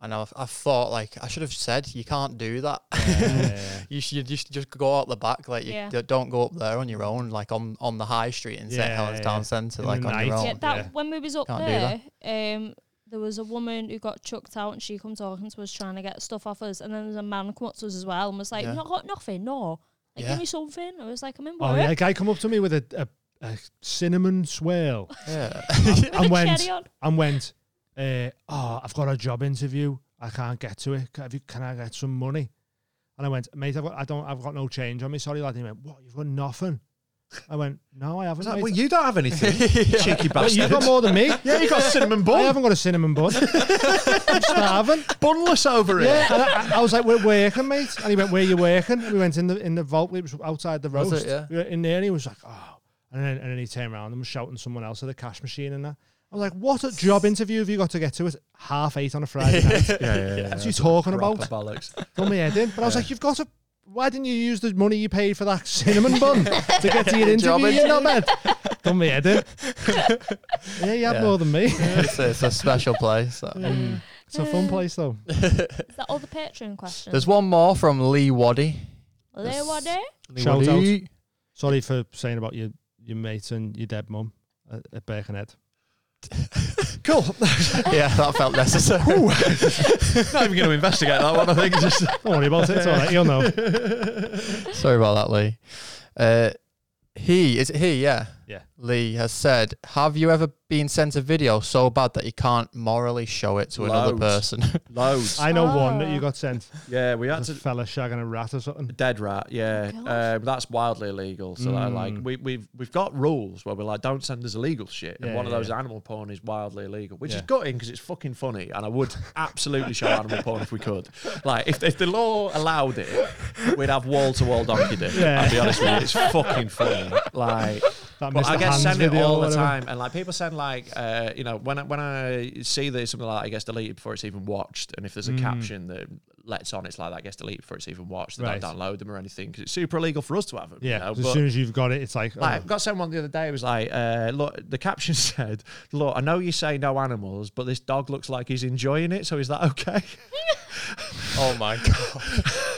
F: And I, I thought like I should have said you can't do that.
B: <laughs>
F: <laughs>
B: Yeah.
F: you should you should just go out the back. Like you
G: Yeah.
F: d- don't go up there on your own. Like on on the high street in St
B: Yeah,
F: Helens
B: yeah.
F: town centre.
B: In
F: Like
B: the
F: on your
B: night.
F: own.
G: yeah, that
B: Oh, yeah.
G: when we was up
F: Can't
G: there,
F: do
G: um, there was a woman who got chucked out, and she come talking to us, trying to get stuff off us, and then there's a man come up to us as well, and was like,
F: Yeah.
G: "Not got nothing, no." Like,
F: Yeah.
G: give me something. I was like, I'm in work. <laughs>
B: Oh yeah, a guy come up to me with a, a, a
G: <laughs>
B: cinnamon swirl
F: Yeah. <laughs>
B: and went
G: cherry on.
B: and went. Uh, oh, I've got a job interview. I can't get to it. Can, have you, can I get some money? And I went, mate. I've got, I don't. I've got no change on me. Sorry, lad. And he went, what? You've got nothing. I went, no, I
E: I
B: haven't.
E: was like,
B: mate."
E: well, you don't
B: <laughs>
E: have anything, cheeky
B: Well, you've
E: bastard.
B: got more than me.
E: yeah, you got a <laughs> cinnamon
B: I
E: bun,
B: haven't got a cinnamon
E: <laughs>
B: bun. I'm starving.
E: bunless over
B: Yeah,
E: <laughs> it.
B: and I, I- I was like, "We're working, mate," and he went, "Where you working?" And we went in the in the vault, which was outside the
F: Was
B: roast.
F: it, yeah?
B: We were in there, and he was like, "Oh," and then, and then he turned around and was shouting someone else at the cash machine and that. I was like, "What a job interview have you got to get to at half eight on a Friday night?
E: <laughs> Yeah, yeah, yeah.
B: What's you talking
E: Proper
B: about?"
E: bollocks.
B: Done my head in. But I was like, "You've got a Why didn't you use the money you paid for that cinnamon
E: <laughs>
B: bun to get to your interview?
F: Jobbing.
B: You knobhead. Done me head in. yeah, you had
F: Yeah.
B: more than me.
F: it's, a, it's a special place. that.
B: It's a fun place though.
G: Is that all the Patreon
B: <laughs>
G: questions?
F: There's one more from Lee Waddy.
G: Hello, what day?
F: Lee
B: Shout out.
F: Waddy.
B: Sorry for saying about your your mate and your dead mum at, at Birkenhead.
E: Cool.
F: <laughs> Yeah, that felt necessary.
E: Not even going to investigate that one. I think just
B: Don't worry about it. It's all right. You'll know.
F: Sorry about that, Lee. Uh, he is it he? Yeah.
B: Yeah.
F: Lee has said, "Have you ever been sent a video so bad that you can't morally show it to another
E: Loads.
F: person?" <laughs>
E: loads.
B: I know one that
G: Oh.
B: you got sent.
E: yeah, we had
B: That's a
E: to
B: fella shagging a rat or something.
E: Dead rat, yeah.
G: God.
E: Um, that's wildly illegal. So that, like
B: Oh, Mm.
E: we, we've we've got rules where we're like, don't send us illegal shit. And
B: Yeah,
E: one of
B: yeah,
E: those
B: yeah.
E: animal porn is wildly illegal, which is
B: Yeah.
E: gutting because it's fucking funny. And I would absolutely show animal porn if we could. Like if, if the law allowed it, we'd have wall to wall donkey dick.
B: Yeah.
E: I'll be honest with you, it's fucking funny. Like
B: That
E: but
B: Mr.
E: I get
B: Hands
E: sent it
B: video or
E: all the
B: whatever.
E: time, and like people send like uh, you know when I, when I see that something like that gets deleted before it's even watched, and if there's a
B: Mm.
E: caption that lets on it's like that gets deleted before it's even watched, they
B: Right.
E: don't download them or anything because it's super illegal for us to have them. you
B: Yeah.
E: know,
B: 'cause as
E: but-
B: soon as you've got it, it's like,
E: like, I
B: oh,
E: got someone the other day who was like, uh, look, the caption <laughs> said, look, I know you say no animals, but this dog looks like he's enjoying it, so is that
B: <laughs>
E: okay?
F: oh my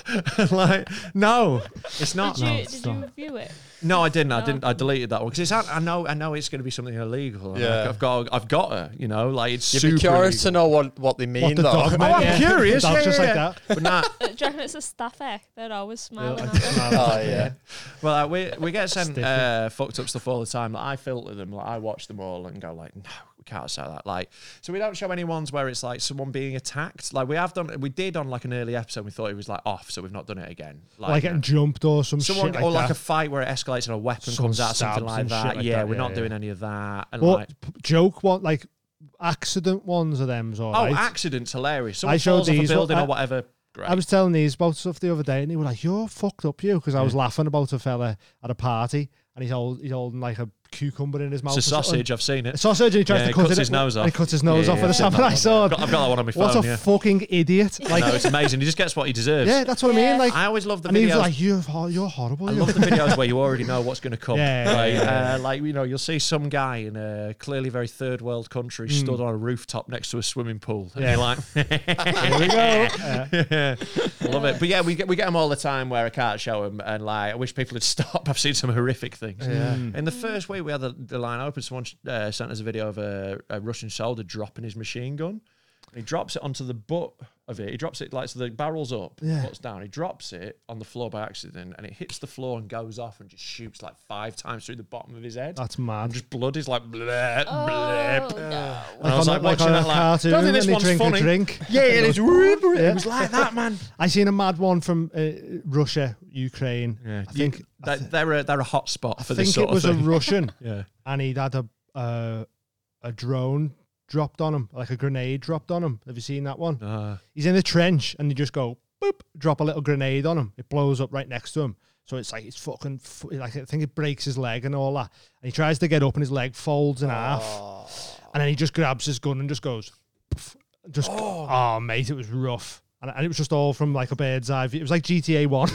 F: god!
E: <laughs> like, no, it's not.
G: Did you,
B: No, it's
G: did you
B: not.
G: review it? <laughs>
E: No, I didn't. I didn't. I deleted that one because I know. I know it's going to be something illegal. Like,
F: Yeah.
E: I've got. I've got her. You know, like it's
F: You'd
E: super.
F: be curious to
E: illegal.
F: know what, what they mean
B: what the
F: though.
B: dog?
E: Oh,
B: meant,
E: I'm
B: yeah.
E: curious.
B: Dog
E: yeah,
B: just
E: yeah,
B: like
E: yeah.
B: that.
E: But nah.
G: Uh, Do you reckon it's a staff egg? They're always smiling at them.
B: Oh,
F: <laughs> Oh <laughs> yeah.
E: Well, like, we we get sent
B: Stiffy.
E: uh, fucked up stuff all the time. Like, I filter them. Like, I watch them all and go like, no, we can't show that. Like, so we don't show any ones where it's like someone being attacked. Like we have done. We did on like an early episode. We thought it was like off, so we've not done it again.
B: Like
E: you know.
B: getting jumped or some
E: Someone
B: shit like
E: or like
B: that.
E: a fight where it escalates and a weapon
B: Someone
E: comes out,
B: stabs
E: something like
B: and shit
E: that.
B: like
E: yeah,
B: that,
E: we're
B: yeah,
E: not
B: yeah.
E: doing any of that. And
B: Well,
E: like,
B: p- joke one like accident ones of them's all
E: Oh,
B: right.
E: accidents, hilarious. Someone
B: I showed
E: falls off a
B: these-
E: building
B: I-
E: or whatever. Great.
B: I was telling these about stuff the other day, and they were like, "You're fucked up, you," because I was laughing about a fella at a party, and he's hold, he's holding like a cucumber in his mouth.
E: it's a
B: or something.
E: sausage. I've seen
B: A
E: it.
B: sausage, and he tries
E: Yeah,
B: to
E: he
B: cut
E: cuts
B: it-
E: his nose
B: and
E: off.
B: He cuts his nose
E: Yeah,
B: off
E: yeah,
B: with a
E: I've seen
B: samurai
E: that
B: sword.
E: I've got, I've got that one on my phone.
B: What a
E: yeah.
B: fucking idiot! Like,
E: no, it's amazing. He just gets what he deserves.
B: yeah, that's what I mean.
G: Yeah.
B: Like,
E: I always love the
B: and he was
E: videos.
B: like, "You're hor- you're horrible."
E: I
B: you."
E: love the videos where you already know what's going to
B: <laughs>
E: come.
B: Yeah, yeah,
E: like,
B: yeah,
E: uh, like you know, you'll see some guy in a clearly very third world country stood on a rooftop next to a swimming pool, and
B: Hmm. Yeah.
E: you're like,
B: <laughs>
E: <laughs>
B: Here we go. Yeah.
E: love it. But yeah, we get we get them all the time where I can't show them, and like I wish people would <laughs> stop. I've seen some horrific things.
F: Yeah.
B: Hmm.
E: In the first week we had the, the line open, someone uh, sent us a video of a, a Russian soldier dropping his machine gun. He drops it onto the butt of it. He drops it like so the barrel's up,
B: Yeah.
E: butts down. He drops it on the floor by accident, and it hits the floor and goes off and just shoots like five times through the bottom of his head.
B: That's mad.
E: and just blood is like bleh,
G: Oh,
E: bleh.
G: no.
E: And I was
B: on
E: like
B: a-
E: watching
B: on a
E: that like,
B: cartoon,
E: don't think
B: and
E: this
B: they
E: one's
B: drink
E: funny.
B: a drink.
E: Yeah, and it's it
B: <laughs> Yeah.
E: was like that, man.
B: I seen a mad one from uh, Russia, Ukraine. I think I
E: They-
B: thi-
E: they're a, they're a hot spot
B: I
E: for
B: think
E: this sort
B: it was
E: of
B: a
E: thing.
B: Russian,
E: yeah.
B: and he'd had a uh, a drone dropped on him, like a grenade dropped on him. Have you seen that one?
E: Uh,
B: He's in a trench, and you just go boop, drop a little grenade on him. It blows up right next to him. So it's like it's fucking f- like I think it breaks his leg and all that. And he tries to get up, and his leg folds in half, and then he just grabs his gun and just goes, pff, just oh, mate, it was rough. And, and it was just all from like a bird's eye view. It was like GTA One.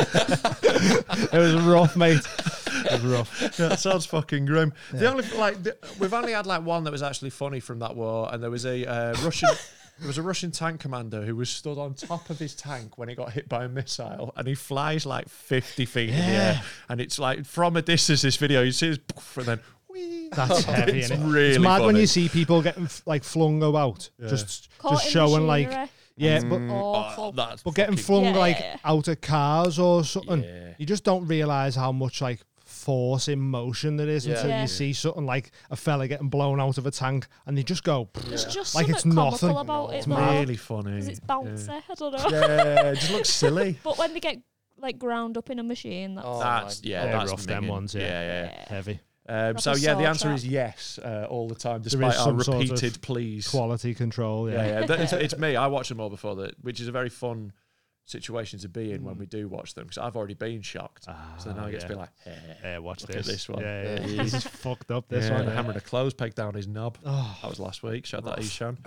B: <laughs> it was rough, mate. It was rough.
E: <laughs> that sounds fucking grim. The only like the, we've only had like one that was actually funny from that war, and there was a uh, Russian.
B: <laughs>
E: There was a Russian tank commander who was stood on top of his tank when he got hit by a missile, and he flies like fifty feet in the air, and it's like from a distance. This video, you see this, poof, and then whee.
B: That's heavy,
E: <laughs> It's
B: innit?
E: really
B: it's mad when
E: funny.
B: you see people getting f- like flung about, just
G: Caught
B: just
G: in
B: showing like
G: machinery.
B: yeah, but
G: Awful.
E: Oh, that's
B: but getting
E: fucking-
B: flung
G: Yeah,
B: like
G: yeah, yeah.
B: out of cars or something.
E: Yeah.
B: You just don't realize how much like force in motion there is until
G: Yeah.
B: you see something like a fella getting blown out of a tank, and they just go.
E: Oh,
G: There's just
B: Like,
G: something
B: it's
G: comical
B: nothing.
G: about it,
E: It's
G: though,
E: really funny.
G: 'cause it's bouncy. I don't know.
E: Yeah, it just looks silly.
G: But when they get like ground up in a machine, that's
E: That's yeah,
B: Oh They're
E: that's
B: rough, them
E: minging.
B: ones, yeah.
E: yeah, Oh, yeah.
B: Heavy
E: Um, so
G: Proper
E: yeah, the
G: soul
E: answer
G: trap.
E: is yes uh, all the time, despite our
B: some sort of
E: repeated pleas.
B: quality control. Yeah,
F: <laughs>
E: Yeah, yeah. that- it's, it's me. I watch them all before that, which is a very fun situation to be
F: Mm.
E: in when we do watch them because I've already been shocked. so then I
F: Ah,
E: get to be like, eh,
B: Ah, Yeah, watch
E: Look at
B: this.
E: this one.
B: Yeah, yeah,
E: Yeah.
B: this is fucked up.
E: this
B: This one. Oh.
E: hammering a clothes peg down his knob. that was last week. Shout out to Ishan.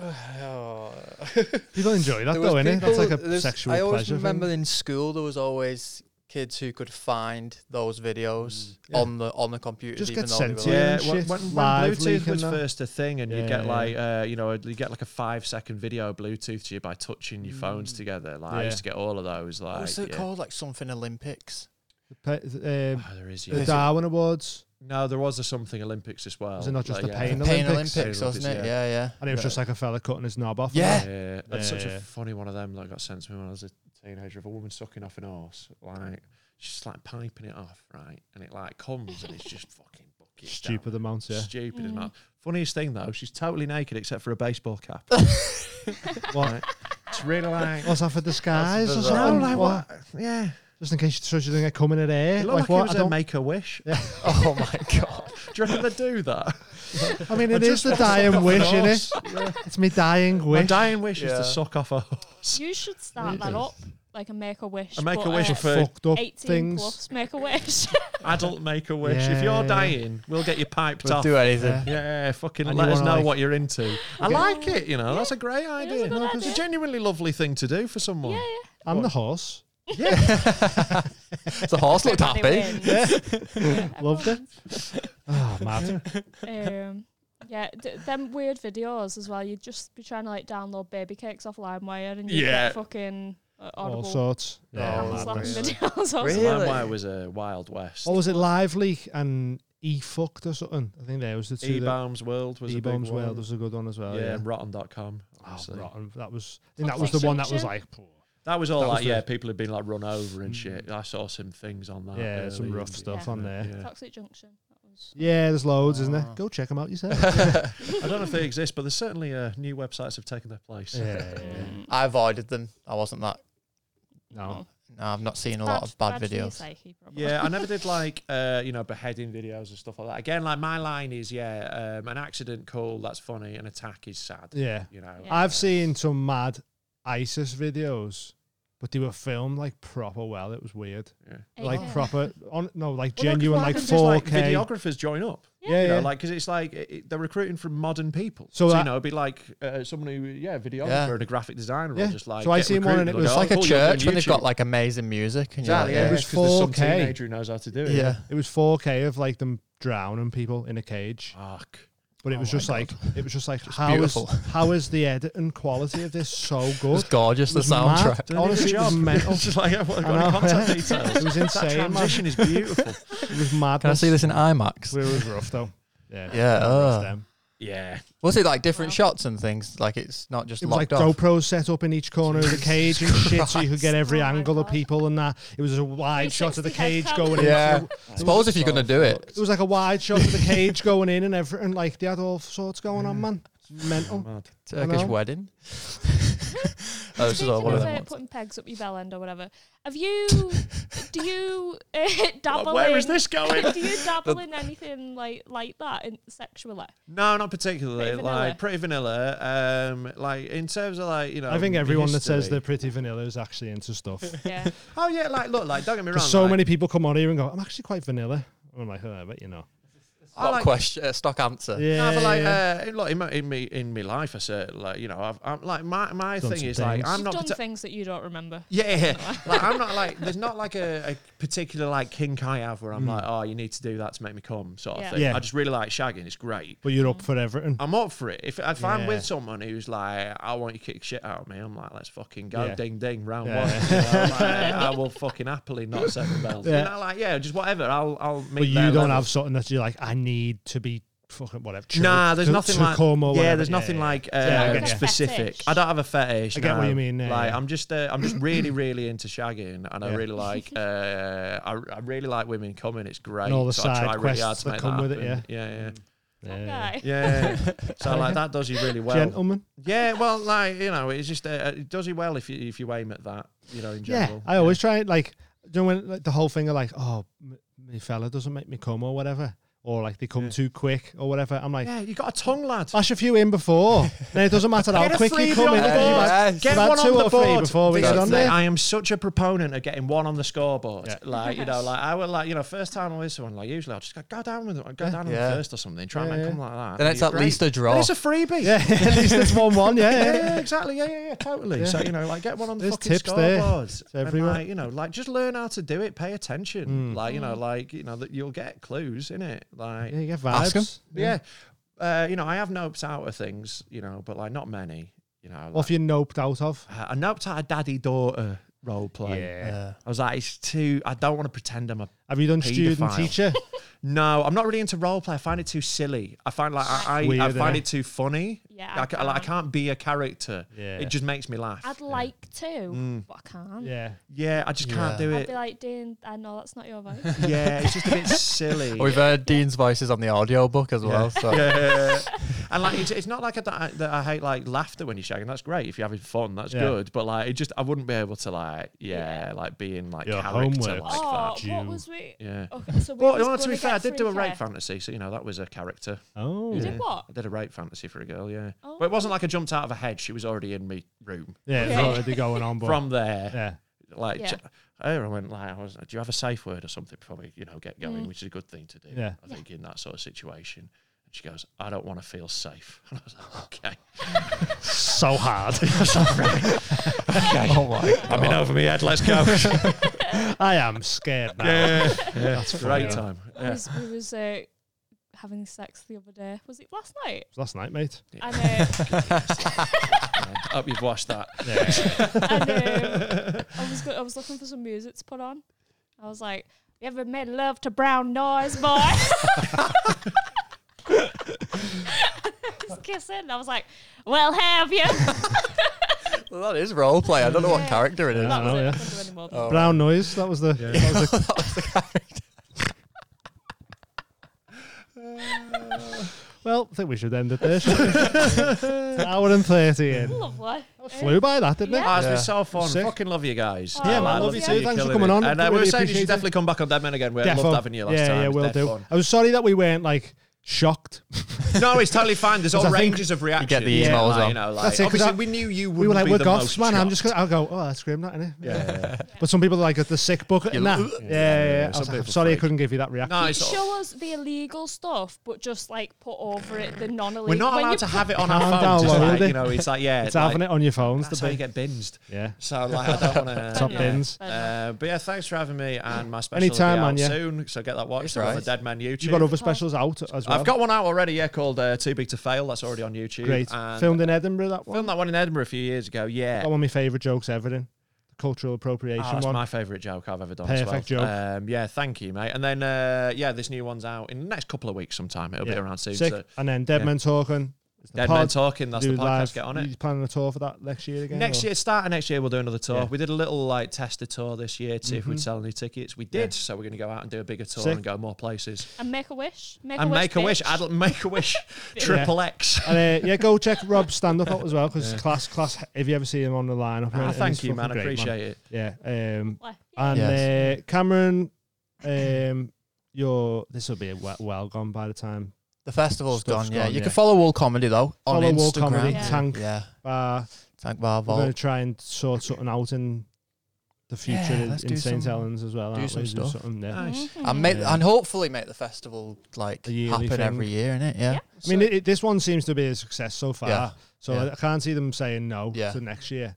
B: People enjoy that
F: There
B: though,
F: was
B: innit? That's like
F: people-
B: a
F: there's-
B: sexual
F: I always
B: pleasure.
F: remember in school there was always kids who could find those videos on the on the computer.
B: Mm, Just
F: even
B: get
F: though
B: sent
F: they
B: to
F: were
B: you.
F: like,
E: Yeah,
B: and
E: when,
B: shit,
E: when, when
B: live leak
E: Bluetooth
B: and
E: was
B: that.
E: first a thing, and
B: Yeah,
E: you'd get
B: yeah,
E: like, uh, you know, you get like a five second video Bluetooth to you by touching your phones together. Like I
B: Yeah.
E: used to get all of those. Like,
F: Mm. What was it
E: yeah.
F: called? Like something Olympics.
B: Pe- th- um,
E: Oh, there is,
B: the
E: yeah.
B: Darwin Awards.
E: No, there was a something Olympics as well.
B: Was it not just
E: like,
B: the
E: yeah.
B: pain
F: Pain
B: Olympics?
F: Olympics,
E: Pain
F: wasn't
E: Olympics,
F: it? Yeah, yeah.
B: And it was
F: Yeah.
B: just like a fella cutting his knob off. and
F: Yeah.
B: that. <laughs>
E: Yeah, that's such
B: Yeah.
E: a funny one of them that got sent to me when I was a teenager of a woman sucking off an horse. Like she's like piping it off, right? And it like comes and it's just fucking bucket.
B: Stupid amounts, yeah.
E: Stupid
F: Mm.
E: as well. Funniest thing though, she's totally naked except for a baseball
F: <laughs>
E: cap.
B: What?
E: It's really like
B: What's that for disguise or
F: bizarre.
E: no,
B: something?
E: like
B: What?
E: what? Yeah,
B: Just in case you so she doesn't get coming in here.
E: it
B: Like
E: looked like,
B: what?
E: it
B: I
E: was a
B: don't.
E: make a wish.
F: <laughs> Oh my god.
E: Do you reckon they do that?
B: I mean,
E: I
B: it is
E: just
B: the
E: want to <laughs> suck
B: dying
E: off
B: wish,
E: an
B: innit? It's me dying
E: My
B: wish.
E: dying wish is
F: Yeah.
E: to suck off a <laughs> horse.
G: You should start that up, like a make a wish.
E: A Make-A-Wish
B: For
E: for-
B: fucked up
G: 18
B: things.
G: plus make
B: <laughs>
G: a wish.
E: Adult make a wish. If
B: Yeah.
E: you're dying, we'll get you piped
F: We'll
E: off.
F: do anything.
E: Yeah, fucking
B: And
E: let
B: you
E: us
B: wanna,
E: know
B: like-
E: what you're into. I like it, you know. That's a great
G: is a
E: idea.
G: good
E: No, 'cause It's a
G: idea.
E: genuinely lovely thing to do for someone.
G: yeah,
B: I'm the horse.
F: <laughs> The horse looked
G: yeah.
F: happy.
B: Loved
E: <laughs>
B: it. Oh, mad.
G: Um, yeah, d- them weird videos as well. You'd just be trying to like download baby cakes off LimeWire and you
E: Yeah.
G: get fucking uh,
B: All
G: audible
B: sorts.
F: Yeah,
G: hand slapping
B: madness.
G: videos. <laughs> or
F: Really?
E: Limewire was a Wild West.
B: What was it? Live Leak and E Fucked or something. I think there was the two. that-
E: E-Bombs World was
B: E-Bombs
E: a big
B: World
E: one.
B: was a good one as well.
E: yeah,
B: Yeah.
E: and Rotten.com.
B: Oh,
E: obviously.
B: rotten. That was. I think that was the one that was like.
E: That was all
B: That was
E: like, yeah,
B: the- Hmm.
E: people had been like run over and shit. I saw some things on that.
B: Yeah, some
E: early
B: rough
E: and-
B: stuff
G: Yeah.
B: on
E: <laughs>
B: there.
E: Yeah.
G: Toxic Junction. That was
B: Yeah, there's loads, isn't there? Go check them out yourself.
E: <laughs> I don't know if they exist, but there's certainly uh, new websites have taken their place.
B: yeah.
G: Mm,
B: Mm.
F: I avoided them. I wasn't that.
B: No.
F: No, I've not seen a lot of bad,
G: for your
F: videos.
G: psyche, probably.
E: Yeah, I never did like uh, you know beheading videos and stuff like that. Again, like my line is yeah, um, an accident cool, that's funny. An attack is sad.
B: Yeah.
E: You know,
G: Yeah.
B: I've seen some mad ISIS videos, but they were filmed like proper well. It was weird. Like
G: Yeah.
B: proper on no, like
E: Well, look,
B: genuine
E: what
B: like
E: happens is, like,
B: 4K.
E: videographers join up.
B: yeah,
E: You
B: yeah.
E: know, like because it's like it, it- they're recruiting from modern people.
B: So
E: So,
B: that-
E: you know, it'd be like uh, someone who, yeah, a videographer
F: Yeah.
E: and a graphic designer,
B: Yeah.
E: or just like.
B: So I
E: get
B: seen one and
E: recruited
B: it was
E: go,
F: It's like a
E: "Oh, cool, you're doing
F: church when they've
E: YouTube."
F: got like amazing music and
E: exactly.
F: you're
E: Yeah,
F: like,
B: was
E: because there's some
B: 4K.
E: teenager who knows how to do it.
F: yeah. yeah.
B: it was 4K of like them drowning people in a cage,
E: Fuck.
B: but it was
F: Oh my
B: just
F: God.
B: like it was just like how is
F: beautiful. <laughs>
B: how is the edit and quality of this so
F: It was
B: good?
F: gorgeous.
B: It
F: The
B: was mad.
F: soundtrack.
E: Doing a
B: Honestly,
E: good
B: it was
E: <laughs> job.
B: mental.
E: It's just like, I've got
B: I
E: any
B: know, <laughs>
E: contact
B: yeah.
E: details.
B: It was
E: That
B: insane. man.
E: transition is beautiful.
B: <laughs> It was mad.
F: Can I see this in IMAX?
B: It was rough though. Yeah.
F: Yeah,
B: it was
F: uh.
B: them.
E: Yeah.
F: Was it like different shots and things? Like it's not just
B: It was like
F: locked off.
B: GoPros set up in each corner of the cage and shit, so you could get every
G: Oh my
B: angle of
G: God.
B: people and that. It was a wide shot of the
G: 360 head
B: cage
G: cam.
B: going in.
F: Yeah.
B: <laughs> It
F: Suppose if you're gonna do it,
B: was like a wide shot of the cage going in and everything. Like they had all sorts going on, man. It's mental.
E: Mad.
F: Turkish
B: know.
F: wedding. <laughs> oh, this is all
G: Speaking
F: one of
G: of
F: them.
G: uh,
F: ones.
G: putting pegs up your bell end or whatever, have you? <laughs> do you
F: <laughs>
G: uh, dabble?
E: Where
G: in,
E: is this going?
G: <laughs> Do you dabble in anything like like that in,
E: <laughs>
G: sexually?
E: No, not particularly.
G: Pretty vanilla.
E: like pretty vanilla. Um, like in terms of like you know,
B: I think everyone that says
E: history-
B: they're pretty vanilla is actually into
E: <laughs>
B: stuff.
G: Yeah.
E: Oh yeah, like look, like don't get me wrong.
B: Because so
E: like,
B: many people come on here and go, "I'm actually quite vanilla." And I'm like, oh, "I bet you know."
E: I
F: Stock
E: like-
F: question. Uh, stock answer.
B: Yeah,
E: No, but like,
B: yeah.
E: uh, in- like in my in me in me life, I said like you know, I've, I'm like my my
B: Done
E: thing
B: some
E: is like
B: things.
E: I'm
G: You've
E: not.
G: done
E: parti-
G: things that you don't remember.
E: yeah,
G: <laughs>
E: like, I'm not like there's not like a, a particular like kink I have where I'm like oh you need to do that to make me come sort
G: Yeah.
E: of thing.
B: Hmm. Yeah.
E: I just really like shagging. It's great.
B: but you're up for everything.
E: I'm up for it. If if I'm
B: Yeah.
E: with someone who's like, I want you to kick shit out of me, I'm like, let's fucking go,
B: Yeah.
E: ding ding, round
B: Yeah.
E: one.
B: <laughs>
E: You know, like, <laughs> I will fucking happily not set the belt.
B: Yeah.
E: You know, like yeah, just whatever. I'll I'll meet.
B: But you
E: their
B: don't
E: level.
B: have something that you're like, "I need to be fucking whatever." chill-
E: Nah, there's
B: to-
E: nothing
B: to
E: like
B: come or
E: yeah,
B: whatever."
E: there's nothing
B: yeah.
E: like uh,
B: Yeah, I get you.
E: specific.
G: Fetish.
E: I don't have a fetish.
B: I get what
E: no.
B: you mean, yeah,
E: like
B: yeah.
E: I'm just uh, I'm just
B: <laughs>
E: really really into shagging, and
B: Yeah.
E: I really like uh, I, I really like women coming. It's great.
B: all the
E: so
B: side
E: I try really hard
B: quests
E: to
B: that
E: make
B: come
E: that
B: with it,
E: happen.
B: <laughs>
E: yeah,
B: Yeah.
G: Okay.
E: yeah, yeah. so like that does you
B: <laughs>
E: really well.
B: Gentlemen.
E: Yeah, well, like you know, it's just uh, it does you well if you if you aim at that, you know, in
B: Yeah,
E: general.
B: I always try it. Like, do you know when like the whole thing of like, oh, m- me fella doesn't make me come or whatever. or like they come too quick or whatever. I'm like, Oh,
E: Yeah, you got a tongue, lad.
B: bash a few in
E: <laughs>
B: before. then it doesn't matter how
E: Get a
B: quick
E: freebie
B: you come
E: on
B: in.
E: the
B: You've
E: board.
B: had-
F: Yes.
E: Get
B: you've had
E: one
B: two
E: on the
B: or three
E: board
B: before we get
E: That's
B: on
E: it.
B: there.
E: I am such a proponent of getting one on the scoreboard. Like you know, like I would like you know, first time I'm with someone, like usually I'll just go, go down with them, go down on
F: Yeah.
E: them first or something, try and
B: Yeah,
E: make them like that.
F: Then it's at least a draw.
E: Then it's a freebie.
B: yeah, <laughs> at least it's one one. Yeah,
E: Yeah,
B: yeah,
E: <laughs> yeah, exactly. Yeah, yeah, yeah, totally. So you know, like, get one on the
B: There's
E: fucking
B: tips there
E: scoreboards.
B: to everyone.
E: And, like, you know, like, just learn how to do it. Pay attention.
B: Mm.
E: Like, you know, like, you know, that you'll get clues in it. Like,
B: yeah. You get
F: Ask 'em.
B: vibes.
E: yeah. Uh, you know, I have noped out of things, you know, but like not many. You know,
B: What
E: like,
B: have you noped out of?
E: I I noped out a daddy daughter role play.
F: Yeah.
E: I was like, it's too. I don't want to pretend I'm a.
B: Uh, Have you done student
E: Paedophile. <laughs>
B: teacher?
E: No, I'm not really into role play. I find it too silly. I find like I, I, I
B: Weird,
E: find
B: innit?
E: it too funny.
G: Yeah,
E: I,
G: I
E: ca- like, I
G: can't.
E: can't be a character.
B: Yeah.
E: It just makes me laugh.
G: I'd like to, but I can't.
B: yeah.
E: Mm. yeah, I just can't
F: Yeah.
E: do
G: I'd
E: it.
G: be like, Dean, I know that's not your voice.
E: <laughs> yeah, it's just
G: <laughs>
E: a bit silly.
F: We've heard Dean's voices on the audio book as well. So
E: Yeah. and like it's, it's not like I, that I- that I hate like laughter when you're shagging. That's great if you're having fun. That's
B: Yeah.
E: good. But like it just I wouldn't be able to like yeah, like be in like
B: Your
E: character
B: homework.
E: like
G: oh,
E: that.
G: what
B: you.
G: was we?
E: Yeah.
G: Okay, so we
E: But
G: was
E: you know, to be
G: gonna
E: fair, I
G: get
E: did do a
G: free
E: rape
G: care.
E: fantasy, so you know that was a character.
B: Oh.
G: You
B: Yeah.
G: did what?
E: I did a rape fantasy for a girl, yeah.
G: Oh.
E: But it wasn't like I jumped out of a hedge. She was already in my room.
B: It's already going on, but
E: From there,
B: yeah.
E: like
G: Yeah.
E: ch- I went like, I was, do you have a safe word or something before we, you know, get
G: Mm.
E: going? Which is a good thing to do.
B: Yeah.
E: I think in that sort of situation. And she goes, I don't want to feel safe. <laughs> And I was
B: <laughs>
E: like, okay.
B: So
E: <laughs>
B: hard.
F: oh my
E: I'm in over my head. Let's go.
B: <laughs> I am scared now.
E: That's great time.
G: We was, we was uh, having sex the other day. Was it last night?
B: Last night, mate.
G: And, uh,
E: <laughs> Hope you've watched that.
G: and um, I was go- I was looking for some music to put on. I was like, "You ever made love to brown noise, boy?" <laughs> I was kissing. I was like, "Well, have you?"
F: Well, that is role play. I don't know what
G: Yeah.
F: character it is.
G: That was
B: know,
G: it.
B: yeah. Oh.
G: I couldn't do any more than that.
B: <laughs> Brown noise. That was the. That was
E: <laughs>
B: the <laughs> well, I think we should end it there. shouldn't we? An hour and thirty in.
G: Lovely.
B: Flew by that, didn't
G: Yeah.
E: Oh, it's been
F: Yeah.
E: so fun.
B: Sick.
E: Fucking love you guys.
G: Yeah,
E: Oh,
G: man,
E: I
G: love you too.
E: you're
B: Thanks for
E: killing
B: coming on.
E: it. And uh, we were
B: Really
E: saying you
B: appreciate it.
E: should definitely come back on Dead Men again. We
B: Defo.
E: loved having you last
B: yeah,
E: time.
B: Yeah,
E: It's
B: will
E: dead
B: do.
E: fun.
B: I was sorry that we weren't like shocked.
E: No, it's totally fine. There's all
B: I think
E: ranges of reactions.
F: get the
E: Yeah,
F: emails
E: like,
F: on.
E: You know, like,
B: That's it, 'cause
E: obviously,
B: I-
E: we knew you would
B: we were like,
E: be
B: we're
E: the
B: goths,
E: most
B: man. I'm just
E: shocked.
B: gonna. I'll go. Oh, that's grim, that innit?
E: Yeah, yeah, yeah.
B: <laughs> But some people are like at the sick book.
F: Yeah,
B: Nah. Yeah,
F: yeah,
B: yeah. yeah. I
E: some
B: was like, I'm
E: people
B: sorry, I
E: freak.
B: couldn't give you that reaction.
E: No, it's all-
G: Show us the illegal stuff, but just like put over it the non-illegal.
E: we're not
G: When you
E: allowed to
G: put-
E: have it on our
B: Can't
E: phones. It's
B: download
E: like,
B: it.
E: you know, it's like yeah,
B: it's
E: like,
B: having it on your phones.
E: That's
B: the
E: how you
B: big-
E: get binged.
B: Yeah.
E: So like, I don't want to
B: Top bins.
E: Uh, but yeah, thanks for having me. And my special
B: Anytime,
E: will
B: man,
E: be
B: yeah.
E: out soon, so get that watched on
F: right.
E: the Dead Man YouTube.
B: You've got other specials out as well.
E: I've got one out already, yeah, called uh, Too Big to Fail. That's already on YouTube.
B: great
E: And
B: filmed in Edinburgh. That one.
E: filmed that one in Edinburgh a few years ago. Yeah.
B: Got one of my favourite jokes ever. In the cultural
E: Oh,
B: appropriation
E: that's
B: one.
E: my favourite joke I've ever done.
B: Perfect
E: as well.
B: joke.
E: Um, yeah, thank you, mate. And then, uh, yeah, this new one's out in the next couple of weeks sometime. It'll
B: Yeah.
E: be around soon.
B: Sick.
E: So
B: and then Dead
E: yeah.
B: Men Talking. It's the
E: Dead
B: pod.
E: Men Talking, that's
B: Do
E: the podcast.
B: live.
E: Get on it.
B: You planning a tour for that next year again?
E: Next
B: or-
E: year, start of next year, we'll do another tour.
B: Yeah. Mm-hmm.
E: We did a little like tester tour this year to see if we'd sell any tickets. We did, so we're going to go out and do a bigger tour
B: Sick.
E: and go more places.
G: and make a wish. Make a
E: and
G: wish,
E: make a wish.
G: bitch.
E: I'd make
G: <laughs>
E: a wish. Triple X.
B: And uh, yeah, go check Rob's stand up out as well because class, class. If you ever see him on the lineup,
E: Ah,
B: and he's
E: thank you,
B: fucking
E: man. I
B: great,
E: appreciate it.
B: Yeah. Um,
G: Like,
B: and
F: Yes.
B: uh, Cameron, um, your this will be well, well gone by the time.
F: The festival's
B: Stuff's
F: done. Yeah,
B: gone,
F: you
B: yeah.
F: can follow Wall Comedy though on
B: Follow
F: Instagram.
B: Wall Comedy
G: Yeah.
B: Tank
F: Yeah,
B: Bar.
F: Tank Bar
B: We're going to
F: Vault.
B: try and sort something out in the future
F: Yeah,
B: in,
F: let's
B: in
F: do
B: St
F: some-
B: Helens as well.
F: do
B: aren't
F: some
B: we?
F: stuff.
B: something there.
G: Mm-hmm.
E: Nice.
F: And make
B: Yeah.
F: and hopefully make the festival like
B: A yearly
F: happen
B: thing.
F: every year, innit? Yeah.
G: Yeah.
B: I mean, it, it- this one seems to be a success so far,
F: Yeah.
B: so
F: Yeah.
B: I, I can't see them saying no
F: Yeah.
B: to next
F: <clears throat>
B: year.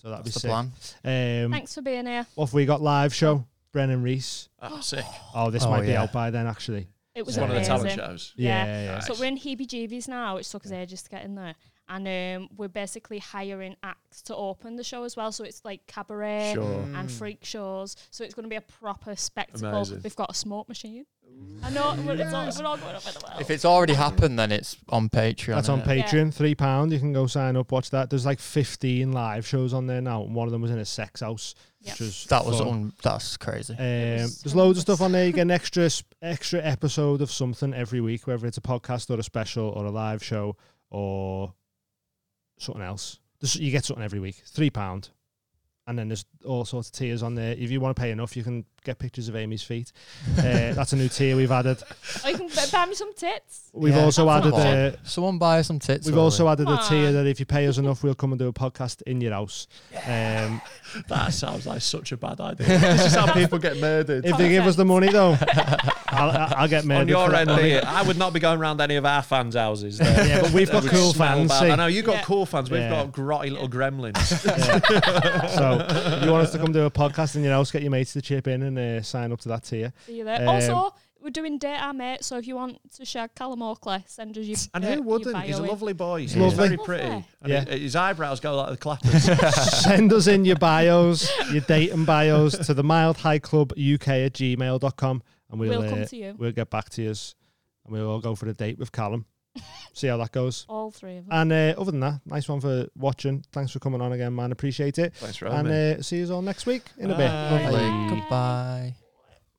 B: So that'd
F: That's the
B: be sick.
F: plan.
B: Um,
G: Thanks for being here.
B: What have we got live show? Brennan Reese.
E: Oh, sick.
B: Oh, this
F: Oh,
B: might be
F: yeah.
B: out by then, actually.
G: It was
E: It's one of the
G: amazing.
E: talent shows.
B: Yeah,
G: Yeah.
B: yeah.
G: So we're in heebie jeebies now, which took us ages to get in there. And um, we're basically hiring acts to open the show as well. So it's like cabaret
E: Sure.
B: Mm.
G: and freak shows. So it's going to be a proper spectacle.
E: Amazing.
G: We've got a smoke machine. I know, we're, it's all, we're all going up in the world.
F: If it's already happened, then it's on Patreon.
B: That's on
F: Patreon.
B: Patreon. Three pound. You can go sign up, watch that. There's like 15 live shows on there now, and one of them was in a sex house,
G: Yep.
B: which was
F: That was
B: fun.
F: un- that's crazy.
B: Um,
G: was
B: there's loads of
G: horrendous.
B: stuff on there. You get an extra sp- extra episode of something every week, whether it's a podcast or a special or a live show or something else. There's, you get something every week, three pound, and then there's all sorts of tiers on there. If you want to pay enough, you can get pictures of Amy's feet. Uh, that's a new tier we've added.
G: Oh, you can b- buy me some tits.
B: We've also
F: that's
B: added
F: not
B: a,
F: bad. Someone buy us some tits.
B: We've
F: Ollie.
B: also added a
G: Come
B: tier
G: on.
B: that if you pay us enough, we'll come and do a podcast in your house. Um,
E: <laughs> That sounds like such a
B: <laughs>
E: bad idea. this is how people get murdered.
B: if they give us the money, though, I'll, I'll get murdered.
E: on your
B: for
E: end,
B: that money.
E: Ian, I would not be going round any of our
B: <laughs>
E: fans' houses. There.
B: yeah, but we've got
E: <laughs> Would
B: cool
E: smell
B: fans.
E: bad.
B: see?
E: I know you've got
G: Yeah.
E: cool fans. We've
B: Yeah.
E: got grotty
G: <laughs>
E: little gremlins. <laughs>
B: So you want us to come do a podcast in your house? Get your mates to chip in and uh, sign up to that
E: <laughs>
B: tier.
G: See you there.
B: Um,
G: also, we're doing date our mate, so if you want to shag Callum Oakley, send us your
E: And
G: uh,
E: who
G: your
E: wouldn't?
G: bio
E: He's a
G: in.
E: lovely boy. He's
B: lovely.
E: very
G: Lovely.
E: pretty. And
B: Yeah.
E: his, his eyebrows go like
B: <laughs>
E: the clappers.
B: Send us in your bios, your date and bios to the mild high club uk at gmail.com and we'll,
G: We'll come
B: uh,
G: to you.
B: we'll get back to you and we'll all go for a date
G: <laughs>
B: with Callum. See how that goes.
G: All three of them.
B: And uh, other than that, nice one for watching. Thanks for coming on again, man. Appreciate it.
E: Thanks for having
B: And
E: me.
B: uh, see you all next week in a bit.
E: Bye.
B: Lovely.
F: Lovely. Goodbye.